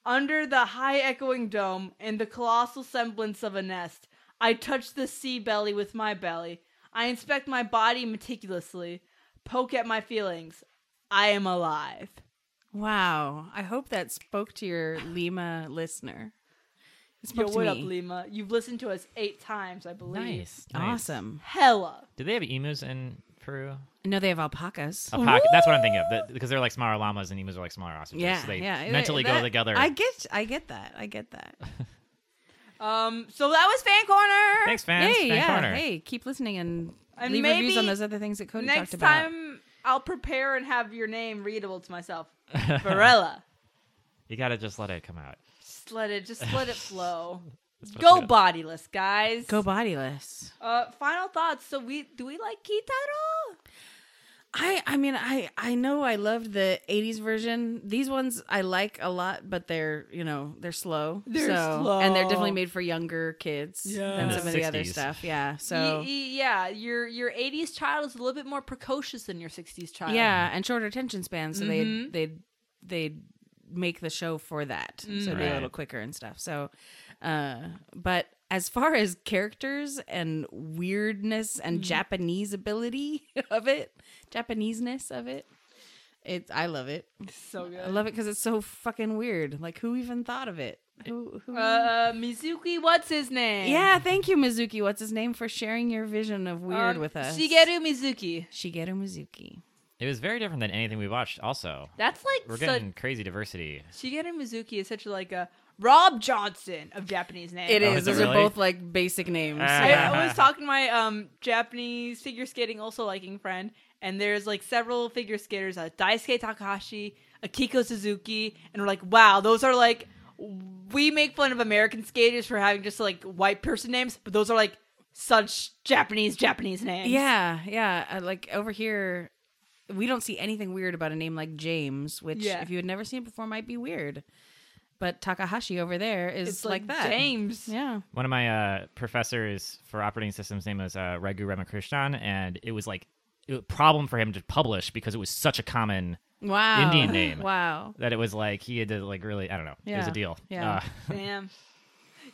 Speaker 2: Under the high echoing dome and the colossal semblance of a nest, I touch the sea belly with my belly. I inspect my body meticulously, poke at my feelings. I am alive.
Speaker 3: Wow. I hope that spoke to your Lima listener. It
Speaker 2: Yo,
Speaker 3: spoke
Speaker 2: what
Speaker 3: to
Speaker 2: up,
Speaker 3: me.
Speaker 2: Lima? You've listened to us eight times, I believe.
Speaker 1: Nice. nice.
Speaker 3: Awesome.
Speaker 2: Hella.
Speaker 1: Do they have emus in Peru?
Speaker 3: No, they have alpacas.
Speaker 1: Alpaca. That's what I'm thinking of. the- Because they're like smaller llamas and emus are like smaller ostriches.
Speaker 3: yeah,
Speaker 1: so they
Speaker 3: yeah.
Speaker 1: mentally
Speaker 3: That-
Speaker 1: go together.
Speaker 3: I get, I get that. I get that.
Speaker 2: Um, so that was fan corner.
Speaker 1: Thanks, fans.
Speaker 3: hey,
Speaker 1: Fan
Speaker 3: yeah.
Speaker 1: corner.
Speaker 3: Hey, keep listening and,
Speaker 2: And
Speaker 3: leave reviews
Speaker 2: maybe
Speaker 3: on those other things that Cody
Speaker 2: Next
Speaker 3: talked about.
Speaker 2: time, I'll prepare and have your name readable to
Speaker 3: *laughs*
Speaker 2: myself. Varela.
Speaker 1: You gotta just let it come out.
Speaker 2: just let it, just let it
Speaker 3: *laughs*
Speaker 2: flow.
Speaker 1: supposed to
Speaker 2: Go
Speaker 1: be-
Speaker 2: bodiless, guys.
Speaker 3: Go bodiless.
Speaker 2: Uh, final thoughts. So we do we like Kitaro?
Speaker 3: I, I mean, I, I know I loved the '80s version. These ones I like a lot, but they're, you know, they're slow.
Speaker 2: They're
Speaker 3: so,
Speaker 2: slow.
Speaker 3: and they're definitely made for younger kids
Speaker 2: And
Speaker 3: than
Speaker 2: the
Speaker 3: some of the other
Speaker 1: 60s.
Speaker 3: stuff. Yeah. So
Speaker 2: Y- y- yeah, your your 80s child is a little bit more precocious than your 60s child.
Speaker 3: yeah and shorter attention span so
Speaker 2: Mhm.
Speaker 3: they'd they'd they'd make the show for that so it'd be
Speaker 1: Right.
Speaker 3: a little quicker and stuff so uh but as far as characters and weirdness and
Speaker 2: Mm-hmm.
Speaker 3: japanese ability *laughs* of it japaneseness of it it i love it
Speaker 2: so good.
Speaker 3: i love it because it's so fucking weird like who even thought of it who, who
Speaker 2: Uh, Mizuki, what's his name?
Speaker 3: yeah thank you mizuki what's his name for sharing your vision of weird
Speaker 2: Um,
Speaker 3: with us
Speaker 2: Shigeru Mizuki.
Speaker 3: shigeru mizuki
Speaker 1: It was very different than anything we watched. Also,
Speaker 2: That's like
Speaker 1: we're
Speaker 2: such-
Speaker 1: getting crazy diversity.
Speaker 2: Shigeru Mizuki is such like a Rob Johnson of Japanese name.
Speaker 3: It
Speaker 1: Oh,
Speaker 3: is.
Speaker 1: is it
Speaker 3: Those are
Speaker 1: really?
Speaker 3: both like basic names.
Speaker 1: Ah.
Speaker 2: I, I
Speaker 3: *laughs*
Speaker 2: was talking to my um Japanese figure skating also liking friend, and there's like several figure skaters, uh, Daisuke Takahashi, Akiko Suzuki, and we're like, wow, those are like we make fun of American skaters for having just like white person names, but those are like such Japanese Japanese names.
Speaker 3: Yeah, yeah. Uh, like over here, we don't see anything weird about a name like James, which
Speaker 2: Yeah.
Speaker 3: if you had never seen it before, might be weird. But Takahashi over there is
Speaker 2: it's
Speaker 3: like,
Speaker 2: like,
Speaker 3: that.
Speaker 2: James.
Speaker 3: Yeah.
Speaker 1: One of my uh, professors for operating systems name was uh, Raghu Ramakrishnan, and it was like a problem for him to publish because it was such a common
Speaker 3: Wow.
Speaker 1: Indian name.
Speaker 3: *laughs* Wow.
Speaker 1: that it was like he had to like really I don't know. It was
Speaker 3: Yeah,
Speaker 1: a deal.
Speaker 3: yeah.
Speaker 1: Uh,
Speaker 2: Damn.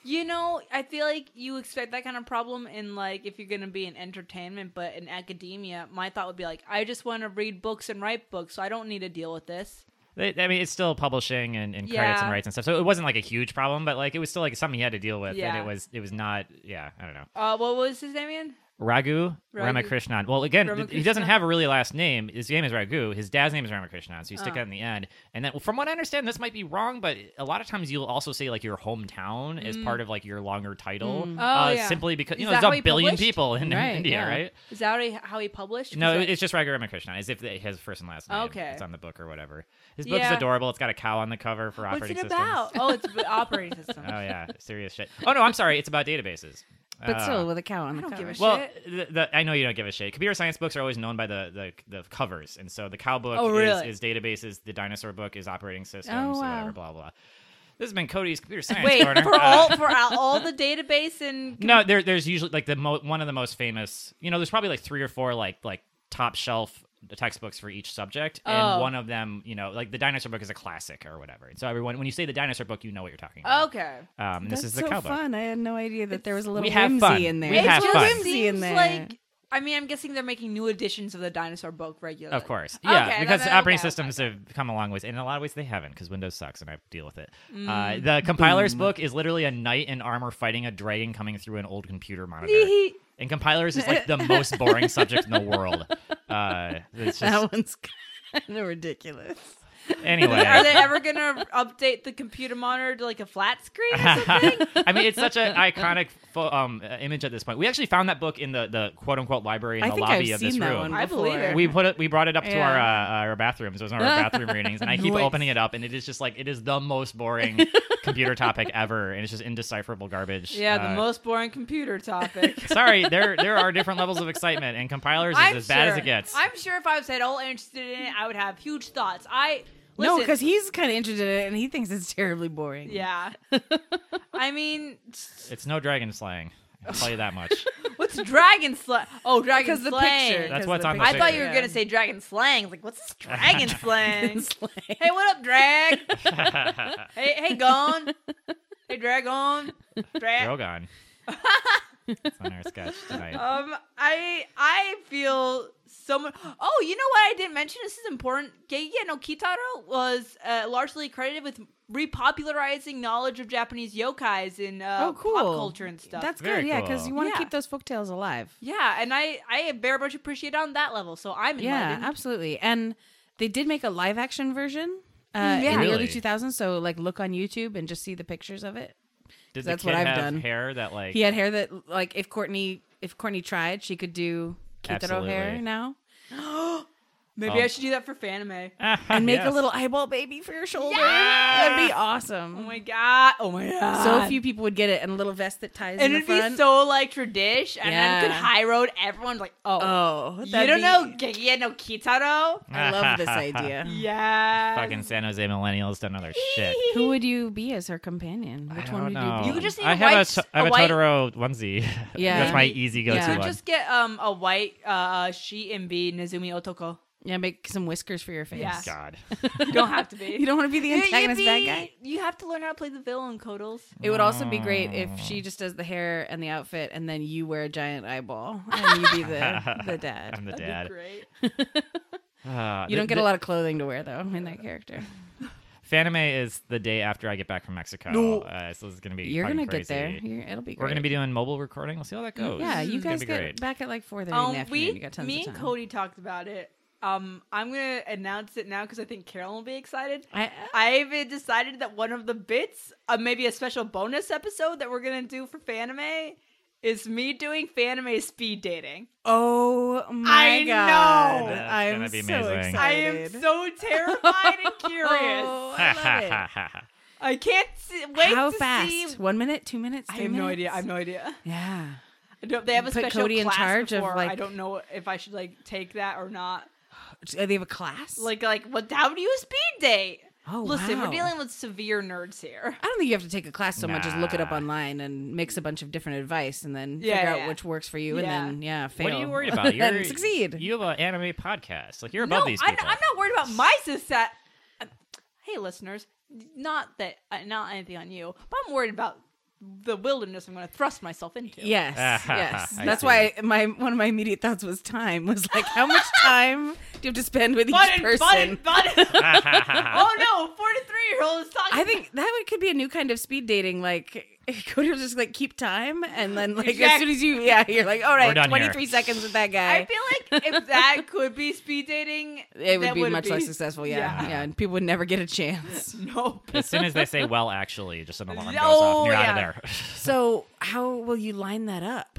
Speaker 2: You know, I feel like you expect that kind of problem in like if you're gonna be in entertainment, but in academia, my thought would be like, I just want to read books and write books, so I don't need to deal with this.
Speaker 1: They- I mean, it's still publishing and, and credits and
Speaker 2: Yeah.
Speaker 1: rights and stuff. So it wasn't like a huge problem, but like it was still like something he had to deal with.
Speaker 2: Yeah.
Speaker 1: And it was it was not. Yeah, I don't know.
Speaker 2: Uh, what was his name again?
Speaker 1: Raghu,
Speaker 2: Raghu.
Speaker 1: Ramakrishnan. Well, again, th- he doesn't
Speaker 2: Ramakrishnan?
Speaker 1: have a really last name. His name is Raghu. His dad's name is Ramakrishnan. So you stick
Speaker 2: Oh.
Speaker 1: that in the end. And then, from what I understand, this might be wrong, but a lot of times you'll also say like your hometown as part of like your longer title.
Speaker 3: Mm.
Speaker 2: Oh,
Speaker 1: uh,
Speaker 2: yeah.
Speaker 1: Simply because, you
Speaker 2: Mm. Is
Speaker 1: know,
Speaker 2: that
Speaker 1: there's
Speaker 2: how
Speaker 1: a
Speaker 2: he
Speaker 1: billion
Speaker 2: published?
Speaker 1: people in
Speaker 3: Right,
Speaker 1: India,
Speaker 3: yeah.
Speaker 1: right?
Speaker 2: Is that already how he published? 'Cause
Speaker 1: No,
Speaker 2: I-
Speaker 1: it- it's just Raghu Ramakrishnan, as if it has first and last name.
Speaker 2: Okay.
Speaker 1: It's on the book or whatever. His book's
Speaker 2: Yeah.
Speaker 1: adorable. It's got a cow on the cover for
Speaker 2: what's
Speaker 1: operating
Speaker 2: it
Speaker 1: systems.
Speaker 2: about? Oh, it's about
Speaker 1: *laughs*
Speaker 2: operating system.
Speaker 1: oh yeah, serious shit. Oh no, I'm sorry. It's about databases.
Speaker 3: But
Speaker 1: Uh,
Speaker 3: still with a cow on the
Speaker 2: I don't
Speaker 3: cover.
Speaker 2: give a shit.
Speaker 1: well, the, the, I know you don't give a shit. Computer science books are always known by the the, the covers, and so the cow book
Speaker 2: Oh, really?
Speaker 1: is, is databases. The dinosaur book is operating systems.
Speaker 3: Oh,
Speaker 1: or
Speaker 3: wow.
Speaker 1: whatever, blah blah. This has been
Speaker 2: *laughs*
Speaker 1: Cody's computer science
Speaker 2: Wait
Speaker 1: corner.
Speaker 2: for
Speaker 1: Uh,
Speaker 2: all for all, all the database and
Speaker 1: *laughs* no, there, there's usually like the mo- one of the most famous. You know, there's probably like three or four like like top shelf textbooks for each subject, and
Speaker 2: Oh.
Speaker 1: one of them, you know, like the dinosaur book is a classic or whatever. And so everyone, when you say the dinosaur book, you know what you're talking about.
Speaker 2: Okay.
Speaker 1: Um, and this
Speaker 3: That's
Speaker 1: is the
Speaker 3: so
Speaker 1: cow book.
Speaker 3: fun. I had no idea that there was a little
Speaker 1: We have
Speaker 3: whimsy
Speaker 1: fun.
Speaker 3: in there.
Speaker 1: We have
Speaker 3: There's
Speaker 1: fun.
Speaker 3: whimsy in
Speaker 2: seems
Speaker 3: there.
Speaker 2: like I mean, I'm guessing they're making new editions of the dinosaur book regularly.
Speaker 1: Of course,
Speaker 2: Okay,
Speaker 1: yeah,
Speaker 2: that-
Speaker 1: because
Speaker 2: that-
Speaker 1: operating
Speaker 2: okay,
Speaker 1: systems have come a long ways, and in a lot of ways they haven't, because Windows sucks, and I deal with it.
Speaker 3: Mm.
Speaker 1: Uh, the compiler's book is literally a knight in armor fighting a dragon coming through an old computer monitor,
Speaker 3: *laughs*
Speaker 1: and compilers is like the most boring subject in the world. Uh, it's just
Speaker 3: *laughs* that one's kind of ridiculous. *laughs*
Speaker 1: anyway.
Speaker 2: Are
Speaker 1: *laughs*
Speaker 2: they ever gonna update the computer monitor to like a flat screen
Speaker 1: *laughs* Uh,
Speaker 2: or something?
Speaker 1: I mean, it's
Speaker 3: *laughs*
Speaker 1: such an iconic fo- um, uh, image at this point. We actually found that book in the, the quote unquote library in
Speaker 3: I
Speaker 1: the
Speaker 3: think
Speaker 1: lobby
Speaker 3: I've
Speaker 1: of this
Speaker 3: seen that
Speaker 1: room.
Speaker 3: one.
Speaker 2: I believe
Speaker 3: before.
Speaker 2: it.
Speaker 1: We put it. We brought it up to our
Speaker 3: Yeah.
Speaker 1: uh, our bathrooms. It was one of our bathroom readings, and I keep
Speaker 3: Nice.
Speaker 1: opening it up, and it is just like it is the most boring computer topic ever, and it's just indecipherable garbage.
Speaker 2: Yeah, the
Speaker 1: Uh,
Speaker 2: most *laughs* boring computer
Speaker 1: *laughs*
Speaker 2: topic.
Speaker 1: Sorry, there there are different levels of excitement, and compilers is
Speaker 2: I'm
Speaker 1: as
Speaker 2: sure,
Speaker 1: bad as it gets.
Speaker 2: I'm sure if I was at all interested in it, I would have huge thoughts. I listen,
Speaker 3: No, because he's kind of interested in it and he thinks it's terribly boring.
Speaker 2: yeah. I *laughs* mean,
Speaker 1: It's no dragon slang. I'll tell you that much. *laughs*
Speaker 2: what's dragon slang? Oh, dragon
Speaker 3: Because the
Speaker 2: slang.
Speaker 3: picture.
Speaker 1: That's
Speaker 3: *laughs* 'cause
Speaker 1: what's
Speaker 3: the
Speaker 1: on the
Speaker 3: picture.
Speaker 2: I thought you were
Speaker 3: Yeah.
Speaker 2: gonna
Speaker 3: *laughs*
Speaker 2: say dragon slang. Like,
Speaker 1: *laughs*
Speaker 2: what's this dragon slang?
Speaker 3: Slang.
Speaker 2: hey, what up, drag? hey, hey, gone. Hey, dragon. Drag.
Speaker 1: Drogon. it's on our sketch tonight.
Speaker 2: *laughs* Um, I I feel so much. Oh, you know what I didn't mention? This is important. Geigi no Kitaro was uh, largely credited with repopularizing knowledge of Japanese yokais in uh,
Speaker 3: Oh, cool.
Speaker 2: pop culture and stuff.
Speaker 3: That's
Speaker 1: Very
Speaker 3: good, yeah, because
Speaker 1: cool.
Speaker 3: you want to
Speaker 2: Yeah.
Speaker 3: keep those folktales alive.
Speaker 2: yeah, and I I very much appreciate it on that level. So I'm
Speaker 3: Yeah,
Speaker 2: enlightened.
Speaker 3: absolutely. And they did make a live action version uh, in
Speaker 2: Yeah.
Speaker 3: the
Speaker 1: Really?
Speaker 3: early 2000s. So, like, look on YouTube and just see the pictures of it.
Speaker 1: Did the
Speaker 3: That's
Speaker 1: kid
Speaker 3: what I've
Speaker 1: have
Speaker 3: done.
Speaker 1: hair that like?
Speaker 3: He had hair that, like, if Courtney if Courtney tried, she could do Kitaro hair
Speaker 1: Absolutely.
Speaker 3: now
Speaker 2: Maybe
Speaker 1: Um, ah.
Speaker 2: I should do that for fanime.
Speaker 1: *laughs*
Speaker 3: and make
Speaker 1: Yes.
Speaker 3: a little eyeball baby for your shoulder.
Speaker 2: Yeah!
Speaker 3: That'd be
Speaker 2: Oh
Speaker 3: awesome.
Speaker 2: my god! Oh my god!
Speaker 3: so few people would get it, and a little vest that ties
Speaker 2: and
Speaker 3: in the
Speaker 2: it'd be
Speaker 3: front.
Speaker 2: so like tradish, and then could
Speaker 3: Yeah.
Speaker 2: high road everyone like, oh,
Speaker 3: oh,
Speaker 2: you
Speaker 3: that'd
Speaker 2: don't
Speaker 3: be-
Speaker 2: know Geigi no Kitaro?
Speaker 3: I love this idea. *laughs*
Speaker 2: Yeah.
Speaker 1: Mm. Fucking San Jose millennials don't know their shit.
Speaker 3: Who would you be as her companion?
Speaker 1: I
Speaker 3: Which
Speaker 1: don't
Speaker 3: one would
Speaker 1: know.
Speaker 3: you
Speaker 2: You
Speaker 3: be?
Speaker 2: could just need
Speaker 1: I
Speaker 2: a
Speaker 1: have
Speaker 2: white-
Speaker 1: a, t- I have
Speaker 2: a
Speaker 1: a
Speaker 2: white-
Speaker 1: Totoro onesie. *laughs*
Speaker 3: Yeah.
Speaker 1: that's my easy go-to
Speaker 3: Yeah.
Speaker 2: You
Speaker 1: one.
Speaker 2: just get um a white uh she and be Nizumi Otoko.
Speaker 3: yeah, make some whiskers for your face. *laughs*
Speaker 2: Yeah.
Speaker 1: God,
Speaker 2: You don't have to be.
Speaker 3: You don't want to be the
Speaker 2: You- you
Speaker 3: antagonist bad
Speaker 2: be-
Speaker 3: guy.
Speaker 2: You have to learn how to play the villain, Codals.
Speaker 3: It would also be great if she just does the hair and the outfit, and then you wear a giant eyeball and you be *laughs* the the
Speaker 1: I'm
Speaker 3: dad.
Speaker 1: the dad.
Speaker 2: Great.
Speaker 1: Uh,
Speaker 3: You don't get a lot of clothing to wear though in that character.
Speaker 1: Fanime is the day after I get back from Mexico. Uh, so it's gonna be.
Speaker 3: You're
Speaker 1: fucking
Speaker 3: gonna get there.
Speaker 1: crazy.
Speaker 3: You're, it'll be. Great.
Speaker 1: We're gonna be doing mobile recording. We'll see how that goes.
Speaker 3: Yeah, you
Speaker 1: It's gonna
Speaker 3: guys
Speaker 1: be
Speaker 3: get
Speaker 1: great. *laughs*
Speaker 3: back at like four thirty *laughs* in the
Speaker 2: Um,
Speaker 3: afternoon.
Speaker 2: we,
Speaker 3: you got tons
Speaker 2: me
Speaker 3: of time.
Speaker 2: and Cody talked about it. Um, I'm gonna announce it now because I think Carol will be
Speaker 3: *laughs*
Speaker 2: excited.
Speaker 3: I,
Speaker 2: I've uh, decided that one of the bits, uh, maybe a special bonus episode that we're gonna do for Fanime, is me doing Fanime speed dating.
Speaker 3: oh my
Speaker 2: I
Speaker 3: god!
Speaker 2: know.
Speaker 1: That's
Speaker 3: I'm
Speaker 1: gonna be
Speaker 3: so
Speaker 1: amazing.
Speaker 3: excited.
Speaker 2: I am so terrified
Speaker 3: *laughs*
Speaker 2: and curious.
Speaker 3: Oh, I love it.
Speaker 2: I can't see, wait
Speaker 3: How
Speaker 2: to
Speaker 3: fast?
Speaker 2: see.
Speaker 3: One minute? Two minutes?
Speaker 2: I
Speaker 3: three
Speaker 2: have no
Speaker 3: minutes?
Speaker 2: idea. I have no idea.
Speaker 3: Yeah.
Speaker 2: I don't, they have a
Speaker 3: Put
Speaker 2: special
Speaker 3: Cody in
Speaker 2: class
Speaker 3: charge of,
Speaker 2: before. I
Speaker 3: like-
Speaker 2: don't know if I should like take that or not.
Speaker 3: Uh, They have a class.
Speaker 2: Like, like what? How do you speed date?
Speaker 3: Oh,
Speaker 2: listen,
Speaker 3: wow.
Speaker 2: we're dealing with severe nerds here.
Speaker 3: I don't think you have to take a class so much as look it up
Speaker 1: Nah.
Speaker 3: online and mix a bunch of different advice and then
Speaker 2: Yeah,
Speaker 3: figure
Speaker 2: yeah.
Speaker 3: out which works for you and
Speaker 2: Yeah.
Speaker 3: then yeah fail.
Speaker 1: What are you
Speaker 3: *laughs*
Speaker 1: worried about?
Speaker 3: and
Speaker 1: You're,
Speaker 3: succeed.
Speaker 1: You have an anime podcast. Like you're above
Speaker 2: no,
Speaker 1: these
Speaker 2: I'm,
Speaker 1: people.
Speaker 2: I'm not worried about my success. Hey, listeners, not that uh, not anything on you, but I'm worried about the wilderness I'm going to thrust myself into.
Speaker 3: Yes,
Speaker 1: Ah,
Speaker 3: yes.
Speaker 1: I
Speaker 3: That's
Speaker 1: see.
Speaker 3: why my one of my immediate thoughts was time. Was like, how much time do you have to spend with
Speaker 2: *laughs*
Speaker 3: each
Speaker 2: Button,
Speaker 3: person?
Speaker 2: button, *laughs*
Speaker 1: *laughs*
Speaker 2: button. oh no, 43 year old is talking.
Speaker 3: I think that would, could be a new kind of speed dating. Like, *laughs* Cody will just like keep time, and then like as
Speaker 2: Exact-
Speaker 3: soon as you, yeah, you're like, all right,
Speaker 1: done here.
Speaker 3: 23 seconds with that guy.
Speaker 2: I feel like if that could be speed dating,
Speaker 3: it would
Speaker 2: that
Speaker 3: be much less successful. Yeah, yeah,
Speaker 2: Yeah.
Speaker 3: and people would never get a chance.
Speaker 2: *laughs* Nope.
Speaker 1: as soon as they
Speaker 3: *laughs*
Speaker 1: say "well, actually," just an alarm goes off.
Speaker 2: Oh,
Speaker 1: and You're out
Speaker 2: yeah.
Speaker 1: of there.
Speaker 3: so, how will you line that up?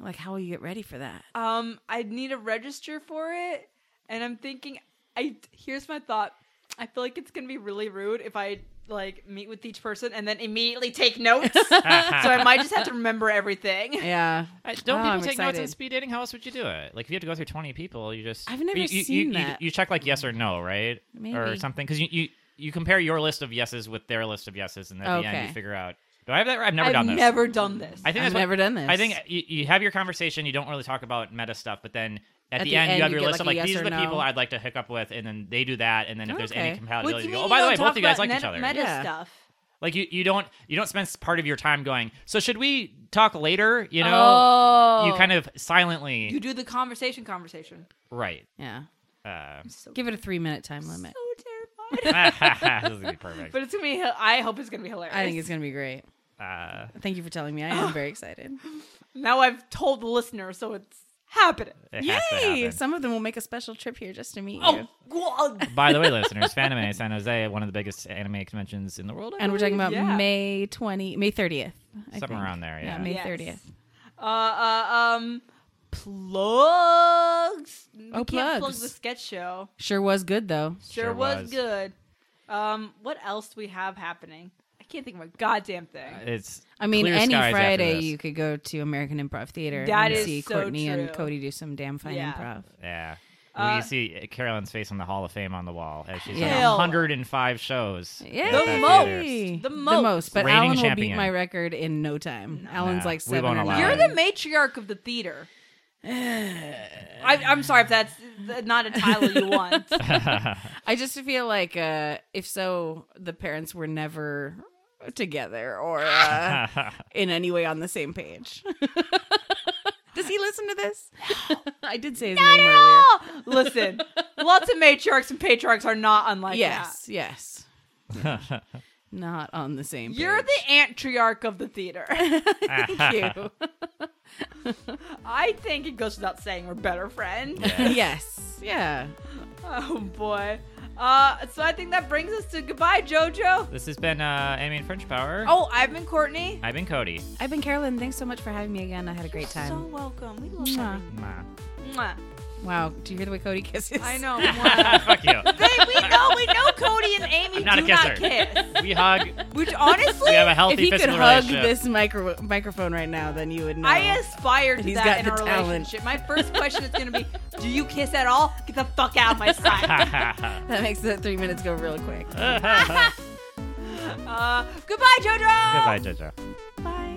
Speaker 3: Like, how will you get ready for that?
Speaker 2: Um, I need to register for it, and I'm thinking, I here's my thought. I feel like it's gonna be really rude if I like meet with each person and then immediately take
Speaker 1: *laughs*
Speaker 2: notes. so I might just have to remember everything.
Speaker 3: Yeah,
Speaker 1: I- Don't
Speaker 3: Oh,
Speaker 1: people
Speaker 3: I'm
Speaker 1: take notes on
Speaker 3: excited.
Speaker 1: speed dating? How else would you do it? Like, if you had to go through 20 people, you just.
Speaker 3: I've never
Speaker 1: you, you- you-
Speaker 3: seen
Speaker 1: you-
Speaker 3: that.
Speaker 1: You check, like, yes or no, right? Or
Speaker 3: Maybe.
Speaker 1: something. Because you, you, you compare your list of yeses with their list of yeses, and at the end,
Speaker 3: Okay.
Speaker 1: you figure out. Do I have that right? I've never
Speaker 2: I've
Speaker 1: done this.
Speaker 2: never done this.
Speaker 1: I think uh,
Speaker 3: I've
Speaker 1: that's what-
Speaker 3: never done this.
Speaker 1: I think you, you have your conversation. You don't really talk about meta stuff, but then At,
Speaker 3: At
Speaker 1: the,
Speaker 3: the
Speaker 1: end,
Speaker 3: end,
Speaker 1: you have
Speaker 3: you
Speaker 1: your
Speaker 3: get,
Speaker 1: list of
Speaker 3: like, a
Speaker 1: like
Speaker 3: yes
Speaker 1: these are
Speaker 3: or
Speaker 1: the
Speaker 3: no.
Speaker 1: people I'd like to hook up with, and then they do that, and then if there's any
Speaker 3: Okay.
Speaker 2: What
Speaker 1: compatibility,
Speaker 2: do you
Speaker 1: you
Speaker 2: mean
Speaker 1: go, oh, by the
Speaker 2: don't
Speaker 1: way, both
Speaker 2: talk
Speaker 1: of you guys
Speaker 2: about
Speaker 1: like each
Speaker 2: meta-
Speaker 1: other.
Speaker 2: Meta
Speaker 3: Yeah.
Speaker 2: stuff.
Speaker 1: Like you, you don't you don't spend s- part of your time going. So should we talk later? You know,
Speaker 2: oh.
Speaker 1: you kind of silently
Speaker 2: you do the conversation conversation.
Speaker 1: right.
Speaker 3: Yeah.
Speaker 1: Uh,
Speaker 2: I'm so,
Speaker 3: Give it a three minute time limit.
Speaker 2: so
Speaker 1: *laughs* this *laughs*
Speaker 2: terrified.
Speaker 1: is gonna be perfect.
Speaker 2: but it's gonna be. I hope it's gonna be hilarious.
Speaker 3: I think it's going to be great.
Speaker 1: Uh,
Speaker 3: Thank you for telling me. I am very excited.
Speaker 2: now I've told the listener, so it's happening.
Speaker 1: it has to
Speaker 3: Yay!
Speaker 1: happen.
Speaker 3: *laughs* Some of them will make a special trip here just to meet you.
Speaker 2: Oh, well,
Speaker 1: By the way, listeners, Fanime San Jose, one of the biggest anime conventions in the world, I
Speaker 3: and we're talking about
Speaker 2: Yeah.
Speaker 3: May 20, May 30th. I
Speaker 1: Something
Speaker 3: think.
Speaker 1: oh, around there, yeah.
Speaker 3: May
Speaker 2: Yes.
Speaker 3: 30th.
Speaker 2: uh, uh, um, plugs.
Speaker 3: Oh,
Speaker 2: we can't plug
Speaker 3: plugs.
Speaker 2: the sketch show.
Speaker 3: Sure was good though.
Speaker 2: Sure,
Speaker 1: Sure
Speaker 2: was.
Speaker 1: was.
Speaker 2: good. Um, what else do we have happening? I can't think of a goddamn thing.
Speaker 1: believe. It's
Speaker 3: I mean,
Speaker 1: clear
Speaker 3: any
Speaker 1: skies after
Speaker 3: Friday
Speaker 1: this.
Speaker 3: you could go to American Improv Theater
Speaker 2: That
Speaker 3: and
Speaker 2: is
Speaker 3: see
Speaker 2: so
Speaker 3: Courtney and
Speaker 2: true.
Speaker 3: Cody do some damn fine
Speaker 2: Yeah.
Speaker 3: improv.
Speaker 1: Yeah.
Speaker 2: Uh,
Speaker 1: we see Carolyn's face on the Hall of Fame on the wall as she's
Speaker 3: Yeah.
Speaker 1: done 105 shows.
Speaker 3: Yeah,
Speaker 1: at
Speaker 2: The
Speaker 1: that
Speaker 2: most.
Speaker 1: theater.
Speaker 2: The
Speaker 3: the
Speaker 2: most.
Speaker 3: most. But
Speaker 1: Reigning
Speaker 3: Alan will beat
Speaker 1: champion.
Speaker 3: my record in no time. Alan's
Speaker 1: Nah,
Speaker 3: like
Speaker 1: we
Speaker 3: seven.
Speaker 1: won't
Speaker 3: or
Speaker 1: allow
Speaker 3: nine.
Speaker 2: You're
Speaker 1: it.
Speaker 2: the matriarch of the *sighs* theater. I, I'm sorry if that's not a title *laughs* you want.
Speaker 3: I just feel like uh, if so, the parents were never together or uh,
Speaker 1: *laughs*
Speaker 3: in any way on the same page. *laughs* Does he listen to this? *laughs* I did say his name earlier.
Speaker 2: Oh, Listen, lots of matriarchs and patriarchs are not unlike
Speaker 3: yes, yes.
Speaker 1: *laughs*
Speaker 3: Not on the same.
Speaker 2: that. You're
Speaker 3: page.
Speaker 2: the antriarch of the
Speaker 3: *laughs*
Speaker 2: theater.
Speaker 1: *laughs*
Speaker 3: Thank you.
Speaker 2: I think it goes without saying we're better friends.
Speaker 1: Yeah.
Speaker 3: *laughs* yes. Yeah.
Speaker 2: Oh boy. Uh, so I think that brings us to goodbye, Jojo.
Speaker 1: This has been uh, Amy and French Power.
Speaker 2: Oh, I've been Courtney.
Speaker 1: I've been Cody.
Speaker 3: I've been Carolyn. Thanks so much for having me again. I had a great
Speaker 2: So
Speaker 3: time.
Speaker 2: welcome. We love
Speaker 3: Mwah.
Speaker 2: having
Speaker 1: Mwah.
Speaker 2: you. Mwah.
Speaker 3: Wow. Do you hear the way Cody kisses?
Speaker 2: I *laughs* know.
Speaker 3: *laughs*
Speaker 2: mwah.
Speaker 1: Ah, Fuck you.
Speaker 2: they, we know. We know. Cody and Amy
Speaker 1: not a
Speaker 2: do not
Speaker 1: kisser. *laughs*
Speaker 2: kiss.
Speaker 1: We hug.
Speaker 2: Which honestly,
Speaker 3: *laughs*
Speaker 1: We have a healthy
Speaker 3: If he could
Speaker 1: physical
Speaker 3: hug
Speaker 1: relationship.
Speaker 3: this micro- microphone right now, then you would know.
Speaker 2: I aspire to
Speaker 3: He's
Speaker 2: that
Speaker 3: got
Speaker 2: in
Speaker 3: the
Speaker 2: a
Speaker 3: talent.
Speaker 2: relationship. My first question is going to be, do you kiss at all? Get the fuck out of
Speaker 1: *laughs*
Speaker 2: my sight.
Speaker 3: that makes the three minutes go real quick.
Speaker 1: *laughs*
Speaker 3: *laughs*
Speaker 1: Goodbye,
Speaker 2: uh, goodbye, JoJo.
Speaker 1: Jojo.
Speaker 3: Bye.